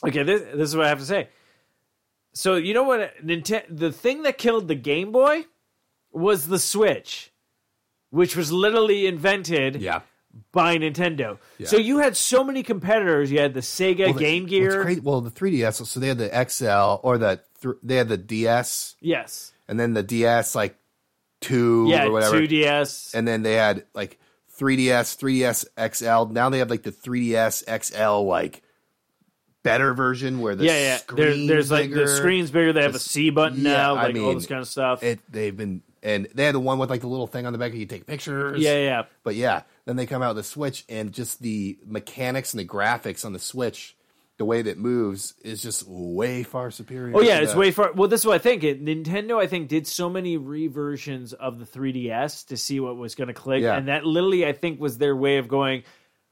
E: Okay, this this is what I have to say. So you know what? Nintendo. The thing that killed the Game Boy was the Switch, which was literally invented
B: Yeah.
E: by Nintendo. So you had so many competitors. You had the Sega
B: the-
E: Game
B: what's
E: Gear.
B: cra- well, the 3DS. So they had the XL or the thr they had the DS,
E: Yes.
B: and then the DS like two
E: Yeah,
B: or whatever,
E: 2DS.
B: and then they had like 3DS, 3DS XL. Now they have like the 3DS XL like better version where the
E: yeah, yeah. There-
B: screen's
E: there's like the
B: bigger.
E: screen's bigger. They have a C button
B: yeah,
E: now,
B: I
E: like all
B: mean,
E: this kind of stuff.
B: It, they've been and they had the one with like the little thing on the back where you take pictures.
E: yeah, yeah. Oh,
B: But yeah, then they come out with the Switch, and just the mechanics and the graphics on the Switch, the way that it moves, is just way far superior.
E: Oh yeah,
B: to
E: it's
B: the-
E: way far. Well, this is what I think. It, Nintendo, I think, did so many reversions of the 3DS to see what was going to click,
B: Yeah.
E: and that literally, I think, was their way of going.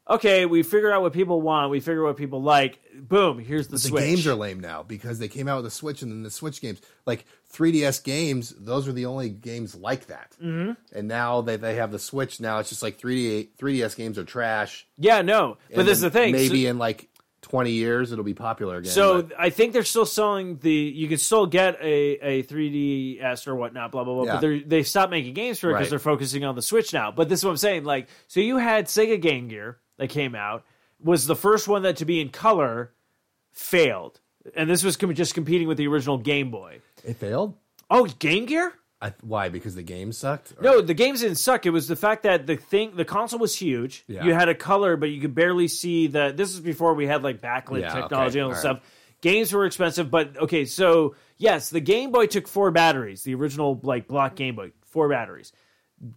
E: okay, we figure out what people want, we figure out what people like. Boom, here's the,
B: the
E: Switch.
B: games are lame now because they came out with the Switch and then the Switch games, like 3DS games, those are the only games like that. Mm-hmm. And now that they have the Switch, now it's just like 3D 3DS games are trash.
E: yeah, no, but
B: And
E: this is the
B: then
E: thing.
B: Maybe
E: so,
B: in like 20 years it'll be popular again.
E: so
B: but-
E: I think they're still selling the. You can still get a a 3ds or whatnot, blah blah blah.
B: Yeah.
E: But they they stopped making games for it because
B: Right.
E: they're focusing on the Switch now. But this is what I'm saying. Like, so you had Sega Game Gear that came out was the first one that to be in color failed, and this was com- just competing with the original Game Boy.
B: it failed?
E: Oh, Game Gear.
B: I, why? Because the game sucked? Or-
E: No, the games didn't suck. It was the fact that the thing, the console was huge.
B: Yeah.
E: You had a color, but you could barely see the. This is before we had like backlit
B: Yeah,
E: technology and
B: okay,
E: all
B: all
E: that stuff. Games were expensive, but okay. So yes, the Game Boy took four batteries. The original like block Game Boy, four batteries.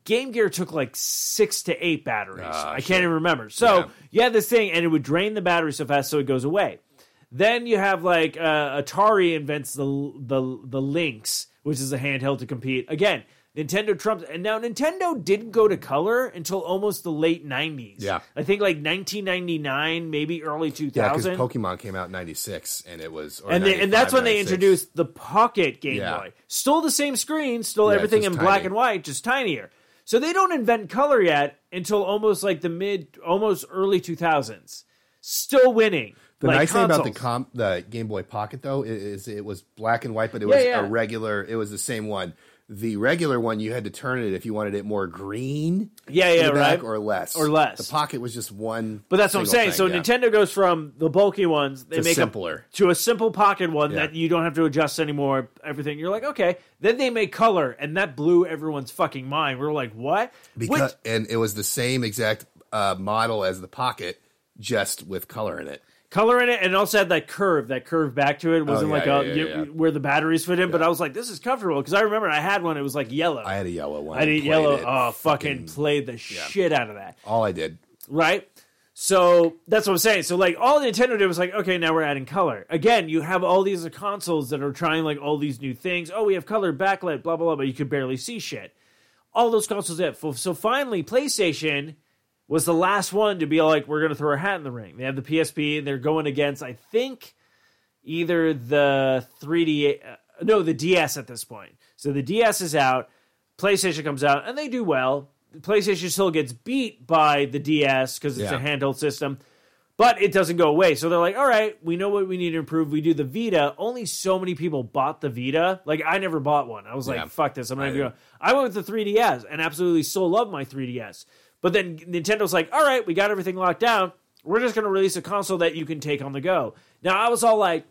E: Game Gear took like six to eight batteries.
B: Ah,
E: I can't even remember. So you had this thing, and it would drain the battery so fast, so it goes away. Then you have like uh, Atari invents the the the Lynx, which is a handheld to compete again. Nintendo trumps, and now Nintendo didn't go to color until almost the late nineties.
B: Yeah.
E: I think like nineteen ninety nine, maybe early two
B: Yeah, because
E: thousand.
B: Pokemon came out in 96 and it was. Or
E: and they, and
B: 95,
E: that's when they
B: 96.
E: introduced the Pocket Game
B: Yeah.
E: Boy. Still the same screen, still
B: Yeah, it's
E: everything in
B: just
E: black
B: tiny.
E: and white, just tinier. So they don't invent color yet until almost like the mid, almost early two thousands. Still winning.
B: The
E: like
B: nice thing about
E: consoles.
B: the com- the Game Boy Pocket though i- is it was black and white, but it
E: Yeah,
B: was
E: yeah.
B: a regular. It was the same one. The regular one you had to turn it if you wanted it more green,
E: Yeah,
B: in
E: yeah,
B: the
E: right.
B: back or less,
E: Or less.
B: The Pocket was just one.
E: But that's what I'm
B: single
E: saying.
B: thing,
E: so
B: yeah.
E: Nintendo goes from the bulky ones, they
B: To
E: make a-
B: simpler.
E: to a simple pocket one
B: Yeah.
E: that you don't have to adjust anymore. Everything you're like, okay. Then they make color, and that blew everyone's fucking mind. We were like, what?
B: because
E: Which-
B: and it was the same exact uh, model as the Pocket, just with color in it.
E: color in it, and it also had that curve, that curve back to it. It wasn't
B: Oh, yeah,
E: like
B: yeah,
E: a,
B: yeah,
E: you-
B: yeah.
E: where the batteries fit in. But I was like, this is comfortable because I remember I had one. It was like yellow.
B: I had a yellow one.
E: I did
B: played
E: yellow.
B: it.
E: Oh, fucking played the shit out of that.
B: All I did.
E: right? So that's what I'm saying. So like all Nintendo did was like, okay, now we're adding color. Again, you have all these consoles that are trying like all these new things. Oh, we have color backlight, blah blah blah, but you could barely see shit. All those consoles did. F- So finally, PlayStation was the last one to be like, we're gonna throw our hat in the ring. They have the PSP, and they're going against, I think, either the 3D, uh, no, the DS at this point. So the DS is out. PlayStation comes out and they do well. PlayStation still gets beat by the DS because it's
B: Yeah.
E: a handheld system, but it doesn't go away. So they're like, all right, we know what we need to improve. We do the Vita. Only so many people bought the Vita. Like, I never bought one. I was
B: Yeah.
E: like, fuck this. I'm not even going. I went with the 3DS and absolutely still love my 3DS. But then Nintendo's like, all right, we got everything locked down. We're just going to release a console that you can take on the go. Now, I was all like,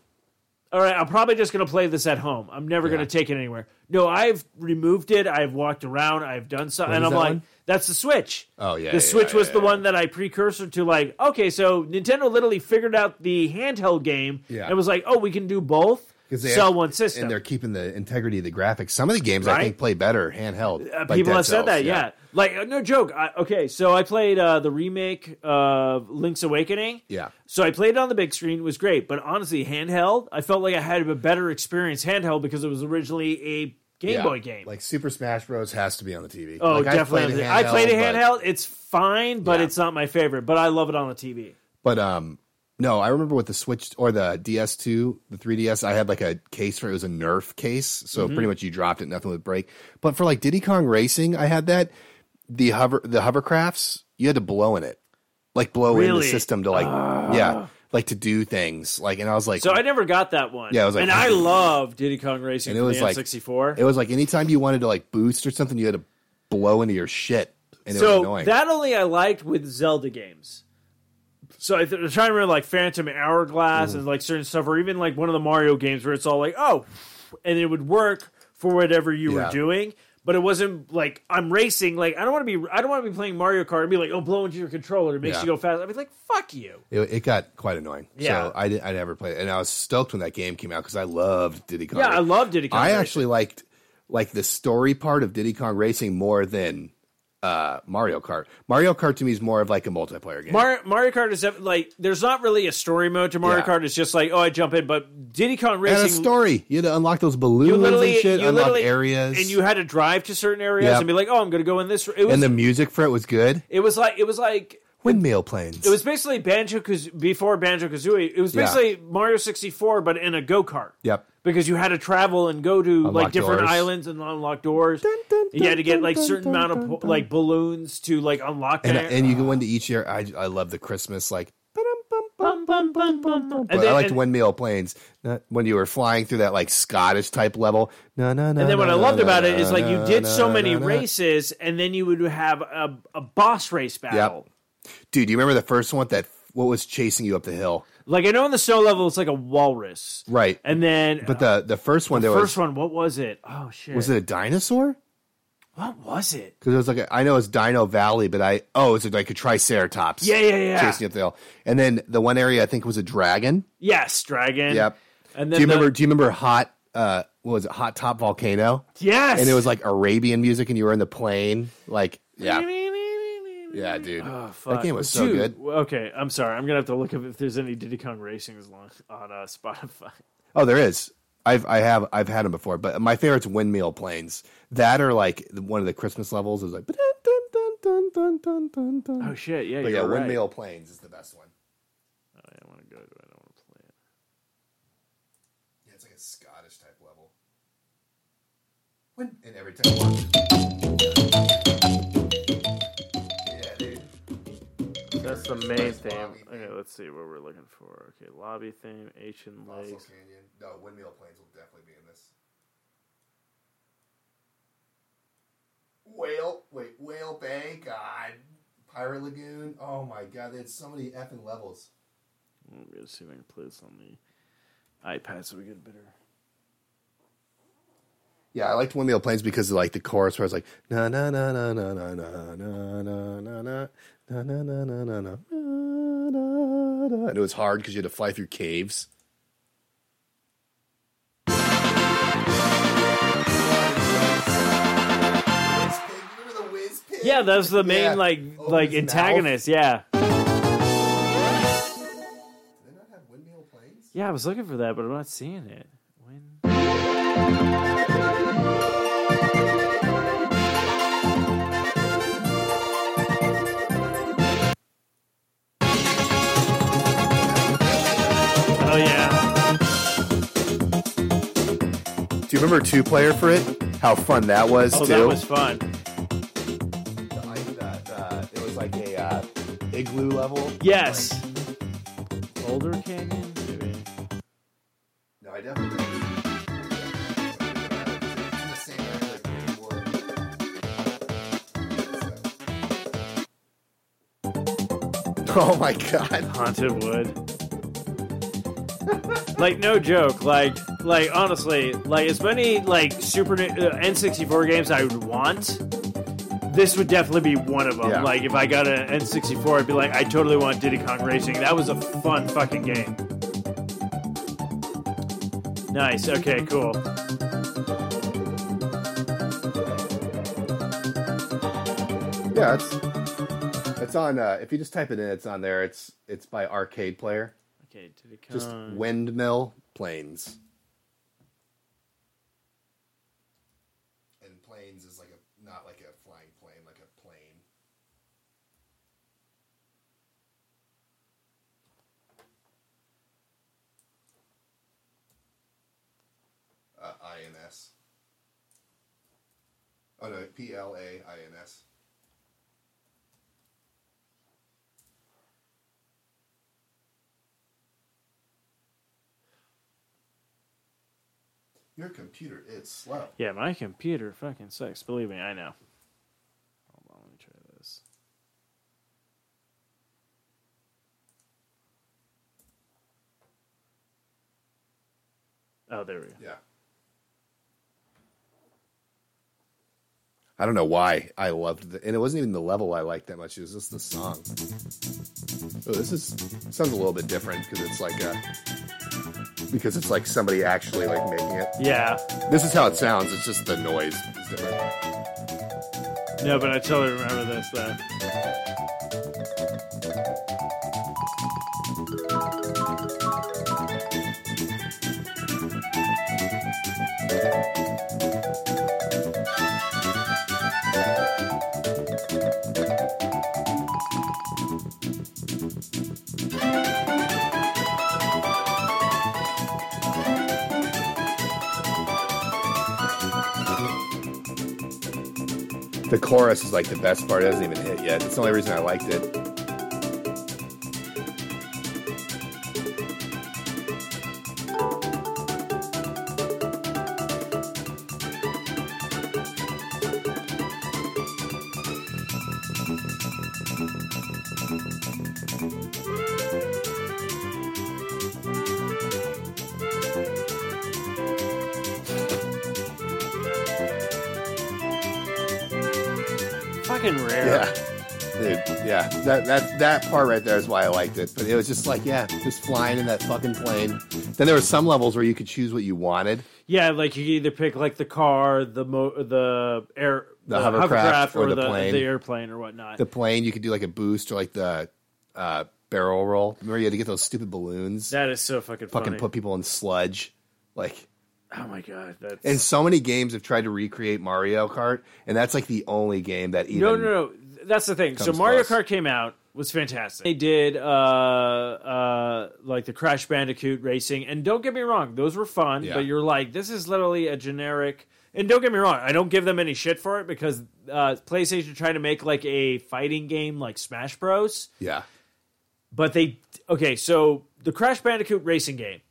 E: all right, I'm probably just going to play this at home. I'm never going to take it anywhere. No, I've removed it. I've walked around. I've done something. And
B: is
E: I'm
B: that
E: like,
B: one?
E: that's the Switch.
B: Oh, yeah,
E: The
B: yeah,
E: Switch
B: yeah,
E: was
B: yeah,
E: the
B: yeah.
E: one that I precursor to, like, okay, so Nintendo literally figured out the handheld game
B: Yeah.
E: and was like, oh, we can do both.
B: 'Cause they
E: Sell
B: have-
E: one system.
B: and they're keeping the integrity of the graphics. Some of the games
E: Right?
B: I think play better handheld.
E: Uh,
B: like
E: people
B: Dead
E: have said
B: Cells,
E: that, yeah. Like, uh, no joke. I, okay, so I played uh, the remake of Link's Awakening.
B: Yeah.
E: So I played it on the big screen. It was great. But honestly, handheld, I felt like I had a better experience handheld because it was originally a Game
B: Yeah.
E: Boy game.
B: Like Super Smash Bros. has to be on the TV.
E: oh,
B: Like,
E: definitely. I played a
B: handheld,
E: handheld.
B: but-
E: It's fine, but
B: Yeah.
E: it's not my favorite. But I love it on the TV.
B: But um, no, I remember with the Switch or the DS2, the 3DS, I had like a case for it was a Nerf case, so
E: Mm-hmm.
B: pretty much you dropped it, nothing would break. But for like Diddy Kong Racing, I had that the hover the hovercrafts, you had to blow in it, like blow in the
E: Really? Ah.
B: system to like yeah, like to do things like, and I was like,
E: So I never got that one.
B: Yeah, I was like-
E: and I love Diddy Kong Racing
B: and it
E: for
B: was
E: the
B: like
E: N64.
B: It was like anytime you wanted to like boost or something, you had to blow into your shit, and it was
E: so
B: annoying.
E: that only I liked with Zelda games. So I th- I'm trying to remember like Phantom Hourglass
B: Mm-hmm.
E: and like certain stuff, or even like one of the Mario games where it's all like, oh, and it would work for whatever you
B: Yeah.
E: were doing. But it wasn't like I'm racing. Like I don't want to be. I don't want to be playing Mario Kart and be like, oh, blow into your controller. It makes
B: Yeah.
E: you go fast. I'd be like, fuck you.
B: it, it got quite annoying.
E: Yeah.
B: So I didn't, I never played it. And I was stoked when that game came out because I loved Diddy Kong.
E: Yeah, I
B: Racing.
E: love Diddy Kong.
B: I
E: Racing.
B: actually liked like the story part of Diddy Kong Racing more than uh, Mario Kart. Mario Kart to me is more of like a multiplayer game.
E: Mario, Mario Kart is def- like there's not really a story mode to Mario
B: Yeah.
E: Kart. It's just like oh I jump in, but Diddy Kong
B: and a
E: Racing
B: story. You had to unlock those balloons and shit, unlock areas,
E: and you had to drive to certain areas
B: Yep.
E: and be like oh I'm going to go in this. It was
B: and the music for it was good.
E: It was like it was like
B: windmill planes.
E: It was basically Banjo Kazooie before Banjo Kazooie. It was
B: Yeah.
E: basically Mario sixty four, but in a go kart.
B: Yep.
E: Because you had to travel and go to like
B: Unlock
E: different
B: doors.
E: islands and unlock doors.
B: dun,
E: you had to get
B: dun,
E: like
B: dun,
E: certain
B: dun,
E: amount of
B: dun,
E: po-
B: dun.
E: like balloons to like unlock
B: and,
E: that.
B: and you go into each year. I I love the Christmas like.
E: Bum, bum, bum, bum, bum.
B: But
E: then-
B: I like the windmill planes Not- when you were flying through that like Scottish type level. No, no, no.
E: And then what
B: no,
E: I loved
B: no,
E: about
B: no,
E: it is like you
B: no,
E: did
B: no,
E: so
B: no,
E: many
B: no.
E: races, and then you would have a, a boss race battle.
B: Dude, you remember the first one that what was chasing you up the hill?
E: Like I know on the snow level, it's like a walrus,
B: Right.
E: And then,
B: But the the first one
E: the
B: there
E: first
B: was
E: one, what was it? Oh shit,
B: was it a dinosaur?
E: What was it?
B: Because it was like a, I know it's Dino Valley, but I oh it's like a Triceratops.
E: Yeah, yeah, yeah.
B: Chasing you up the hill, and then the one area I think was a dragon.
E: Yes, dragon.
B: Yep.
E: And
B: Do
E: then
B: you
E: the-
B: remember? Do you remember hot? Uh, what was it? Hot top volcano.
E: Yes,
B: And it was like Arabian music, and you were in the plane. Like yeah,
E: Yeah.
B: yeah, dude.
E: Oh, fuck.
B: that game was so
E: Dude,
B: good.
E: w- Okay, I'm sorry. I'm gonna have to look up if there's any Diddy Kong Racing's on on uh, Spotify. (laughs)
B: Oh, there is. I've I have I've had them before, but my favorite's windmill planes. That are like the- one of the Christmas levels. Is like dun, dun, dun, dun, dun, dun, dun, dun.
E: Oh shit, yeah,
B: but
E: you're
B: yeah,
E: right.
B: windmill planes is the best one.
E: Oh, yeah, I want to go. to it. I don't want to play it.
B: Yeah, it's like a Scottish type level. When and every time I watch it- Yeah, dude.
E: That's the main theme. Okay, let's see what we're looking for. Okay, lobby theme, Asian
B: Fossil
E: Lakes.
B: Canyon. No, windmill planes will definitely be in this. Whale, wait, Whale Bay, God, Pirate Lagoon. Oh my God, there's so many effing levels.
E: I'm gonna see if I can play this on the iPad so we get a better.
B: Yeah, I liked windmill planes because of like the chorus where it's like na na na na na na na na na na na na na na na na na na na. And it was hard because you had to fly through caves.
E: Yeah, that was the main
B: Yeah.
E: like
B: Open
E: like
B: his mouth.
E: antagonist. Yeah,
B: Do they not have windmill planes?
E: yeah. I was looking for that, but I'm not seeing it. When? Oh yeah,
B: Do you remember two player for it? How fun that was
E: oh
B: too.
E: that was fun.
B: The ice that, uh, it was like a uh, igloo level.
E: Yes. Boulder Canyon. Maybe.
B: No, I definitely. (laughs) Oh my god.
E: haunted wood like no joke like like honestly like as many like super Ni- uh, n64 games i would want this would definitely be one of them
B: Yeah.
E: like if i got an n64 i'd be like i totally want diddy kong racing that was a fun fucking game nice okay cool
B: Yeah, it's it's on uh if you just type it in, it's on there. It's it's by arcade player.
E: okay diddy kong
B: Just windmill planes. And planes is like a not like a flying plane, like a plane. Uh, INS. Oh no, P L A I N S. Your computer is slow.
E: yeah my computer fucking sucks believe me i know hold on let me try this oh there we go
B: Yeah. I don't know why I loved the, and it wasn't even the level I liked that much. It was just the song. Oh, this is sounds a little bit different because it's like a because it's like somebody actually like making it.
E: yeah
B: This is how it sounds. It's just the noise. is different.
E: No, but I totally remember this though.
B: The chorus is like the best part. It hasn't even hit yet. That's the only reason I liked it.
E: Fucking rare.
B: Yeah. Dude, yeah. That that that part right there is why I liked it. But it was just like, yeah, just flying in that fucking plane. Then there were some levels where you could choose what you wanted.
E: Yeah, like you could either pick like the car, the mo- the air,
B: The hovercraft or the plane.
E: the airplane or whatnot.
B: The plane, you could do like a boost or like the uh, barrel roll. Remember you had to get those stupid balloons.
E: that is so fucking
B: fucking
E: funny.
B: put people in sludge. Like
E: oh my god, that's
B: and so many games have tried to recreate Mario Kart, and that's like the only game that even
E: no, no, no. That's the thing. So
B: comes
E: Mario
B: close.
E: Kart came out was fantastic. They did uh uh like the Crash Bandicoot racing, and don't get me wrong, those were fun.
B: Yeah.
E: But you're like, this is literally a generic. And don't get me wrong, I don't give them any shit for it because uh, PlayStation tried to make like a fighting game like Smash Bros.
B: Yeah.
E: But they okay, so the Crash Bandicoot racing game,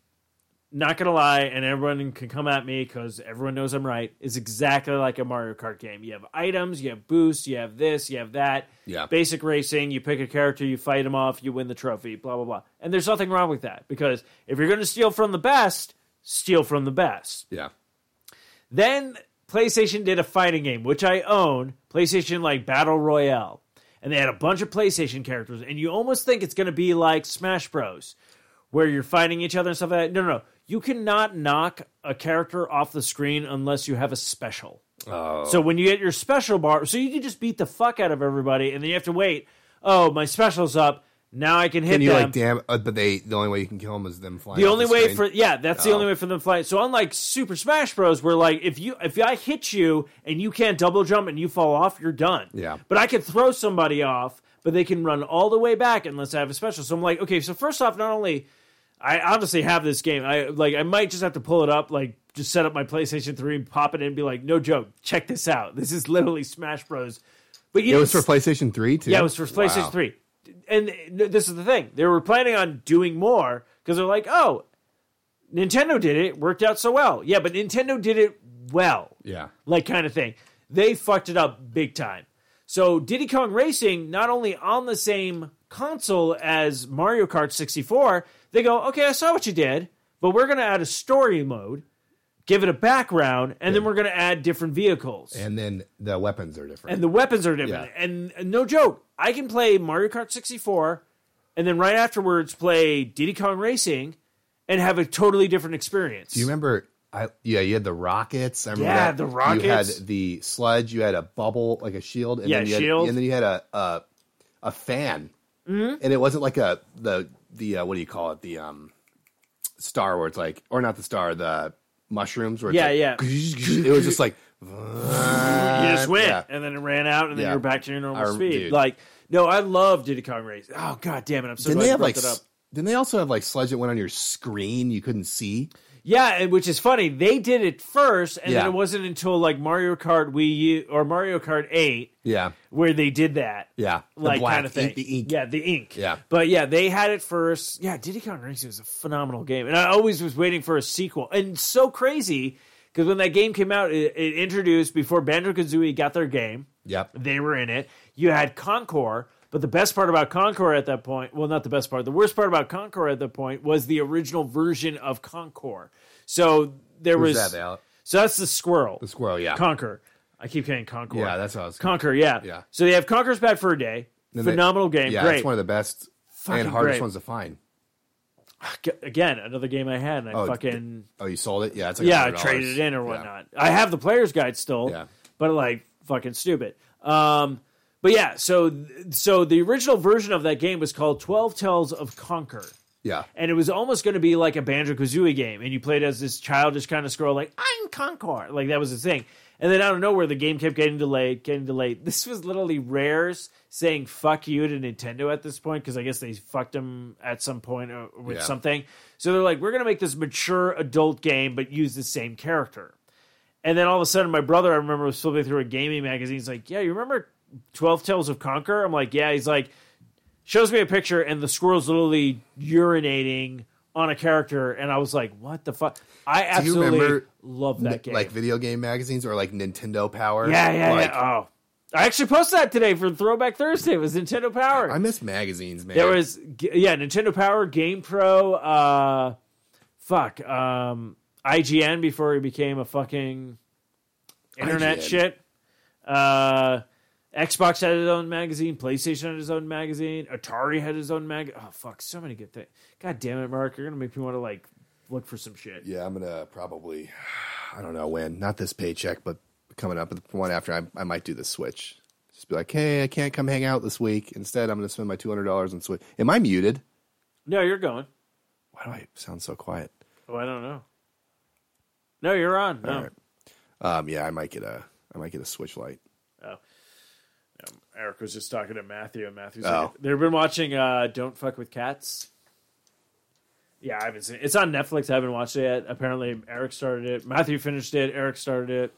E: not gonna lie, and everyone can come at me because everyone knows I'm right, is exactly like a Mario Kart game. You have items, you have boosts, you have this, you have that.
B: Yeah.
E: Basic racing, you pick a character, you fight them off, you win the trophy, blah blah blah. And there's nothing wrong with that because if you're gonna steal from the best, steal from the best.
B: Yeah.
E: Then PlayStation did a fighting game, which I own, PlayStation like Battle Royale. And they had a bunch of PlayStation characters, and you almost think it's going to be like Smash Bros, where you're fighting each other and stuff like that. No, no, no. You cannot knock a character off the screen unless you have a special. So when you get your special bar, so you can just beat the fuck out of everybody, and then you have to wait. Oh, my special's up. Now I can hit
B: And you're
E: them.
B: like, damn, uh, but they the only way you can kill them is them flying.
E: um, The
B: off
E: only way
B: screen.
E: for yeah, that's the
B: Oh.
E: only way for them to fly. So unlike Super Smash Bros, where like if you if I hit you and you can't double jump and you fall off, you're done.
B: Yeah.
E: But I could throw somebody off, but they can run all the way back unless I have a special. So I'm like, okay, so first off, not only I honestly have this game, I like I might just have to pull it up, like just set up my PlayStation 3 and pop it in and be like, no joke, check this out. This is literally Smash Bros. But you
B: it was for
E: didn't-
B: PlayStation Three too.
E: yeah, it was for PlayStation
B: Wow.
E: 3. And th- this is the thing. They were planning on doing more because they're like, oh, Nintendo did it. Worked out so well. Yeah, but Nintendo did it well.
B: Yeah.
E: Like, kind of thing. They fucked it up big time. So, Diddy Kong Racing, not only on the same console as Mario Kart 64, they go, okay, I saw what you did, but we're going to add a story mode, give it a background, and then we're going to add different vehicles
B: And then the weapons are different.
E: and the weapons are different.
B: Yeah.
E: And, and no joke, I can play Mario Kart 64 and then right afterwards play Diddy Kong Racing and have a totally different experience.
B: Do you remember? I yeah, you had the rockets. I remember
E: Yeah,
B: that.
E: the
B: You had
E: rockets.
B: the sludge. You had a bubble like a shield. And
E: Yeah,
B: then you
E: shield.
B: Had, and then you had a a, a fan. Mm-hmm. And it wasn't like a the the uh, what do you call it? The um star where it's like or not the star the mushrooms where it's
E: Yeah,
B: like,
E: yeah.
B: (laughs) It was just like
E: (laughs) You just went
B: Yeah.
E: and then it ran out and then
B: Yeah.
E: you're back to your normal
B: I-
E: speed.
B: dude.
E: Like, no, I love Diddy Kong Racing. Oh, god damn it. I'm so
B: didn't
E: glad
B: they
E: you
B: have
E: brought
B: like
E: that up.
B: s- didn't they also have like sludge that went on your screen you couldn't see?
E: Yeah, and- which is funny. They did it first, and then
B: Yeah.
E: it wasn't until like Mario Kart Wii U or Mario Kart 8
B: Yeah,
E: where they did that.
B: yeah. The
E: like
B: black
E: kind of thing.
B: ink, the ink.
E: Yeah, the ink.
B: Yeah.
E: But yeah, they had it first. Yeah, Diddy Kong Racing was a phenomenal game, and I always was waiting for a sequel. And so crazy because when that game came out, it, it introduced before Banjo Kazooie got their game.
B: Yep.
E: They were in it. You had Concord, but the best part about Concord at that point, well, not the best part, the worst part about Concord at that point was the original version of Concord. So there
B: Who's
E: was
B: that, Alec?
E: so that's the squirrel.
B: The squirrel. Yeah.
E: Conquer. I keep saying Concord.
B: Yeah, that's what I was-
E: Conquer. Yeah,
B: Yeah.
E: So they have Conquer's Bad for a Day.
B: Then they-
E: Phenomenal game.
B: Yeah,
E: Great.
B: it's one of the best
E: Fucking
B: and hardest
E: great.
B: ones to find.
E: G- Again, another game I had, and I
B: Oh,
E: fucking
B: Oh, you sold it? Yeah, it's like
E: yeah, I
B: $100.
E: traded it in or
B: Yeah.
E: whatnot. I have the player's guide still,
B: Yeah.
E: but like fucking stupid. Um, but yeah, so so the original version of that game was called Twelve Tales of Conquer.
B: Yeah,
E: and it was almost going to be like a Banjo Kazooie game, and you played as this childish kind of scroll, like I'm Concord, like that was the thing. And then out of nowhere, the game kept getting delayed, getting delayed. (laughs) This was literally Rare's saying "fuck you" to Nintendo at this point because I guess they fucked them at some point or, or with
B: Yeah.
E: something. So they're like, "We're going to make this mature adult game, but use the same character." And then all of a sudden, my brother, I remember, was flipping through a gaming magazine. He's like, "Yeah, you remember Twelve Tales of Conquer?" I'm like, "Yeah." He's like, shows me a picture, and the squirrel's literally urinating on a character, and I was like, "What the fuck?" I
B: Do you
E: absolutely
B: remember
E: love that game.
B: like video game magazines or like Nintendo Power.
E: yeah, yeah,
B: like,
E: yeah. Oh, I actually posted that today for Throwback Thursday. It was Nintendo Power.
B: I miss magazines, man.
E: There was g- yeah, Nintendo Power, Game Pro, uh fuck, um IGN before he became a fucking internet
B: IGN.
E: shit. Uh Xbox had his own magazine, PlayStation had his own magazine, Atari had his own mag. Oh fuck, so many good things. God damn it, Mark, you're gonna make me want to like look for some shit.
B: Yeah, I'm gonna probably, I don't know when, not this paycheck, but coming up, the one after, I, I might do the switch. Just be like, hey, I can't come hang out this week. Instead, I'm gonna spend my two hundred dollars on switch. Am I muted?
E: No, you're going.
B: Why do I sound so quiet?
E: Oh, I don't know. No, you're on. No.
B: All right. Um, yeah, I might get a, I might get a switch light.
E: Eric was just talking to Matthew, and Matthew's
B: Oh.
E: like, they've been watching uh, "Don't Fuck with Cats." Yeah, I haven't seen it. It's on Netflix. I haven't watched it yet. Apparently, Eric started it. Matthew finished it. Eric started it.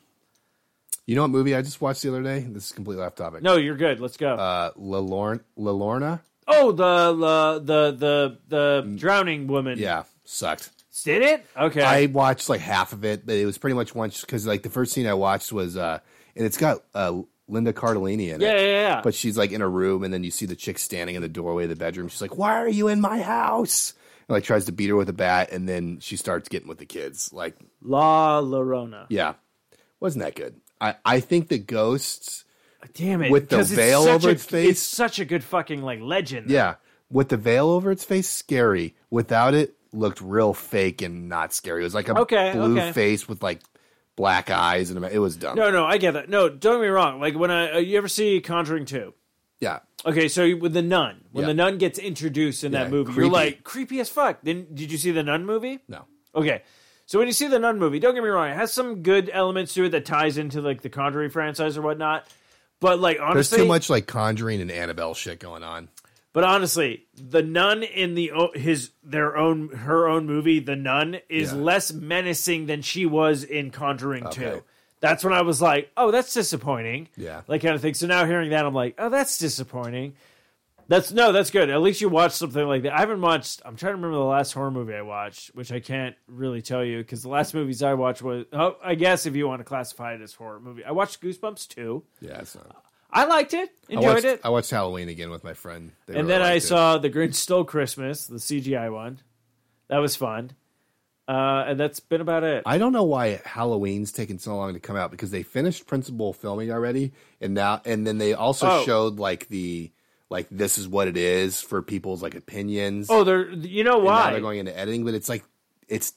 B: You know what movie I just watched the other day? This is completely off topic.
E: No, you're good. Let's go.
B: uh, La Lorn, La Lorna.
E: oh, the, the the the the drowning woman.
B: Mm. Yeah, sucked.
E: did it? Okay.
B: I watched like half of it, but it was pretty much once because like the first scene I watched was, uh, and it's got uh, Linda Cardellini in it.
E: yeah, yeah, yeah.
B: But she's like in a room, and then you see the chick standing in the doorway of the bedroom. She's like, "Why are you in my house?" And like tries to beat her with a bat, and then she starts getting with the kids. Like,
E: La Llorona.
B: yeah, wasn't that good? I I think the ghosts,
E: Damn it!
B: With the
E: 'cause
B: veil
E: such
B: over
E: a-
B: its face?
E: it's such a good fucking like legend.
B: yeah, with the veil over its face, scary. Without it, looked real fake and not scary. It was like a
E: Okay,
B: blue
E: okay.
B: face with like black eyes, and it was dumb.
E: No, no, I get that. No, don't get me wrong. Like when I uh, you ever see Conjuring Two.
B: Yeah,
E: Okay, so with the nun, when
B: Yeah.
E: the nun gets introduced in
B: Yeah,
E: that movie,
B: creepy.
E: you're like creepy as fuck. Then did you see the nun movie?
B: no,
E: Okay, so when you see the nun movie, don't get me wrong, it has some good elements to it that ties into like the Conjuring franchise or whatnot. But like
B: there's
E: honestly,
B: too much like Conjuring and Annabelle shit going on.
E: But honestly, the nun in the o- his their own her own movie, the nun is
B: Yeah.
E: less menacing than she was in Conjuring
B: Okay.
E: Two. That's when I was like, oh, that's disappointing.
B: Yeah.
E: like kind of thing. So now hearing that, I'm like, oh, that's disappointing. That's no, that's good. At least you watched something like that. I haven't watched. I'm trying to remember the last horror movie I watched, which I can't really tell you because the last movies I watched was, oh, I guess if you want to classify it as horror movie, I watched Goosebumps two.
B: Yeah, it's not.
E: I liked it,
B: I
E: enjoyed
B: watched,
E: it.
B: I watched Halloween again with my friend, They
E: And
B: really
E: then I
B: liked it.
E: saw The Grinch Stole Christmas, the CGI one. That was fun. Uh, and that's been about it.
B: I don't know why Halloween's taking so long to come out because they finished principal filming already, and now and then they also
E: Oh.
B: showed like the like this is what it is for people's like opinions.
E: oh, they're you know
B: and now
E: why?
B: they're going into editing, but it's like it's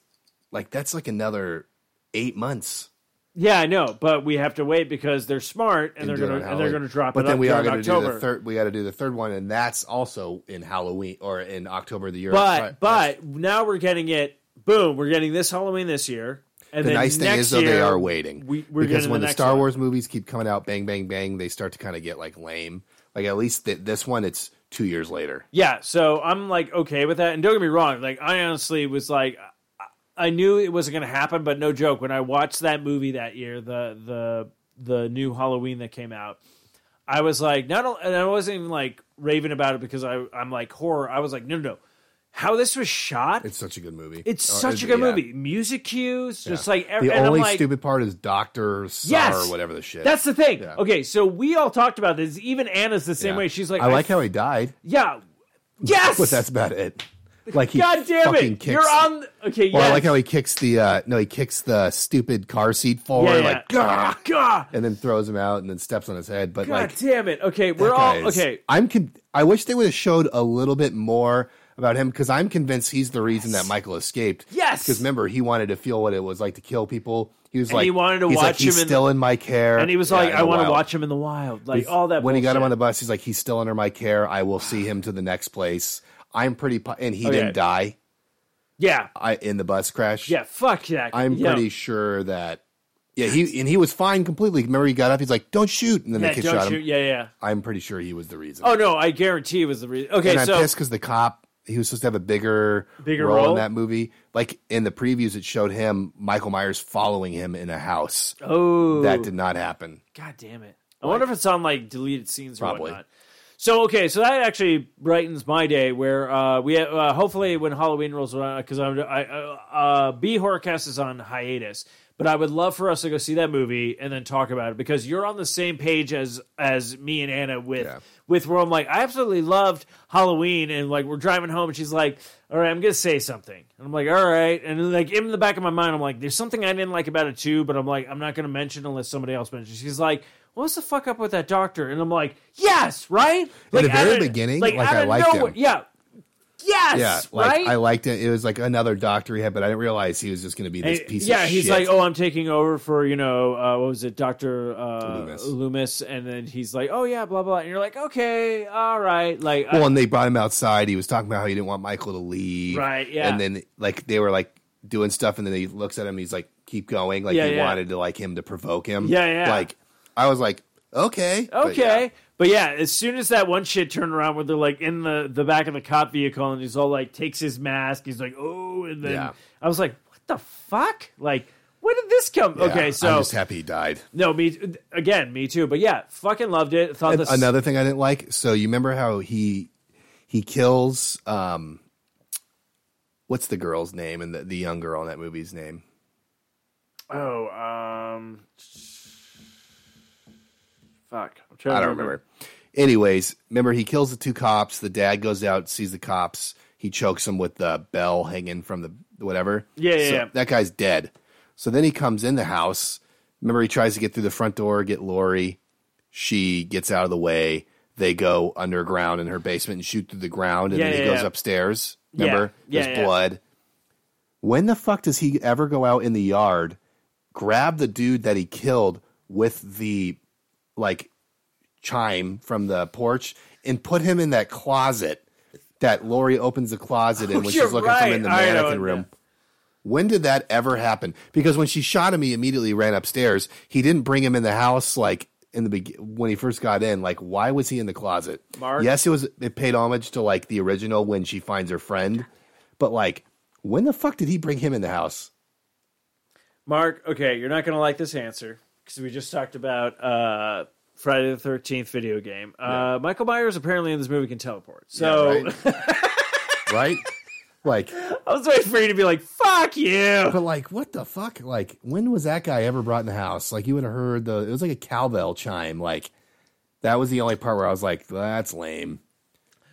B: like that's like another eight months.
E: yeah, I know, but we have to wait because they're smart and
B: in
E: they're
B: doing
E: gonna and they're
B: Halloween.
E: gonna drop
B: But
E: it
B: then
E: up
B: we are
E: during
B: gonna do
E: October.
B: the third. We got to do the third one, and that's also in Halloween or in October of the year.
E: but
B: Right.
E: but now we're getting it. Boom! We're getting this Halloween this year. And
B: the
E: then
B: nice thing
E: next
B: is though they
E: year,
B: are waiting
E: We, we're
B: because
E: getting
B: when
E: the,
B: the,
E: next
B: Star
E: one.
B: Wars movies keep coming out, bang bang bang, they start to kind of get like lame. Like at least th- this one, it's two years later.
E: Yeah, so I'm like okay with that. And don't get me wrong, like I honestly was like I- I knew it wasn't going to happen, but no joke, when I watched that movie that year, the the the new Halloween that came out, I was like not only, and I wasn't even like raving about it because I I'm like horror. I was like no no. no. How this was shot?
B: It's such a good movie.
E: It's
B: Or
E: such
B: is-
E: a good
B: yeah.
E: movie. Music cues, just like ev-
B: The
E: and
B: only
E: I'm like,
B: stupid part is Doctor Sar
E: Yes!
B: or whatever the shit.
E: That's the thing.
B: Yeah.
E: Okay, so we all talked about this. Even Anna's the same
B: Yeah.
E: way. She's like,
B: I like how he died, (laughs)
E: yeah, yes.
B: but that's about it. Like he
E: God damn
B: fucking
E: it!
B: kicks.
E: You're on. Okay,
B: Or
E: yes.
B: I like how he kicks the uh, no, he kicks the stupid car seat forward,
E: yeah, yeah.
B: like "Gah!"
E: God,
B: and then throws him out, and then steps on his head. But
E: God
B: like,
E: damn it! Okay,
B: That
E: we're all
B: guy is-
E: okay.
B: I'm con- I wish they would have showed a little bit more about him because I'm convinced he's the reason that Michael escaped.
E: Yes.
B: because remember he wanted to feel what it was like to kill people. He was
E: And
B: like
E: he wanted to
B: he's like,
E: watch
B: he's
E: him in-
B: still in my care,
E: And he was
B: Yeah,
E: like,
B: in
E: "I
B: the
E: want to
B: wild.
E: watch him in the wild," like all that.
B: When he got him on the
E: bullshit.
B: bus, he's like, he's still under my care. I will see him to the next place. I'm pretty, po- and he
E: Okay.
B: didn't die.
E: yeah,
B: I in the bus crash.
E: yeah, fuck that.
B: I'm
E: Yeah.
B: pretty sure that. Yeah, he and he was fine completely. Remember, he got up. He's like, "Don't shoot!" And then
E: Yeah,
B: the kid
E: don't
B: shot him.
E: shoot. Yeah, yeah.
B: I'm pretty sure he was the reason.
E: Oh no, I guarantee it was the reason. Okay,
B: and I'm
E: so
B: pissed because the cop he was supposed to have a bigger
E: Bigger
B: role,
E: role?
B: in that movie. Like in the previews, it showed him Michael Myers following him in a house.
E: Oh,
B: That did not happen.
E: God damn it! I wonder if it's on like deleted scenes or
B: Probably.
E: whatnot. So okay, so that actually brightens my day. Where uh, we uh, hopefully when Halloween rolls around, because I'm I, uh, uh, B Horrorcast is on hiatus, but I would love for us to go see that movie and then talk about it because you're on the same page as as me and Anna with
B: Yeah.
E: with where I'm like I absolutely loved Halloween and like we're driving home and she's like, all right, I'm gonna say something, and I'm like, all right, and then, like in the back of my mind, I'm like, there's something I didn't like about it too, but I'm like, I'm not gonna mention unless somebody else mentions. She's like. What's the fuck up with that doctor? And I'm like, yes, right. Like,
B: the
E: out
B: very
E: of-
B: beginning, like,
E: out
B: I
E: of
B: liked
E: nowhere-
B: him.
E: Yeah. Yes.
B: Yeah, like
E: right.
B: I liked it. It was like another doctor he had, but I didn't realize he was just going to be this
E: And-
B: piece.
E: yeah,
B: of
E: he's
B: shit.
E: like, oh, I'm taking over for you know uh, what was it, Doctor uh, Loomis.
B: Loomis.
E: and then he's like, oh yeah, blah blah, and you're like, okay, all right, like uh, I-
B: Well, and they brought him outside. He was talking about how he didn't want Michael to leave.
E: Right, yeah.
B: And then like they were like doing stuff, and then he looks at him. He's like, "Keep going." Like
E: Yeah,
B: he
E: yeah.
B: wanted to like him to provoke him.
E: Yeah, yeah.
B: Like I was like, okay, But
E: okay. But yeah, as soon as that one shit turned around where they're like in the, the back of the cop vehicle and he's all like takes his mask, he's like, oh, and then
B: Yeah.
E: I was like, what the fuck? Like, where did this come?
B: yeah. Yeah,
E: okay, so
B: I'm just happy he died.
E: No, me again, me too. But yeah, fucking loved it. Thought this
B: Another thing I didn't like. So you remember how he he kills um, what's the girl's name and the, the young girl in that movie's name?
E: Oh, um, fuck. I'm trying
B: I
E: to
B: don't remember. Anyways, remember he kills the two cops. The dad goes out, sees the cops. He chokes him with the bell hanging from the whatever.
E: Yeah, yeah,
B: So
E: yeah.
B: That guy's dead. So then he comes in the house. Remember, he tries to get through the front door, get Lori. She gets out of the way. They go underground in her basement and shoot through the ground, and
E: Yeah,
B: then he
E: yeah,
B: goes
E: yeah.
B: upstairs.
E: Yeah,
B: Remember,
E: yeah,
B: there's
E: yeah.
B: blood. When the fuck does he ever go out in the yard, grab the dude that he killed with the like chime from the porch and put him in that closet that Lori opens the closet
E: (laughs)
B: in
E: Oh,
B: when
E: you're
B: she's looking for him in the
E: right. I know,
B: mannequin room. When did that ever happen? Because when she shot him, he immediately ran upstairs. He didn't bring him in the house like in the beg- when he first got in. Like, why was he in the closet?
E: Mark?
B: Yes, it was. It paid homage to like the original when she finds her friend, but like, when the fuck did he bring him in the house?
E: Mark, okay, you're not gonna like this answer because we just talked about uh, Friday the Thirteenth video game. Uh, Michael Myers apparently in this movie can teleport. So
B: right. (laughs) right? Like,
E: (laughs) I was waiting for you to be like, "Fuck you."
B: But like, what the fuck? Like, when was that guy ever brought in the house? Like, you would have heard the. It was like a cowbell chime. Like, that was the only part where I was like, that's lame.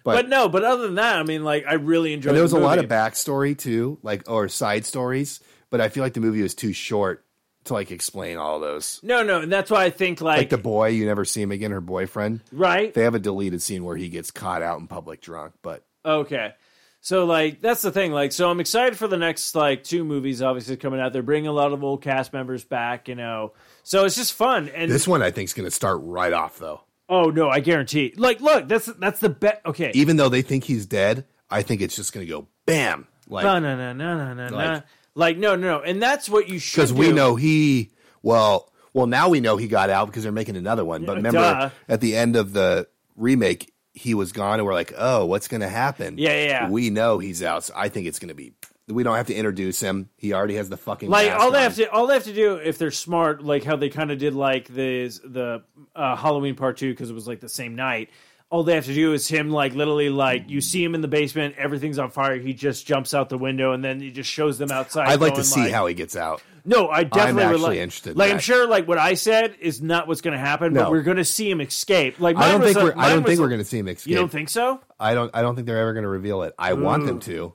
E: But no, but other than that, I mean, like, I really enjoyed.
B: And there was
E: the
B: a lot
E: movie.
B: of backstory too, like or side stories. But I feel like the movie was too short to like explain all those.
E: No, no, and that's why I think
B: Like
E: like,
B: the boy, you never see him again. Her boyfriend.
E: right.
B: They have a deleted scene where he gets caught out in public drunk, but
E: Okay. So like that's the thing. Like so I'm excited for the next like two movies obviously coming out. They're bringing a lot of old cast members back, you know. So it's just fun. And
B: this one I think is going to start right off though.
E: oh no, I guarantee. Like look, that's that's the bet. Okay.
B: Even though they think he's dead, I think it's just going to go bam. Like
E: no, no, no, no, no, no, no.
B: Like-
E: Like no, no, no. And that's what you should
B: because we
E: do.
B: know he well well now we know he got out because they're making another one but remember
E: duh.
B: at the end of the remake he was gone and we're like oh what's gonna happen
E: Yeah, yeah, yeah.
B: we know he's out so i think it's gonna be we don't have to introduce him he already has the fucking
E: Like
B: mask
E: all they
B: on.
E: have to all they have to do if they're smart, like how they kind of did like the the uh, Halloween Part Two because it was like the same night. All they have to do is him like literally like you see him in the basement, everything's on fire. He just jumps out the window and then he just shows them outside.
B: i'd like to
E: going,
B: see how he gets out
E: No, I definitely would
B: actually
E: like,
B: interested in
E: Like I'm
B: that.
E: sure like what I said is not what's going to happen, but
B: No.
E: we're going to see him escape. Like
B: i
E: mine
B: don't
E: was
B: think
E: a-
B: we're i
E: mine
B: don't
E: was
B: think
E: a-
B: we're gonna see him escape
E: You don't think Mm. so?
B: I don't. I don't think they're ever going to reveal it. I want them to,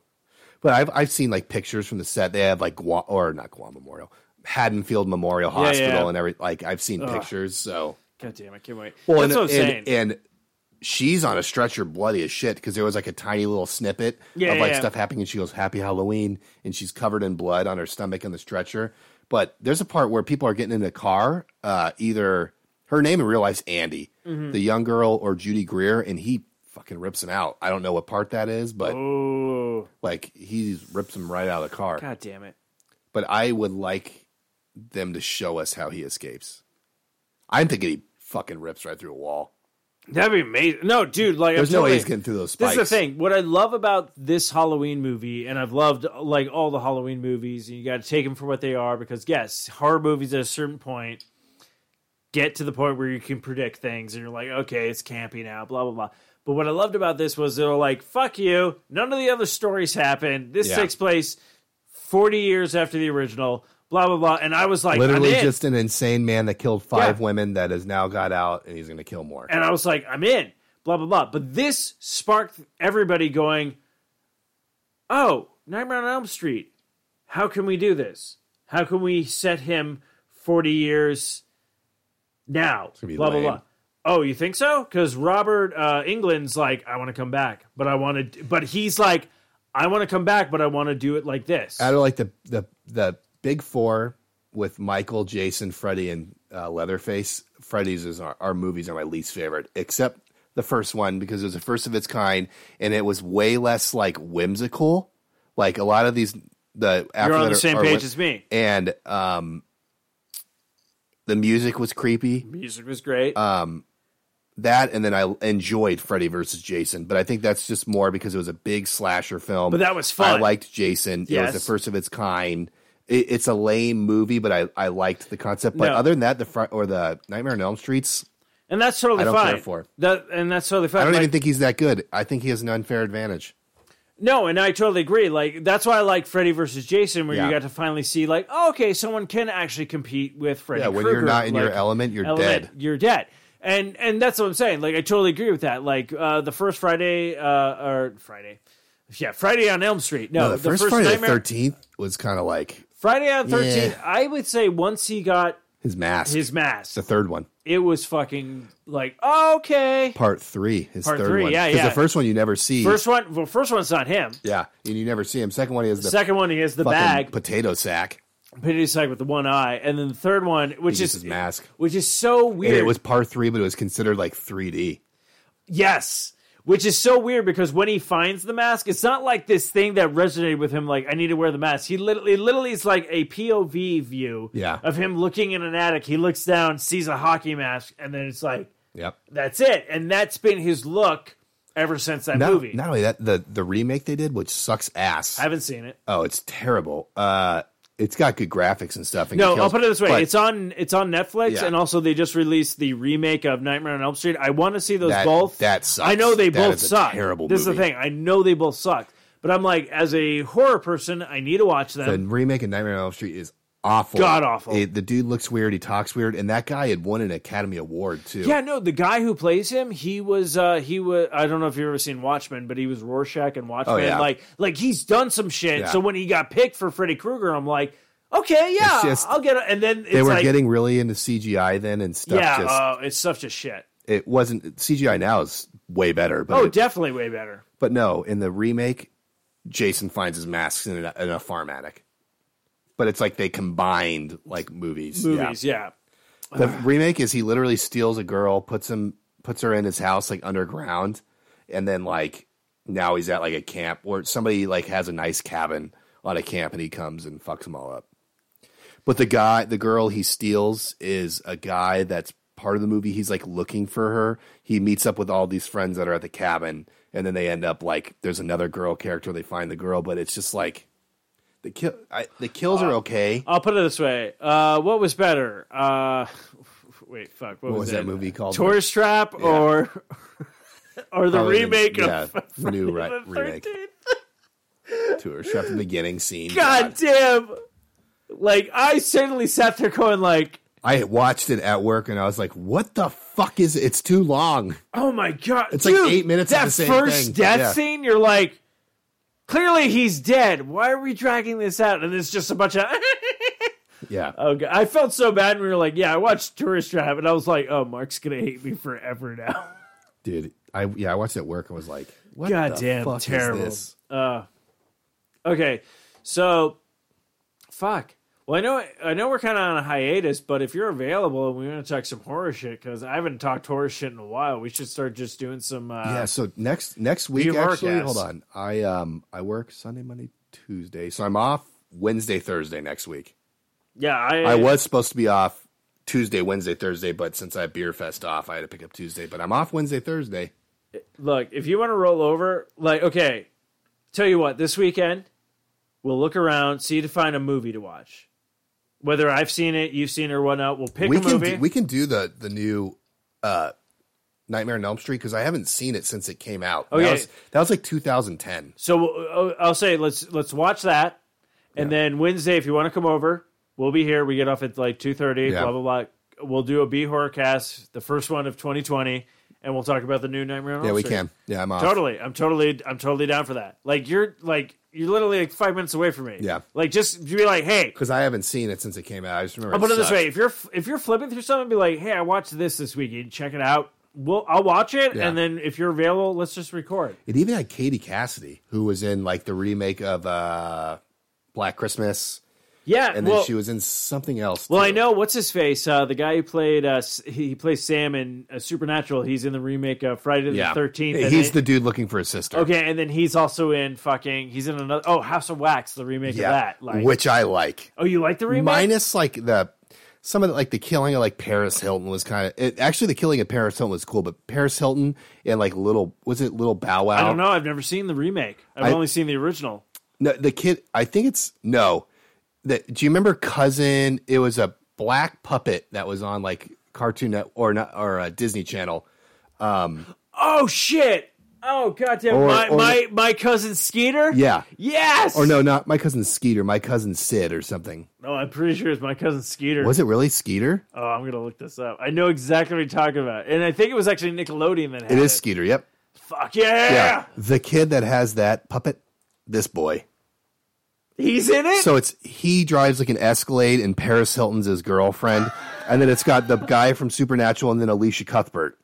B: but I've I've seen like pictures from the set. They have like Gua, or not Guam Memorial, Haddonfield Memorial
E: yeah.
B: Hospital, and every like I've seen pictures. So
E: God damn, I can't wait.
B: well,
E: That's
B: and,
E: what I'm saying.
B: and, and she's on a stretcher, bloody as shit, because there was like a tiny little snippet
E: Yeah,
B: of like
E: yeah.
B: stuff happening, and she goes "Happy Halloween," and she's covered in blood on her stomach in the stretcher. But there's a part where people are getting in the car, uh, either her name in real life's Andy,
E: Mm-hmm.
B: the young girl, or Judy Greer, and he fucking rips him out. I don't know what part that is, but
E: oh,
B: like he rips him right out of the car.
E: god damn it.
B: But I would like them to show us how he escapes. I'm thinking he fucking rips right through a wall.
E: That'd be amazing. No, dude, like
B: There's
E: I'm
B: no way
E: totally-
B: he's getting through those
E: This
B: spikes.
E: is the thing. What I love about this Halloween movie, and I've loved like all the Halloween movies, and you got to take them for what they are because yes, horror movies at a certain point get to the point where you can predict things, and you're like, okay, it's campy now, blah blah blah. But what I loved about this was they were like, fuck you. None of the other stories happened. This
B: Yeah.
E: takes place 40 years after the original. Blah blah blah. And I was like,
B: Literally
E: I'm in.
B: just an insane man that killed five
E: Yeah.
B: women that has now got out and he's going to kill more.
E: and I was like, I'm in, blah blah blah. But this sparked everybody going, "Oh, Nightmare on Elm Street. How can we do this? How can we set him 40 years now?"
B: gonna be
E: Blah blah
B: lame.
E: blah. Oh, you think so? Because Robert uh, England's like, I want to come back, but I want to, but he's like, I want to come back, but I want to do it like this.
B: Out of like the the the big four with Michael, Jason, Freddy, and uh, Leatherface. Freddy's is our, our movies are my least favorite, except the first one because it was the first of its kind and it was way less like whimsical. Like a lot of these, the after
E: You're on
B: that
E: the
B: are-
E: same
B: are
E: page
B: whi-
E: as me.
B: and um, the music was creepy.
E: Music was great.
B: Uh, That and then I enjoyed Freddy versus Jason, but I think that's just more because it was a big slasher film.
E: But that was fun.
B: I liked Jason. It
E: Yes.
B: was the first of its kind. It, it's a lame movie, but I, I liked the concept. But
E: No.
B: other than that, the front or the Nightmare on Elm Streets,
E: and that's totally
B: I don't
E: fine.
B: care for it.
E: That and that's totally fine.
B: I don't
E: Like,
B: even think he's that good. I think he has an unfair advantage.
E: No, and I totally agree. Like that's why I like Freddy versus Jason, where
B: Yeah.
E: you got to finally see like, oh, okay, someone can actually compete with Freddy.
B: Yeah, when
E: Krueger,
B: you're not in your
E: like,
B: element, you're
E: element,
B: dead.
E: You're dead. And and that's what I'm saying. Like I totally agree with that. Like uh, the first Friday uh, or Friday, yeah, Friday on Elm Street. No,
B: No, the, first, Friday
E: Nightmare-
B: the 13th was kind of like
E: Friday on Thirteenth.
B: Yeah.
E: I would say once he got
B: his mask.
E: his mask,
B: the third one,
E: it was fucking like okay.
B: part three, his
E: Part
B: third
E: three,
B: one.
E: yeah, yeah.
B: the first one you never see.
E: First one, well, first one's not him.
B: yeah, and you never see him. Second one he has the
E: Second one, he has the
B: fucking
E: bag.
B: potato sack.
E: Pinity Psych with the one eye, and then the third one, which
B: gets
E: is
B: his mask.
E: which is so
B: And
E: weird.
B: it was part three, but it was considered like 3D.
E: yes, which is so weird because when he finds the mask, it's not like this thing that resonated with him. Like I need to wear the mask. He literally, it literally is like a POV view
B: Yeah.
E: of him looking in an attic. He looks down, sees a hockey mask, and then it's like
B: Yep.
E: that's it, and that's been his look ever since that
B: Not,
E: movie.
B: not only that, the the remake they did, which sucks ass.
E: I haven't seen it.
B: oh, it's terrible. Uh, it's got good graphics and stuff. And
E: No,
B: kills,
E: I'll put it this way:
B: but
E: it's on it's on Netflix,
B: Yeah.
E: and also they just released the remake of Nightmare on Elm Street. I want to see those
B: That-
E: both.
B: that sucks.
E: I know they
B: That
E: both
B: is a
E: suck.
B: terrible
E: This is the
B: movie.
E: thing. I know they both suck, but I'm like, as a horror person, I need to watch them.
B: the remake of Nightmare on Elm Street is awful,
E: God-awful.
B: It- the dude looks weird. He talks weird, and that guy had won an Academy Award too.
E: yeah, no, the guy who plays him, he was uh he was I don't know if you've ever seen Watchmen, but he was Rorschach and Watchmen.
B: Oh, yeah.
E: Like like he's done some shit.
B: Yeah.
E: So when he got picked for Freddy Krueger, I'm like, okay, yeah,
B: It's just-
E: I'll get it. And then it's
B: they were
E: like,
B: getting really into CGI then, and stuff.
E: yeah,
B: just
E: uh, it's stuff just shit.
B: it wasn't CGI now is way better. But
E: Oh,
B: it-
E: definitely way better.
B: but no, in the remake, Jason finds his masks in a, in a farm attic. But it's like they combined like movies. Yeah.
E: Movies, yeah.
B: The remake is he literally steals a girl, puts him puts her in his house like underground, and then like now he's at like a camp or somebody like has a nice cabin on a camp and he comes and fucks them all up. But the guy the girl he steals is a guy that's part of the movie. He's like looking for her. He meets up with all these friends that are at the cabin and then they end up like there's another girl character, they find the girl, but it's just like the kill I, the kills
E: Uh,
B: are okay.
E: I'll put it this way. Uh, what was better? Uh, (laughs) wait, fuck. What,
B: What was that movie called?
E: Tourist Trap or (laughs) or the
B: Probably the-
E: remake
B: yeah,
E: of (laughs) Friday
B: the new re-
E: the
B: remake.
E: 13th?
B: to her shot from the beginning scene.
E: God damn! Like I certainly sat there going like,
B: I watched it at work and I was like, "What the fuck is it? It's too long."
E: oh my god!
B: It's like
E: dude,
B: eight minutes of
E: That
B: the same
E: first
B: thing.
E: death
B: Yeah.
E: scene, you're like, clearly he's dead. Why are we dragging this out? And it's just a bunch of. (laughs)
B: Yeah,
E: Oh god, I felt so bad. when We were like, yeah, I watched Tourist Trap, and I was like, oh, Mark's gonna hate me forever now. (laughs)
B: dude. I yeah, I watched it at work and was like, "What the
E: Goddamn,
B: fuck
E: terrible.
B: is this?"
E: Okay, so fuck. Well, I know I know we're kind of on a hiatus, but if you're available and we want to talk some horror shit, because I haven't talked horror shit in a while, we should start just doing some. Uh,
B: Yeah. So next next week,
E: Leave our
B: actually,
E: cast.
B: hold on. I um I work Sunday, Monday, Tuesday, so I'm off Wednesday, Thursday next week.
E: yeah. I,
B: I was supposed to be off Tuesday, Wednesday, Thursday. But since I have Beer Fest off, I had to pick up Tuesday. But I'm off Wednesday, Thursday.
E: Look, if you want to roll over, like, okay, tell you what, this weekend we'll look around, see to find a movie to watch. Whether I've seen it, you've seen it, or whatnot, we'll pick
B: we
E: a
B: can
E: movie.
B: do, we can do the the new uh, Nightmare on Elm Street because I haven't seen it since it came out.
E: Okay.
B: that was, that was like 2010.
E: So uh, I'll say let's let's watch that, and then Wednesday, if you want to come over, we'll be here. We get off at like two thirty.
B: Yeah.
E: Blah blah blah. We'll do a B horror cast, the first one of twenty twenty, and we'll talk about the new Nightmare on Elm
B: Yeah, we
E: Street.
B: can. Yeah, I'm off.
E: Totally, I'm totally, I'm totally down for that. Like you're like you're literally like five minutes away from me.
B: Yeah.
E: Like just be like, hey,
B: Because I haven't seen it since it came out. I just remember.
E: I'll put it this
B: sucked.
E: way: if you're if you're flipping through something, be like, hey, I watched this this week. You check it out. We'll I'll watch it,
B: Yeah.
E: and then if you're available, let's just record.
B: It even had Katie Cassidy, who was in like the remake of uh, Black Christmas,
E: Yeah,
B: and then
E: well-
B: she was in something else.
E: Well,
B: too.
E: I know what's his face. Uh, the guy who played uh, S- he plays Sam in uh, Supernatural. He's in the remake of Friday the
B: Yeah,
E: Thirteenth.
B: Hey, He's the dude looking for his sister.
E: okay, and then he's also in fucking. He's in another. Oh, House of Wax, the remake
B: yeah,
E: of that. Like,
B: which I like.
E: oh, you like the remake?
B: minus like the some of the, like the killing of like Paris Hilton was kind of it, actually the killing of Paris Hilton was cool, but Paris Hilton and like little was it little Bow Wow?
E: I don't know. I've never seen the remake. I've
B: I-
E: only seen the original.
B: No, the kid. I think it's no. The, do you remember Cousin? It was a black puppet that was on like Cartoon Net or not or uh, Disney Channel.
E: Oh shit! Oh goddamn!
B: Or-
E: my
B: or-
E: my my cousin Skeeter.
B: Yeah.
E: Yes.
B: Or no, not my cousin Skeeter, my cousin Sid or something.
E: No, I'm pretty sure it's my cousin Skeeter.
B: Was it really Skeeter?
E: Oh, I'm gonna look this up. I know exactly what you're talking about, and I think it was actually Nickelodeon that had
B: It is Skeeter. Yep.
E: Fuck
B: Yeah.
E: yeah!
B: The kid that has that puppet, this boy.
E: He's in it.
B: So it's he drives like an Escalade, and Paris Hilton's his girlfriend, and then it's got the guy from Supernatural, and then Alicia Cuthbert,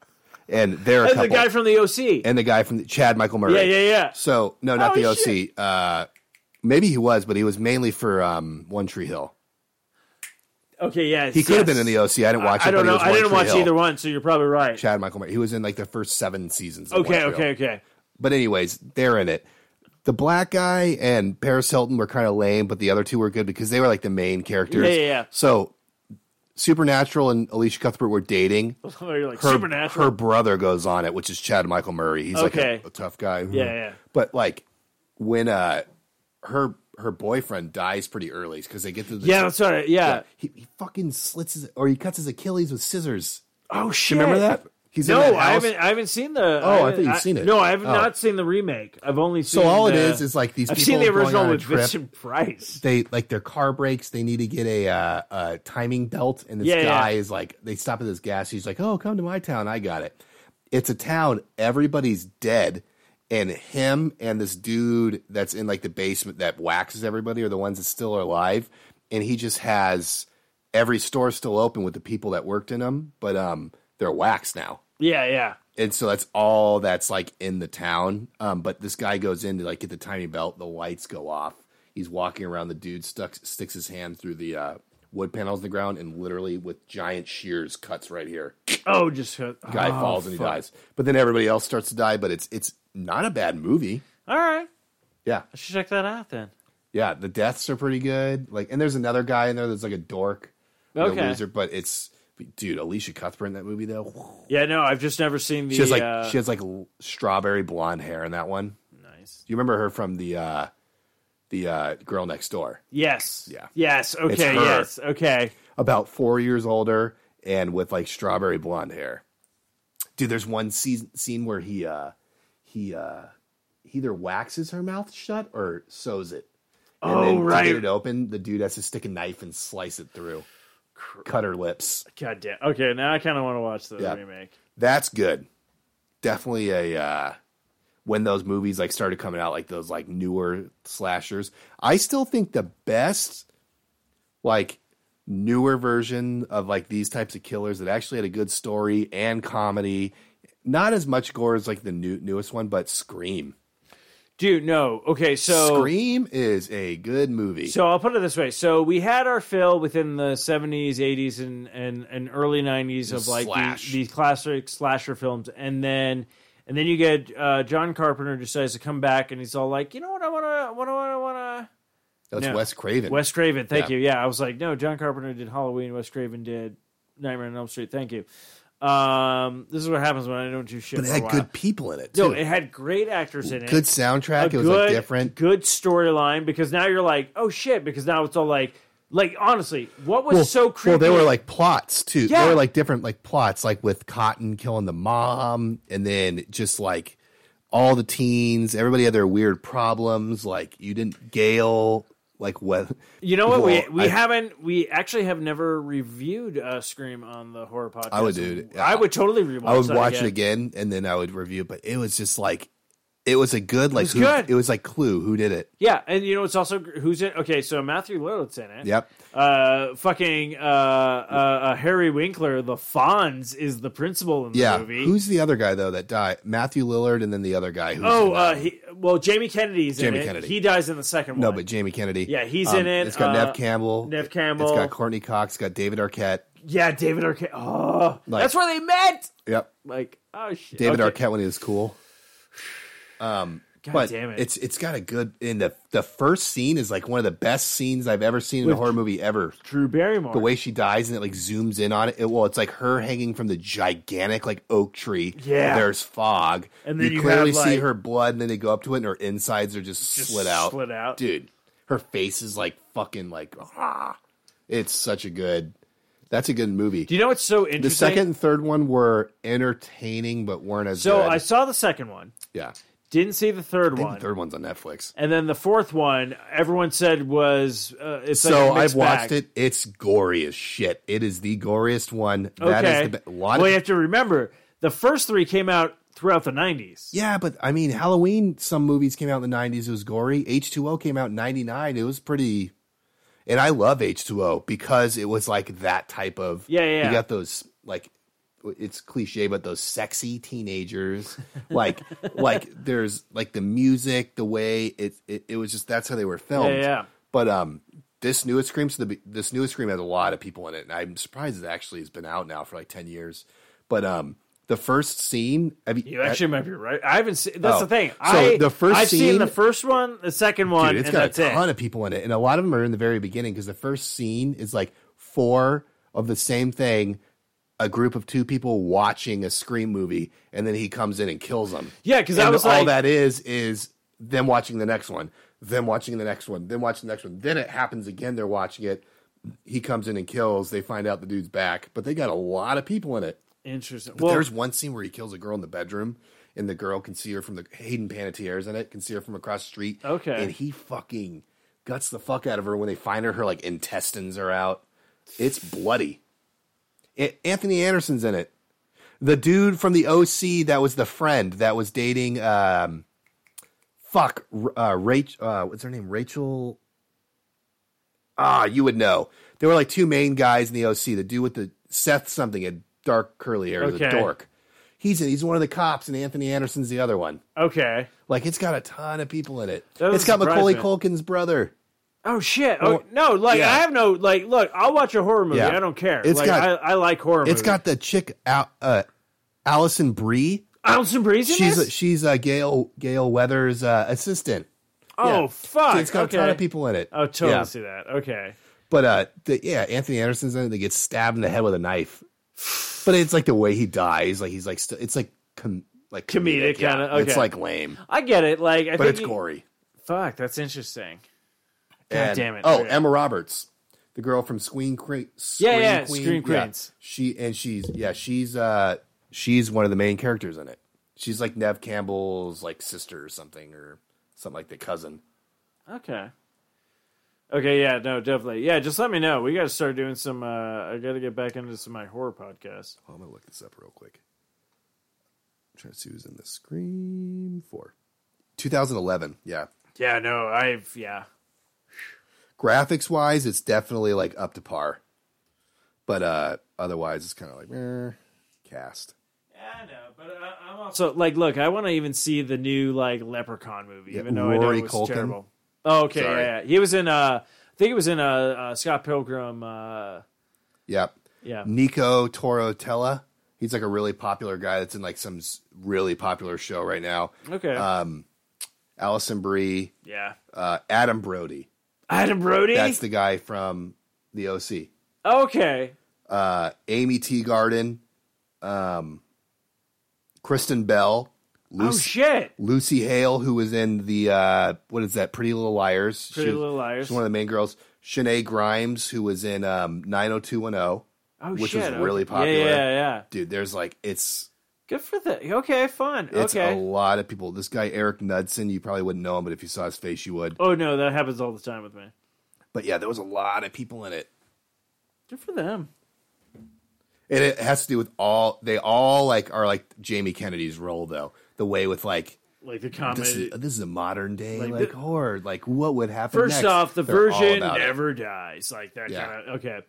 B: and they're a
E: That's
B: couple,
E: the guy from the OC.
B: and the guy from Chad Michael Murray.
E: yeah, yeah, yeah.
B: So no, not
E: Oh,
B: the OC. Uh, maybe he was, but he was mainly for um, One Tree Hill.
E: Okay, yeah.
B: He could have been in the OC. I didn't watch it.
E: I don't
B: but he
E: know.
B: was
E: I
B: One
E: didn't
B: Tree
E: watch
B: Hill.
E: either one, so you're probably right.
B: Chad Michael Murray. He was in like the first seven seasons. Of
E: okay,
B: One Tree Hill.
E: okay, okay.
B: But anyways, they're in it. The black guy and Paris Hilton were kind of lame, but the other two were good because they were like the main characters.
E: Yeah, yeah, yeah.
B: So Supernatural and Alicia Cuthbert were dating.
E: You're like
B: Her,
E: supernatural.
B: her brother goes on it, which is Chad Michael Murray. He's
E: Okay.
B: like a, a tough guy.
E: Yeah, yeah.
B: But like when uh her her boyfriend dies pretty early because they get to the
E: yeah, that's right. Yeah.
B: he, he fucking slits his or he cuts his Achilles with scissors.
E: Oh shit!
B: Do you remember that? He's in
E: No,
B: that
E: I
B: house. Oh,
E: haven't. I haven't seen the.
B: I
E: haven't-
B: thought you'd seen it.
E: No, I have
B: Oh.
E: not seen the remake. I've only seen.
B: So all it
E: the-
B: is is like these
E: I've
B: people
E: seen the
B: going
E: original
B: on a
E: with
B: trip.
E: Vincent Price.
B: they like their car breaks. They need to get a uh, a timing belt, and this
E: Yeah, yeah.
B: guy is like, they stop at this gas. He's like, "Oh, come to my town. I got it." It's a town. Everybody's dead, and him and this dude that's in like the basement that waxes everybody are the ones that still are alive, and he just has every store still open with the people that worked in them, but um, they're waxed now
E: Yeah, yeah.
B: and so that's all that's like in the town. Um, but this guy goes in to like get the timing belt. The lights go off. He's walking around. The dude stuck, sticks his hand through the uh, wood panels in the ground and literally with giant shears cuts right here.
E: Oh, just guy
B: Guy falls and he dies. But then everybody else starts to die. But it's it's not a bad movie.
E: All right,
B: Yeah,
E: I should check that out then.
B: yeah. The deaths are pretty good. Like, and there's another guy in there that's like a dork, you know,
E: Okay.
B: loser. But it's dude, Alicia Cuthbert in that movie though.
E: Yeah, no, I've just never seen the.
B: She has like
E: uh,
B: she has like l- strawberry blonde hair in that one.
E: nice.
B: Do you remember her from the uh the uh girl next door?
E: Yes.
B: Yeah.
E: Yes. Okay.
B: her.
E: Yes. Okay.
B: About four years older and with like strawberry blonde hair. Dude, there's one season, scene where he uh he uh he either waxes her mouth shut or sews it. And
E: Oh,
B: to
E: right.
B: get it open, the dude has to stick a knife and slice it through. Cut her lips.
E: God damn. Okay, now I kind of want to watch the
B: Yeah.
E: remake.
B: That's good. Definitely a uh when those movies like started coming out, like those like newer slashers. I still think the best like newer version of like these types of killers that actually had a good story and comedy. Not as much gore as like the new newest one, but Scream.
E: Dude, no. Okay, so
B: Scream is a good movie.
E: so I'll put it this way. So we had our fill within the 70s, 80s and and, and early 90s of like
B: slash.
E: the, these classic slasher films and then and then you get uh, John Carpenter decides to come back and he's all like, "You know what? I want to I want to I want to
B: That's
E: no.
B: Wes Craven.
E: Wes Craven, thank
B: Yeah.
E: you. Yeah, I was like, no, John Carpenter did Halloween. Wes Craven did Nightmare on Elm Street. Thank you. Um, this is what happens when I don't do shit.
B: But it
E: for a
B: had
E: while.
B: good people in it too.
E: No, it had great actors in it.
B: good soundtrack.
E: A
B: it was like different.
E: Good storyline because now you're like, oh shit, because now it's all like, like honestly, what was so creepy?
B: Well, they were like plots too.
E: Yeah.
B: They were like different like plots, like with Cotton killing the mom, and then just like all the teens, everybody had their weird problems. Like you didn't Gail,
E: (laughs)
B: like what?
E: you know what? we
B: Well,
E: we
B: I-
E: haven't. We actually have never reviewed uh, Scream on the horror podcast.
B: I would do it.
E: I would totally rewatch.
B: I would
E: that
B: watch it again, and then I would review. But it was just like it was a good like
E: was
B: who-
E: good.
B: it was like Clue. Who did it?
E: Yeah, and you know it's also who's in. Okay, so Matthew Lillard's in it.
B: Yep.
E: Uh, fucking uh, uh, uh, Harry Winkler, the Fonz is the principal in the
B: Yeah.
E: movie.
B: Who's the other guy though that died? Matthew Lillard, and then the other guy. Who's
E: oh,
B: in
E: uh,
B: that?
E: he, well, Jamie Kennedy's
B: Jamie
E: in it.
B: Kennedy.
E: He dies in the second
B: no,
E: one.
B: but Jamie Kennedy.
E: Yeah, he's
B: Um,
E: in it.
B: It's got
E: Uh,
B: Nev Campbell.
E: Nev
B: It's
E: Campbell.
B: got Courtney Cox. Got David Arquette.
E: yeah, David Arquette. Oh,
B: Like-
E: that's where they met.
B: Yep.
E: Like, oh shit,
B: David
E: Okay.
B: Arquette when he was cool.
E: God
B: but
E: damn it.
B: it's it's got a good in the the first scene is like one of the best scenes I've ever seen in a
E: With-
B: horror movie ever.
E: Drew Barrymore.
B: The way she dies and it like zooms in on it. it well, it's like her hanging from the gigantic like oak tree.
E: Yeah.
B: there's fog,
E: And then you
B: clearly
E: have,
B: see
E: like-
B: her blood, and then they go up to it, and her insides are just,
E: Just
B: split out.
E: split out.
B: dude. Her face is like fucking like ah. It's such a good. That's a good movie.
E: Do you know what's so interesting?
B: the second and third one were entertaining, but weren't as
E: So
B: good.
E: I saw the second one.
B: yeah.
E: Didn't see the third
B: I think
E: one.
B: the third one's on Netflix.
E: And then the fourth one, everyone said was uh, it's like
B: so
E: a mixed
B: I've watched
E: bag.
B: it. It's gory as shit. It is the goriest one. That is
E: okay.
B: the be- a lot
E: well, you
B: of,
E: have to remember the first three came out throughout the nineties.
B: yeah, but I mean, Halloween. Some movies came out in the '90s. It was gory. H2O came out in '99. It was pretty. And I love H2O because it was like that type of.
E: Yeah, yeah, yeah.
B: You got those like. It's cliche, but those sexy teenagers, like, (laughs) like there's like the music, the way it, it, it was just that's how they were filmed.
E: Yeah, yeah.
B: But um, this newest Scream, so the, this newest Scream has a lot of people in it, and I'm surprised it actually has been out now for like ten years. But um, the first scene, have you,
E: You actually might be right. I haven't seen. That's
B: Oh.
E: the thing.
B: So
E: I,
B: the first
E: I've seen
B: scene-
E: the first one, the second one,
B: dude, it's
E: and
B: got a
E: that's it.
B: ton of people in it, and a lot of them are in the very beginning because the first scene is like four of the same thing. A group of two people watching a scream movie, and then he comes in and kills them.
E: Yeah, 'cause I
B: And
E: was
B: all
E: like-
B: that is is them watching the next one, them watching the next one, them watching the next one. Then it happens again. They're watching it. He comes in and kills. They find out the dude's back, but they got a lot of people in it.
E: Interesting.
B: But
E: well,
B: there's one scene where he kills a girl in the bedroom, and the girl can see her from the Hayden Panettiere's in it, can see her from across the street.
E: Okay.
B: and he fucking guts the fuck out of her when they find her. Her like intestines are out. It's bloody. A- Anthony Anderson's in it. The dude from the OC that was the friend that was dating um, fuck R- uh, Rachel. Uh, what's her name? Rachel. Ah, you would know. There were like two main guys in the OC. The dude with the Seth something had dark curly hair, the
E: Okay.
B: dork. He's he's one of the cops, and Anthony Anderson's the other one.
E: okay.
B: Like it's got a ton of people in it.
E: doesn't
B: It's got
E: surprise
B: Macaulay
E: me.
B: Culkin's brother.
E: Oh shit! Oh no! Like
B: yeah.
E: I have no like. Look, I'll watch a horror movie.
B: Yeah.
E: I don't care.
B: It's
E: like
B: got-
E: I, I like horror.
B: It's
E: movies.
B: got the chick out, uh, Allison Brie.
E: Alison Breeze in
B: She's
E: this?
B: a, she's uh, Gail Gail Weathers' uh, assistant.
E: oh
B: yeah.
E: fuck!
B: It's got
E: okay.
B: a ton of people in it.
E: Oh, totally
B: Yeah.
E: see that. Okay.
B: But uh, the, yeah, Anthony Anderson's in it. They get stabbed in the head with a knife. (sighs) But it's like the way he dies. Like he's like st- it's like com- like
E: Comedic
B: yeah.
E: kinda,
B: It's
E: okay.
B: like lame,
E: I get it. Like, I
B: but
E: think
B: it's
E: you-
B: gory.
E: Fuck, that's interesting.
B: And-
E: damn it.
B: Oh,
E: Okay.
B: Emma Roberts, the girl from Screen, Cre- Screen
E: Yeah, yeah,
B: Queen.
E: Scream
B: Yeah.
E: Queens.
B: She and she's yeah she's uh she's one of the main characters in it. She's like Nev Campbell's like sister or something or something like the cousin.
E: Okay. Okay, yeah, no, definitely. Yeah, just let me know. We got to start doing some. Uh, I got to get back into some of my horror podcast.
B: Oh, I'm gonna look this up real quick. I'm trying to see who's in the Scream Four, 2011. Yeah,
E: Yeah, no, I've yeah.
B: graphics wise, it's definitely like up to par, but uh, otherwise, it's kind of like eh, cast.
E: Yeah, I know, but I, I'm also like, look, I want to even see the new like Leprechaun movie,
B: Yeah,
E: even though I know
B: Rory
E: it was
B: Culkin.
E: terrible. Oh, okay, yeah,
B: Sorry.
E: yeah, he was in. Uh, I think it was in uh, uh Scott Pilgrim. Uh,
B: Yep.
E: yeah,
B: Nico Torotella. He's like a really popular guy that's in like some s- really popular show right now.
E: okay,
B: Um, Allison Brie,
E: yeah.
B: uh, Adam Brody.
E: Adam Brody.
B: That's the guy from the OC.
E: okay,
B: uh, Amy T. Garden, um, Kristen Bell,
E: Oh
B: Lucy,
E: shit!
B: Lucy Hale, who was in the uh, what is that? Pretty Little Liars.
E: Pretty
B: She-
E: Little Liars.
B: She's one of the main girls. Shanae Grimes, who was in um, 90210.
E: Oh
B: which
E: shit!
B: was really
E: Okay. Yeah,
B: popular.
E: Yeah, yeah.
B: Dude, there's like it's
E: Good for the. Okay, fun.
B: it's a
E: okay.
B: lot of people. This guy Eric Knudsen, you probably wouldn't know him, but if you saw his face, you would.
E: Oh no, that happens all the time with me.
B: But yeah, there was a lot of people in it.
E: Good for them.
B: And it has to do with all they all like are like Jamie Kennedy's role though. The way with like
E: Like the comedy.
B: this is uh, this is a modern day
E: Like,
B: like,
E: the-
B: horror. Like what would happen?
E: First
B: next?
E: off, the
B: They're all
E: version
B: about it.
E: never dies. Like that
B: Yeah.
E: kind of okay.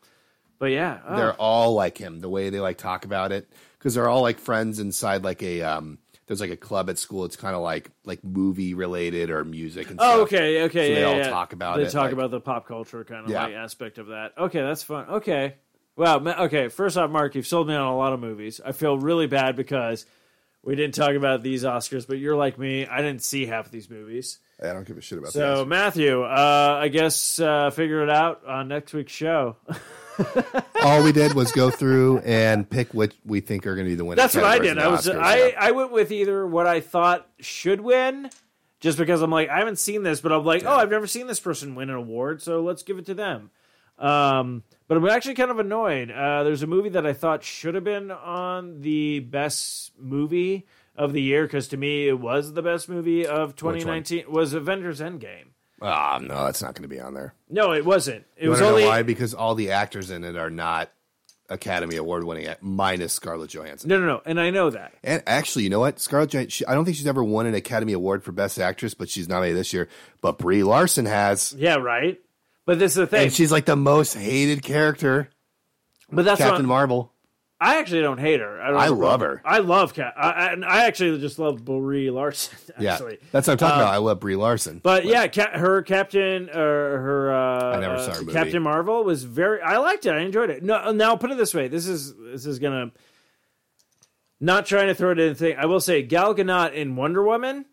E: But yeah, oh,
B: They're all like him. The way they like talk about it because they're all like friends inside like a um. There's like a club at school. It's kind of like like movie related or music. and
E: Oh,
B: stuff.
E: okay, okay,
B: So
E: yeah.
B: they all
E: yeah.
B: talk about
E: they
B: it,
E: talk
B: like-
E: about the pop culture kind of
B: Yeah.
E: like aspect of that. Okay, that's fun. Okay, wow. ma- Okay, first off, Mark, you've sold me on a lot of movies. I feel really bad because we didn't talk about these Oscars, but you're like me. I didn't see half of these movies.
B: I don't give a shit about
E: So
B: that.
E: Matthew, uh, I guess uh, figure it out on next week's show.
B: All we did was go through and pick what we think are going to be the winners.
E: That's what I
B: categories
E: did.
B: in the
E: I was
B: Oscars,
E: I
B: yeah.
E: I went with either what I thought should win, just because I'm like I haven't seen this, but I'm like oh I've never seen this person win an award, so let's give it to them. Um, but I'm actually kind of annoyed. Uh, there's a movie that I thought should have been on the best movie of the year because to me it was the best movie of 2019. Was Avengers Endgame?
B: Ah, no, that's not going to be on there.
E: No, it wasn't. It
B: You
E: was
B: want to know
E: only
B: why? Because all the actors in it are not Academy Award winning, minus Scarlett Johansson.
E: no no no, and I know that.
B: And actually, you know what? Scarlett Johansson. She, I don't think she's ever won an Academy Award for Best Actress, but she's nominated this year. But Brie Larson has,
E: Yeah, right. But this is the thing.
B: and she's like the most hated character,
E: but that's what
B: Captain
E: I'm-
B: Marvel.
E: I actually don't hate her. I, don't
B: I
E: have a
B: love
E: problem.
B: her.
E: I love Cat. I, I, and I actually just love Brie Larson. (laughs)
B: Yeah,
E: Actually, uh,
B: that's what I'm talking about. I love Brie Larson,
E: but yeah, Ca- her Captain or her uh,
B: I never saw
E: uh,
B: her movie.
E: Captain Marvel was very. I liked it. I enjoyed it. No, now put it this way. This is this is gonna. Not trying to throw it in thing. I will say Gal Gadot in Wonder Woman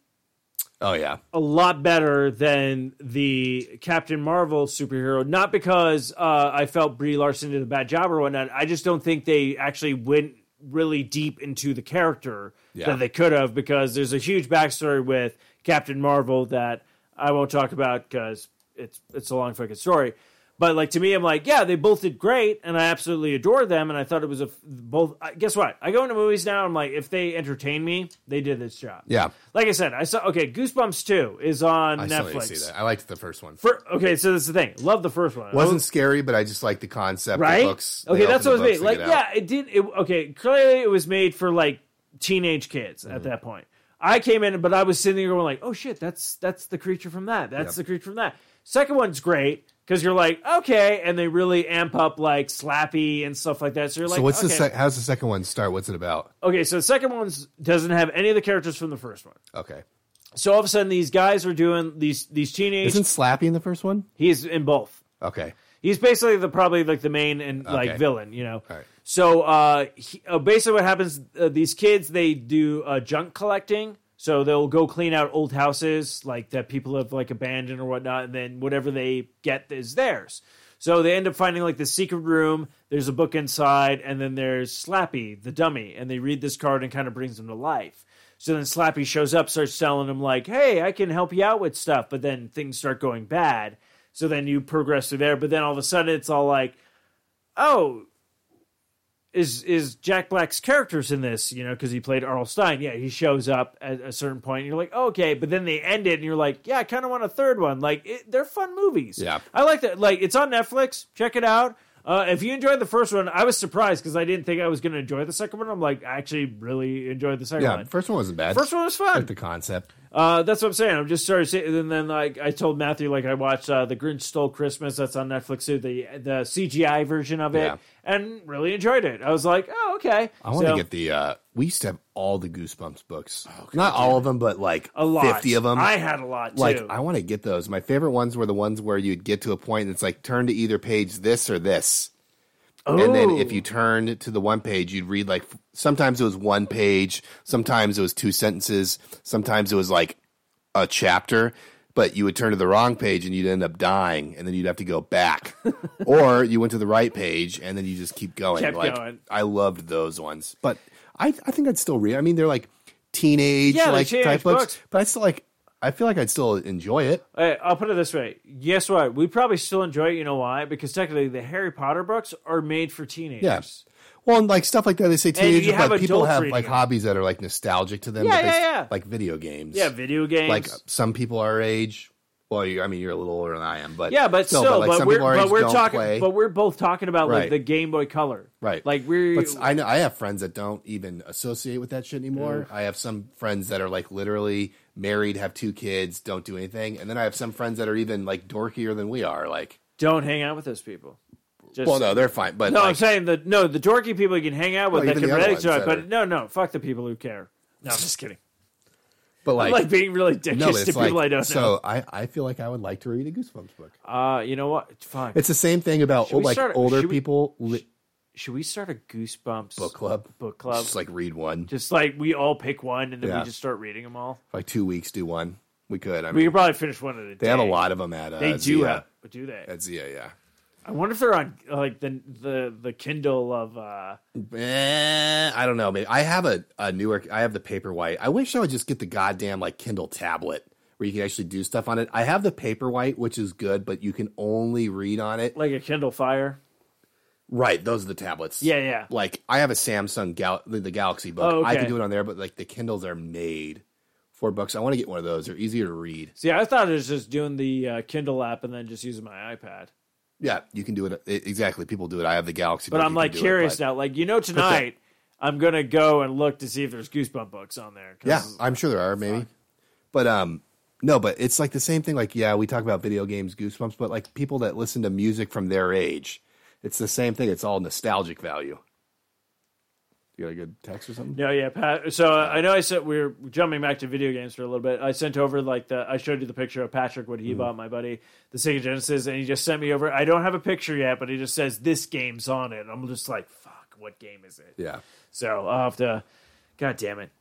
B: oh yeah,
E: a lot better than the Captain Marvel superhero. Not because uh, I felt Brie Larson did a bad job or whatnot. I just don't think they actually went really deep into the character
B: Yeah.
E: that they could have because there's a huge backstory with Captain Marvel that I won't talk about because it's it's a long fucking story. But like to me, I'm like, yeah, they both did great, and I absolutely adore them, and I thought it was a f- both. I- Guess what? I go into movies now. I'm like, if they entertain me, they did this job
B: yeah.
E: like I said, I saw okay, Goosebumps two is on
B: I still need to
E: Netflix.
B: see that. I liked the first one.
E: Fir- okay, so that's the thing. Love the first one.
B: wasn't scary, but I just like the concept.
E: right?
B: The books,
E: okay,
B: they
E: that's what
B: open
E: it was
B: the
E: made. Like,
B: books
E: yeah, it did. It, okay, clearly it was made for like teenage kids at
B: Mm-hmm.
E: that point. I came in, but I was sitting there going like, "Oh shit, that's that's the creature from that. That's
B: Yep.
E: the creature from that." Second one's great because you're like, okay, and they really amp up like Slappy and stuff like that. So you're
B: and
E: like,
B: so what's
E: okay.
B: the sec- how's the second one start? What's it about?
E: okay, so the second one doesn't have any of the characters from the first one.
B: Okay,
E: So all of a sudden, these guys are doing these these teenage
B: isn't Slappy in the first one?
E: He's in both.
B: Okay,
E: He's basically the probably like the main and like
B: Okay.
E: villain, you know.
B: All right.
E: So uh, he, uh, basically, what happens? Uh, these kids they do uh, junk collecting, so they'll go clean out old houses like that people have like abandoned or whatnot, and then whatever they get is theirs. So they end up finding like the secret room. There's a book inside, and then there's Slappy the dummy, and they read this card and kind of brings them to life. So then Slappy shows up, starts telling him like, "Hey, I can help you out with stuff," but then things start going bad. So then you progress through there, but then all of a sudden it's all like, "Oh, is is Jack Black's characters in this, you know, because he played Arl Stein. Yeah, he shows up at a certain point, and you're like, okay, but then they end it, and you're like, yeah, I kind of want a third one. Like, it, they're fun movies.
B: Yeah.
E: I like that. Like, it's on Netflix. Check it out. Uh, if you enjoyed the first one, I was surprised because I didn't think I was going to enjoy the second one. I'm like, I actually really enjoyed the second
B: yeah,
E: one.
B: first one wasn't bad.
E: First one was fun.
B: like the concept.
E: Uh, that's what I'm saying. I'm just sorry. to say- And then, like, I told Matthew, like, I watched uh, The Grinch Stole Christmas. That's on Netflix too. The the CGI version of it,
B: Yeah.
E: and really enjoyed it. I was like, oh, okay.
B: I want to
E: So- Oh,
B: get the. uh We used to have all the Goosebumps books, not all of them, but like
E: a lot.
B: fifty of them.
E: I had a lot too.
B: like I want to get those. My favorite ones were the ones where you'd get to a point and it's like turn to either page this or this. And then if
E: Oh.
B: you turned to the one page, you'd read like sometimes it was one page, sometimes it was two sentences, sometimes it was like a chapter. but you would turn to the wrong page and you'd end up dying, and then you'd have to
E: (laughs)
B: go back, or you went to the right page and then you just keep going.
E: Kept
B: like
E: going.
B: I loved those ones, but I I think I'd still read. I mean, they're like teenage
E: Yeah, they're
B: like
E: teenage
B: type books,
E: books.
B: but I still like. I feel like I'd still enjoy it.
E: Hey, I'll put it this way. Guess what? We probably still enjoy it. You know why? Because technically, the Harry Potter books are made for teenagers.
B: Well, and like stuff like that, they say teenagers,
E: have
B: but people
E: adults
B: have
E: reading
B: like
E: it.
B: hobbies that are like nostalgic to them.
E: Yeah,
B: but they
E: yeah,
B: s-
E: yeah.
B: Like video games.
E: Yeah, video games.
B: like uh, some people our age. Well, you, I mean, you're a little older than I am, but
E: yeah, but
B: still,
E: still,
B: like
E: but,
B: some
E: we're
B: people our
E: but
B: age
E: we're
B: don't
E: talking,
B: play.
E: but we're both talking about like
B: Right.
E: the Game Boy Color,
B: right,
E: Like we're
B: But I know I have friends that don't even associate with that shit anymore.
E: Mm.
B: I have some friends that are like literally married, have two kids, don't do anything, and then I have some friends that are even like dorkier than we are. Like,
E: don't hang out with those people. Just,
B: well, no, they're fine, but
E: No,
B: like,
E: I'm saying the no, the dorky people you can hang out with
B: Well,
E: that
B: even
E: can
B: the other
E: relate to
B: ones
E: it,
B: that
E: but no, no, fuck the people who care. No, I'm just kidding. (laughs)
B: but
E: I'm
B: like,
E: like being really dickish
B: no, but
E: to
B: it's
E: people
B: like
E: I don't
B: so. I I feel like I would like to read a Goosebumps book.
E: know. Uh, you know what? Fuck.
B: It's the same thing about
E: we
B: like
E: start-
B: older
E: should we-
B: people li-
E: Should we start a Goosebumps
B: book club.
E: Book club.
B: Just like read one.
E: Just like we all pick one and then
B: Yeah.
E: we just start reading them all.
B: like two weeks, do one. We could. I
E: We
B: mean,
E: could probably finish one at a day.
B: they have a lot of them at. Uh,
E: They do
B: Zia.
E: have, do they?
B: At Zia, yeah.
E: I wonder if they're on like the the the Kindle of. uh
B: Eh, I don't know. Maybe I have a, a newer. I have the Paperwhite. I wish I would just get the goddamn like Kindle tablet where you can actually do stuff on it. I have the Paperwhite, which is good, but you can only read on it.
E: like a Kindle Fire.
B: Right, those are the tablets.
E: Yeah, yeah.
B: Like I have a Samsung Gal- the, the Galaxy book.
E: Oh,
B: I
E: okay.
B: can do it on there, but like the Kindles are made for books. I want to get one of those. They're easier to read.
E: See, I thought it was just doing the uh, Kindle app and then just using my iPad.
B: Yeah, you can do it. it- Exactly, people do it. I have the Galaxy,
E: But
B: book.
E: I'm
B: You
E: like
B: can do it,
E: curious
B: but-
E: now. Like you know, tonight I'm gonna go and look to see if there's Goosebump books on there. 'cause-
B: Yeah, I'm sure there are maybe, but um, no, but it's like the same thing. Like, yeah, we talk about video games, goosebumps, but like people that listen to music from their age, it's the same thing. It's all nostalgic value. You got a good text or something?
E: No, yeah, Pat. So uh, I know I said we are jumping back to video games for a little bit. I sent over like the I showed you the picture of Patrick what he
B: Mm-hmm.
E: bought my buddy the Sega Genesis, and he just sent me over. I don't have a picture yet, but he just says this game's on it. I'm just like, fuck, what game is it?
B: Yeah.
E: So I'll have to. God damn it.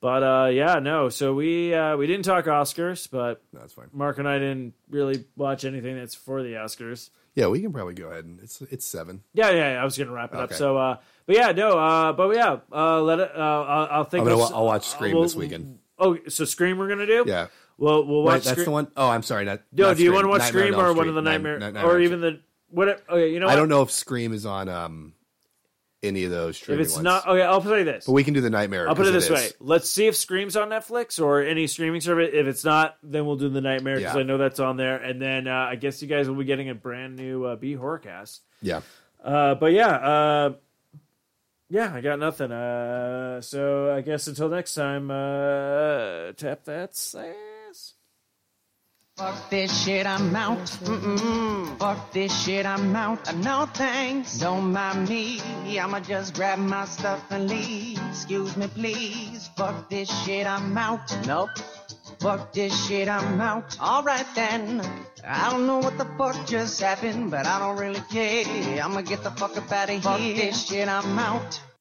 E: But uh, yeah, no. So we uh, we didn't talk Oscars, but
B: No, that's fine.
E: Mark and I didn't really watch anything that's for the Oscars.
B: Yeah, we can probably go ahead and it's it's seven.
E: Yeah, yeah, yeah, I was gonna wrap it up.
B: Okay.
E: So, uh, but yeah, no, uh, but yeah, uh, let it. Uh, I'll, I'll think.
B: I'm gonna,
E: of
B: wa-
E: s-
B: I'll watch
E: uh,
B: Scream
E: we'll-
B: this weekend.
E: Oh, so Scream we're gonna do?
B: Yeah.
E: Well, we'll watch.
B: Wait, that's
E: Scream.
B: the one oh I'm sorry. Not,
E: No,
B: not
E: do you
B: Scream.
E: want to watch
B: Nightmare
E: Scream
B: on Elm
E: or one of
B: Street.
E: the
B: Night-
E: Nightmare,
B: Night-
E: or
B: on
E: even
B: Elm
E: the what? Okay, you know
B: Street. I
E: what?
B: don't know if Scream is on um any of those
E: If
B: streaming
E: it's
B: ones.
E: not okay, I'll play this.
B: but we can do the Nightmare.
E: I'll put it
B: 'cause
E: this way:
B: is.
E: Let's see if Scream's on Netflix or any streaming service. If it's not, then we'll do the Nightmare because
B: Yeah.
E: I know that's on there. And then uh, I guess you guys will be getting a brand new uh, B Horrorcast.
B: Yeah.
E: Uh, but yeah, uh, yeah, I got nothing. Uh, so I guess until next time, uh, tap that ass.
C: Fuck this shit, I'm out. Mm-mm. Fuck this shit, I'm out. Uh, No thanks. Don't mind me. I'ma just grab my stuff and leave. Excuse me, please. Fuck this shit, I'm out. Nope. Fuck this shit, I'm out. Alright then. I don't know what the fuck just happened, but I don't really care. I'ma get the fuck up out of here. Fuck this shit, I'm out.